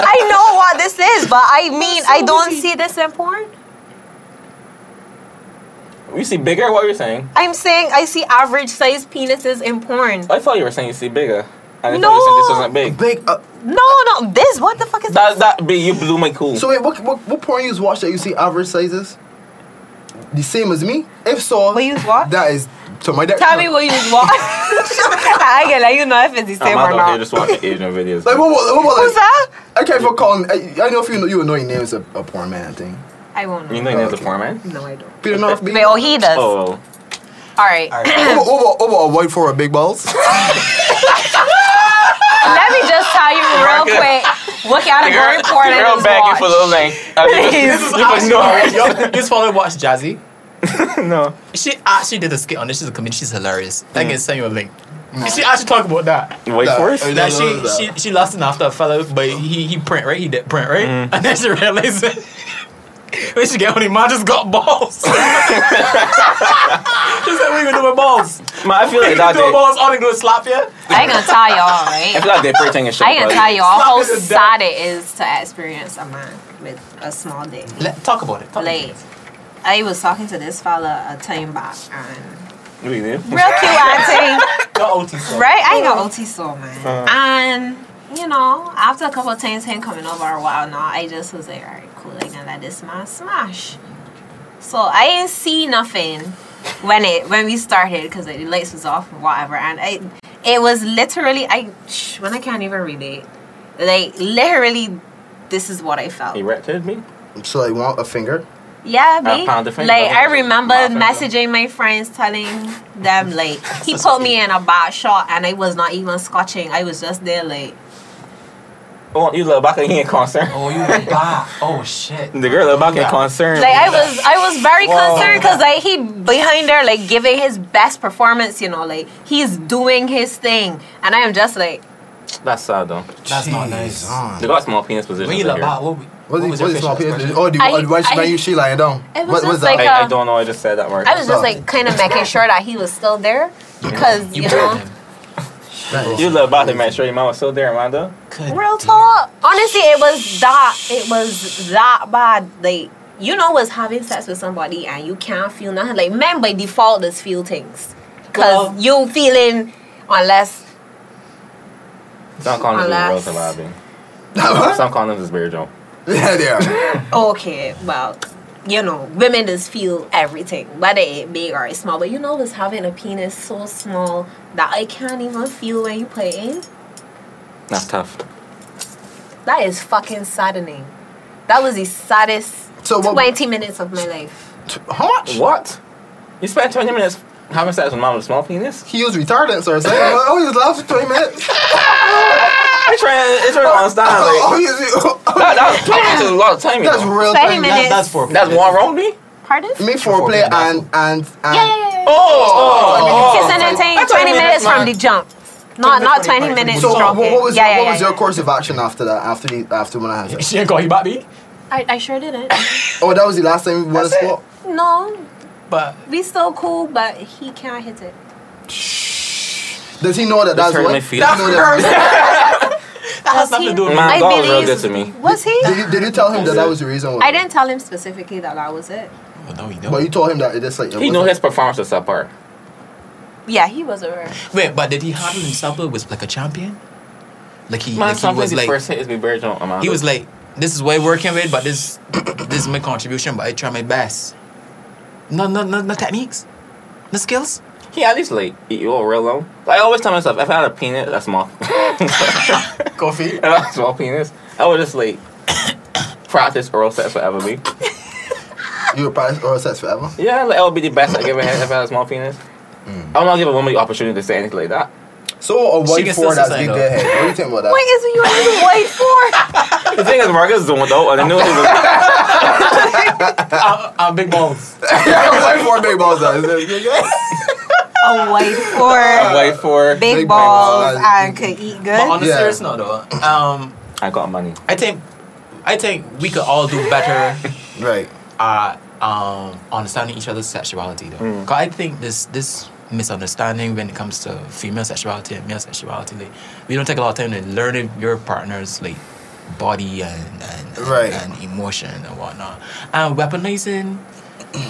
I know what this is, but I mean, I don't see this in porn. You see bigger? What are you saying? I'm saying I see average sized penises in porn. I thought you were saying you see bigger. And I No. thought you said this wasn't big. big. Uh, No, no, this. What the fuck is That that big, you blew my cool. so wait, what, what what porn you watch that you see average sizes? The same as me. If so, What you watch? that is to my deck. Tell me what you watch. I can let you know if it's the same or Amanda out here not. just watching Asian videos. Like what? What? what, what Who's that? I can't even call. him- I, I know if you know you know your name is a, a porn man thing. I won't. you Know. know, there's Okay. a foreman. No, I don't. Peter North. Wait, oh, he does. Oh, All right. All right. Over, over, over a white for a big balls. Let me just tell you real quick what category porn I girl just begging watched. for the link. I mean, Please. you for no. Yo, this follow watch Jazzy. no. She actually did a skit on this. She's a comedian. She's hilarious. I can send you a link. She actually talked about that. Wait No. for it. No, That no, she, no, no. she she lost it after a fella, but he he print right. He did print right, Mm. and then she realized that when she get on him, man just got balls. she said, "We gonna do with balls? Man, I feel We like that gonna do they, with balls? All they do is slap you." I ain't gonna tell y'all, I right? feel like they're pretending and shit. I ain't gonna but- tell y'all how Slap it to death. sad it is to experience a man with a small dick. Let talk about it. Talk Like, About I was talking to this fella a time back and What you mean? real cute auntie. it. Your OT stuff. Right? I ain't got OT soul, man. And, you know, after a couple of times him coming over a while now, I just was like, all right, cool, I can let this man smash. So I ain't see nothing when it when we started because the lights was off and whatever. And I, it was literally, I, sh- when I can't even relate, like, literally, this is what I felt. Erected me? So I want a finger. Yeah, Uh, me. pound the finger. Like I remember Mouth finger. messaging my friends, telling them like he put me in a bad shot, and I was not even scotching. I was just there like Oh, you look back at you in concern. Oh, you back. Oh shit. The girl look back in Yeah. concern. like I was I was very Whoa. concerned because like he behind there like giving his best performance. You know, like he's doing his thing, and I am just like That's sad though. That's not nice. They What got small penis positions. When you in look here. back, what, is we- what it? was What your is small facial penis? expression? Oh, do you, I- oh, why she- I- why you she lying down? It was What just was I, that? like- I Uh, don't know. I just said that word. I was just Sorry. like kind of making sure that he was still there because you You know. him. That is- you look back to make sure your mom was still there, Amanda. Good Real dear. talk. Honestly, it was that. It was that bad. Like you know, was having sex with somebody and you can't feel nothing. Like men by default just feel things, cause Well- you feeling unless Some condoms Alas. is real surviving. Huh? Some condoms is virgin. Yeah, they are. okay, well. You know, women just feel everything, whether it big or it's small. But you know, was having a penis so small that I can't even feel when you put it in. That's tough. That is fucking saddening. That was the saddest So what- twenty minutes of my life. T- How much? What? You spent 20 minutes having sex with mom with a small penis? He used retardants or something. oh, he was lost for twenty minutes. I trying. It's trying to understand. Oh, Like he was. that, that, that was a lot of time. You That's know. real. Thirty time. minutes. That, that's for That's one wrong me. Pardon? Me foreplay and and and. Yeah, yeah, yeah, yeah. Oh, oh, Kissing and I saying thought 20 you meant minutes that's from the mine. jump. Not not 20 minutes So from what, it. what was yeah, yeah, what yeah, was yeah. your course of action after that? After the after when I had it? She ain't call you Bobby, I, I sure didn't. Oh, that was the last time we won a sport. no, but we still cool, but he can't hit it. Does he know that This that's hurt what? my feelings. Does he know that- that Was has nothing he- to do with Man, me. I God was real believe- good to me. Was he? Did you, did you tell him that that was the reason? Why? I didn't tell him specifically that that was it. Oh, no, you But you told him that it just like it He knew wasn't- his performance was subpar. Yeah, he was aware. Wait, but did he handle himself well? Was like a champion? Like he, Man, like he sometimes was the like first hit is be virgin. Amanda. he was like, this is what I'm working with, but this this is my contribution. But I try my best. No, no, no, no techniques, no skills. He at least like eat you all real low. I always tell myself if I had a penis, that's small. Coffee. if I had a small penis, I would just like practice oral sex forever, be. You were probably oral sex forever. Yeah, like I would be the best I give a head if I had a small penis. I would not give a woman the opportunity to say anything like that. So a She white can four still that's say big no. good head. What do you think about that? What is you on the white for? The thing is, Marcus zoned out, and I knew he was. uh, uh, big balls. yeah, white four big balls. That is it. A white for. Wait for. Big, Big balls balls. and could eat But on good. a Yeah. serious note, though, um, I got money. I think I think we could all do better Right. at um, understanding each other's sexuality, though. Mm. 'Cause I think this this misunderstanding when it comes to female sexuality and male sexuality, like, we don't take a lot of time to learn your partner's like body and and, and, Right. and emotion and whatnot. And weaponizing,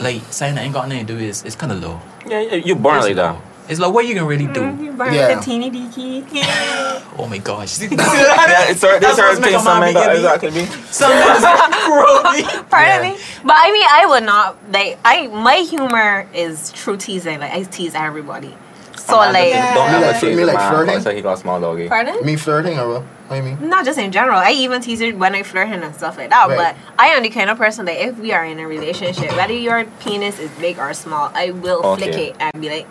like saying that ain't got nothing to do is it's kind of low. Yeah, you you born like that. It's like what you can really do. You burn Yeah. the teeny deaky. Oh my gosh. Yeah, it's certain, there's That's certain what's make a things man some men be got gay. exactly be. Some men is cruel. Pardon me. But I mean, I would not like. I my humor is true teasing. Like I tease everybody. So Amanda Oh, like, didn't- don't Yeah. Me ever chase like a man. flirting? because he got small doggy. pardon? Uh-huh. Me flirting or what? What do you mean? Not just in general. I even tease it when I flirt and stuff like that. Right. But I am the kind of person that if we are in a relationship, whether your penis is big or small, I will flick Okay. it and be like,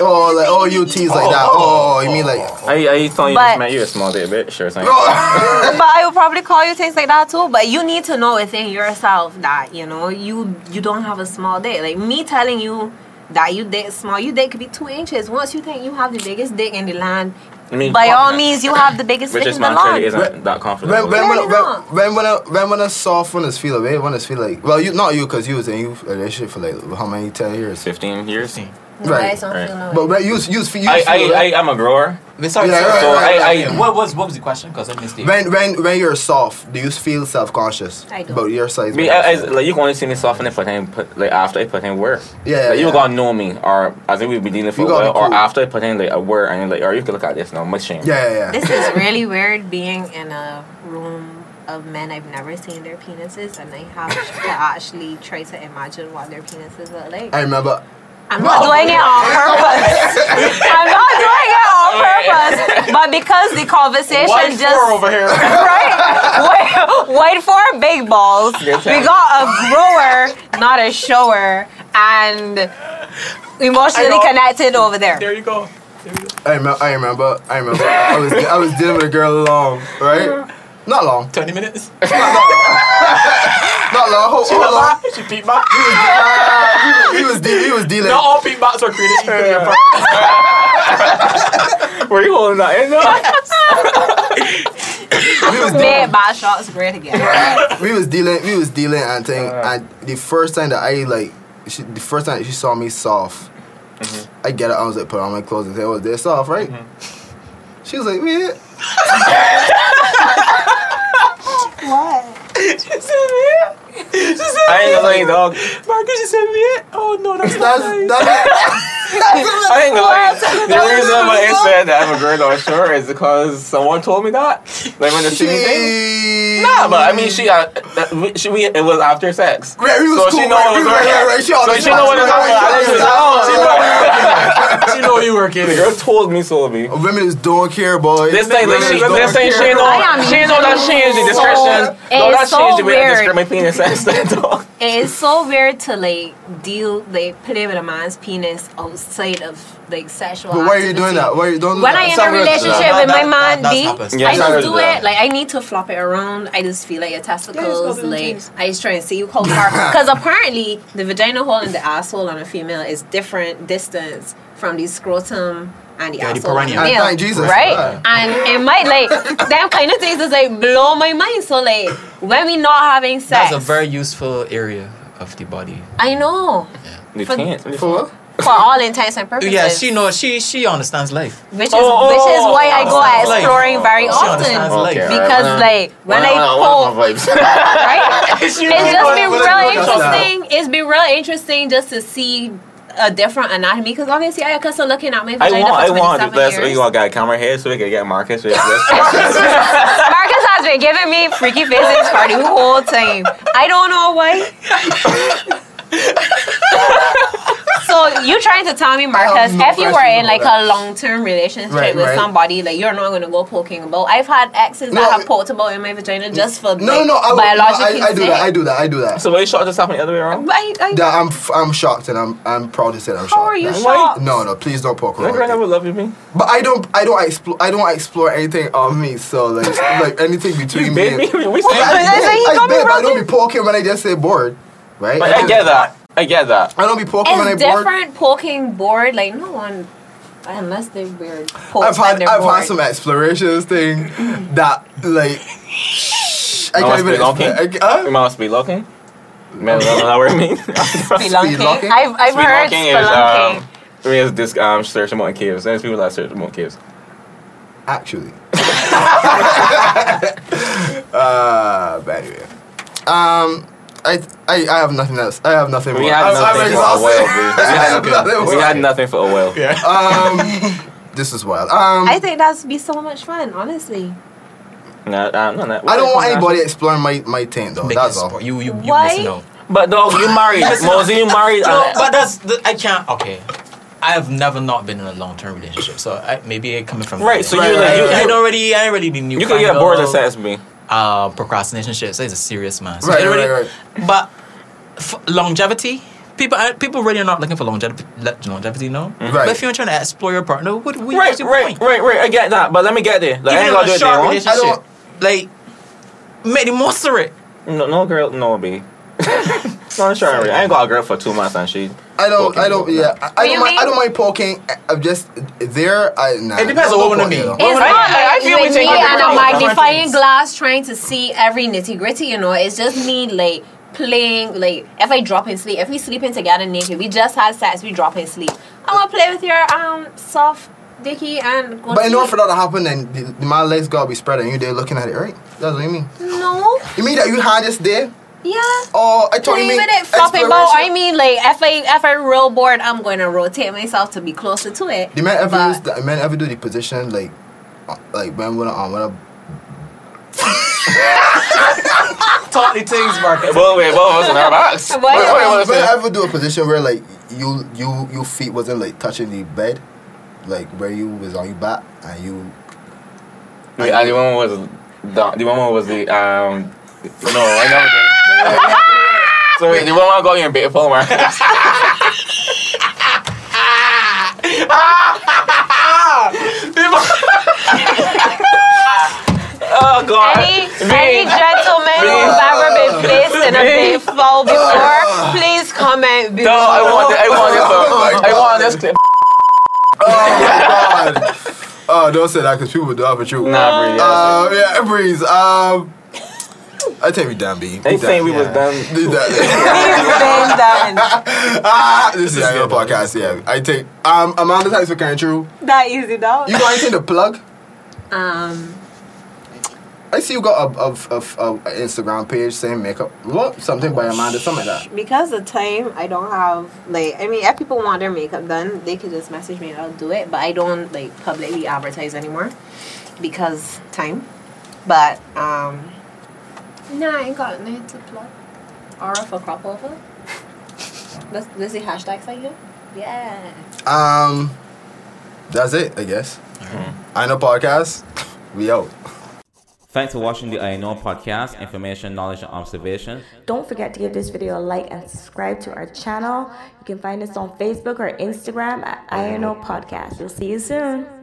Oh, like oh, you tease like that. Oh, you mean like? I, I thought you But- just met you a small day, bitch. Sure thing. oh. but I will probably call you things like that too. But you need to know within yourself that you know you you don't have a small dick. Like me telling you that you dick small, you dick could be two inches. Once you think you have the biggest dick in the land, I mean, by all confident. means you have the biggest dick Richard's in the man clearly land. isn't that confident. When when Clearly when when not. when when a, when when a soft one is feel away, one is feel like well you not you because you was in you relationship for like how many ten years, Fifteen years. Fifteen. No, Right, I just don't right. feel no way. but when you you was feel I, feel I, away. I, I'm a grower. Wait, sorry, Yeah, sorry, right, sorry. right, right, I, right. I, what was what was the question? Because I missed it. when when when you're soft, do you feel self conscious I don't. about your size? Me, I, I, like you can only see me soften if I can put like after I put in work. Yeah, like, you yeah. gonna know me, or I think we've been dealing for You a gotta while, be or cool. after I put in like a word, and you're like, or you can look at this now, my shame. yeah, yeah, yeah. This is really weird being in a room of men I've never seen their penises, and I have to actually try to imagine what their penises look like. I remember. I'm not doing it on purpose. I'm not doing it on purpose, but because the conversation White just four over here. right, wait, wait for big balls. Yes, We ma'am. got a grower, not a shower, and I emotionally know. connected over there. there you go. I remember. I remember. I remember. I was I was dealing with a girl long, right? Not long. Twenty minutes. Not long. Hold, She hold on. was She peep back. Ah, he was de- he was dealing. Not all peep backs are created equal. Were you holding that in? though? We was dealing. Made by shots great again. we was dealing. We was dealing and thing. Uh-huh. and the first time that I like, she, the first time she saw me soft, Mm-hmm. I get it. I was like, put on my clothes and say, "Oh, they're soft, right?" Mm-hmm. She was like, "Yeah." She said me. She said I ain't gonna lie, dog. Marcus, she said me. Oh no, that's That's not nice. that's. I ain't gonna lie. The reason why I said that I'm a girl on shore is because someone told me that. Like when the shitty thing. She- Nah, but I mean, she got that, we- she we it was after sex. Right, we was so cool, she know right, what we was was- going right, on. right, she all So the she know what was shots, right, going on. I right, just was right, like, oh, She know you working. she know. The girl told me, told me. Women is don't care, boy. This thing, like, Women she, is don't this thing, she care. ain't know, I am she ain't know that change the so- description. it No, is that so changed the way I weird. describe my penis and stuff. It is so weird to like deal, like play with a man's penis outside of like sexual. But why are you doing activity. that? Why are you don't do when that? I Some in a girls do relationship that. That- with that- my man that- D, that I happens. Yeah, some just girls do do that. it. Like I need to flop it around. I just feel like your testicles. little like things. I just try and see you how far. Because apparently the vagina hole and the asshole on a female is different distance from the scrotum. And the Yeah, the asshole on a perineum. And male, thank Jesus. right? Yeah. And it might like them kind of things is like blow my mind. So like when we not having sex, That's a very useful area of the body. I know You For- can't. For what? for all intents and purposes. Yeah, she knows. She she understands life. which is Oh, which is why I go understands life. exploring very oh, She understands often. life. Okay, alright. Because like when I pull right, it's just been what I real look at. interesting. It's been real interesting just to see a different anatomy because obviously I accustomed looking at my I vagina want, I for want. 27 That's what years. you all got a camera here so we can get Marcus. With this. Marcus has been giving me freaky faces for the whole time. I don't know why. so you trying to tell me, Marcus, no if you were question in like about a long term relationship Right, with right. somebody, like you're not gonna go poking about. I've had exes No, that I- have poked about in my vagina just for No, like, no, I, would- biologically no, I, I do that. I sick. do that. I do that. so why you shot this happening the other way around? I, I, Yeah, I'm f- I'm shocked and I'm I'm proud to say that I'm shocked. how are you man. shocked? No, no, please don't poke That girl around. never loved me. But I don't I don't explore I don't explore anything of me. So like like anything between You me. bit and- me. We I, said. But that's how he I, got me bet, but I wrong. don't be poking when I just say bored, right? But I get that. I get that. I don't be poking when I It's bored. different poking board. Like no one, unless they're weird. pokes I've when had they're I've had bored. some explorations thing that like I You can't must even be looking. explain. I, ca- huh? You must be looking. Man, I don't know what I mean. Spelunking? Spelunking. I've, I've heard Spelunking is, spelunking. Mm. um, I mean, it's this um, search among caves. There's people that search among caves. actually. uh, but anyway, um, I, I I have nothing else. I have nothing We more. had I'm, nothing I'm for a while, exhausted. dude. We I had, have nothing we more. had nothing for a while. Yeah. Um, this is wild. Um, I I, think that's be so much fun, honestly. Nah, nah, nah, nah. don't want anybody exploring my my taint though. Biggest Oh, That's all. sport. You you you Why? missing out. But dog, you married. Mosey, you married. Uh, No, and- but that's the, I can't. Okay, I have never not been in a long term relationship, so I, maybe it coming from Right, so Right, you right, like you, right. I you, don't really, I don't really be new. you could get bored of sex me. Uh, procrastination shit. So he's a serious man. So Right, I don't right, really- right. But f- longevity, people I- people really are not looking for longevity, longevity no? Mm-hmm. But if you're trying to explore your partner, what, what right, what's your right, point? right, right. I get that, but let me get there. Like, I Even ain't in gonna do a it day short one. relationship, I don't- like make the most of it. No, no girl, no B. no, sure. I ain't got a girl for two months, and she. I don't. I Poking don't. people. Yeah. I, I you don't. Mind, I mean- don't mind poking. I- I'm just there. I. Nah, It depends on Don't what woman poke me, you mean. though. It's Well, not I- I like, feel we like me take different and a roles, different magnifying things. glass trying to see every nitty gritty, you know. It's just me like playing like if I drop in sleep, if we sleeping together naked, we just had sex, we drop in sleep. I wanna play with your um soft dicky and go But to in order for sleep. that to happen, then the, the- my legs gotta be spread and you there looking at it, right? That's what you mean. No. You mean that you had this there? Yeah. Oh, I thought you Even mean it flopping ball, exploration. I mean like if I if I roll board I'm gonna rotate myself to be closer to it. The men ever But- use the the men ever do the position like, uh, like when when on when a Totally things, Marcus. Well, wait, what was in our box? What? Wait, wait, what was when in- ever do a position where like you you your feet wasn't like touching the bed, like where you was on your back and you. Wait, and the woman was the, the woman was the um no I never did. So wait, the woman got you in bed for Marcus. oh God! Any, Really? any gentleman who's ever been placed in a big fall before, please comment below. No, I want this. I want this. Oh my I want this clip. Oh my god! Oh, don't say that because people do that for you. Nah, really. Um, yeah, breeze. Um, I think we done, B. They think we was done. We done. Been done. ah, this is a podcast. Yeah, I take. Um, Amanda, thanks for coming through. That easy, dog. You got anything to plug? Um, I see you got a, a, a, a, a Instagram page saying makeup, what something by Amanda, something like that. because of time, I don't have like. I mean, if people want their makeup done, they could just message me and I'll do it. But I don't like publicly advertise anymore because time. But um, nah, I ain't got nothing to plug. Aura for crop over. Let's let's see hashtags like here. Yeah. Um, that's it, I guess. I know podcast. We out. Thanks for watching the I Know podcast, information, knowledge, and observation. Don't forget to give this video a like and subscribe to our channel. You can find us on Facebook or Instagram at INO Podcast. We'll see you soon.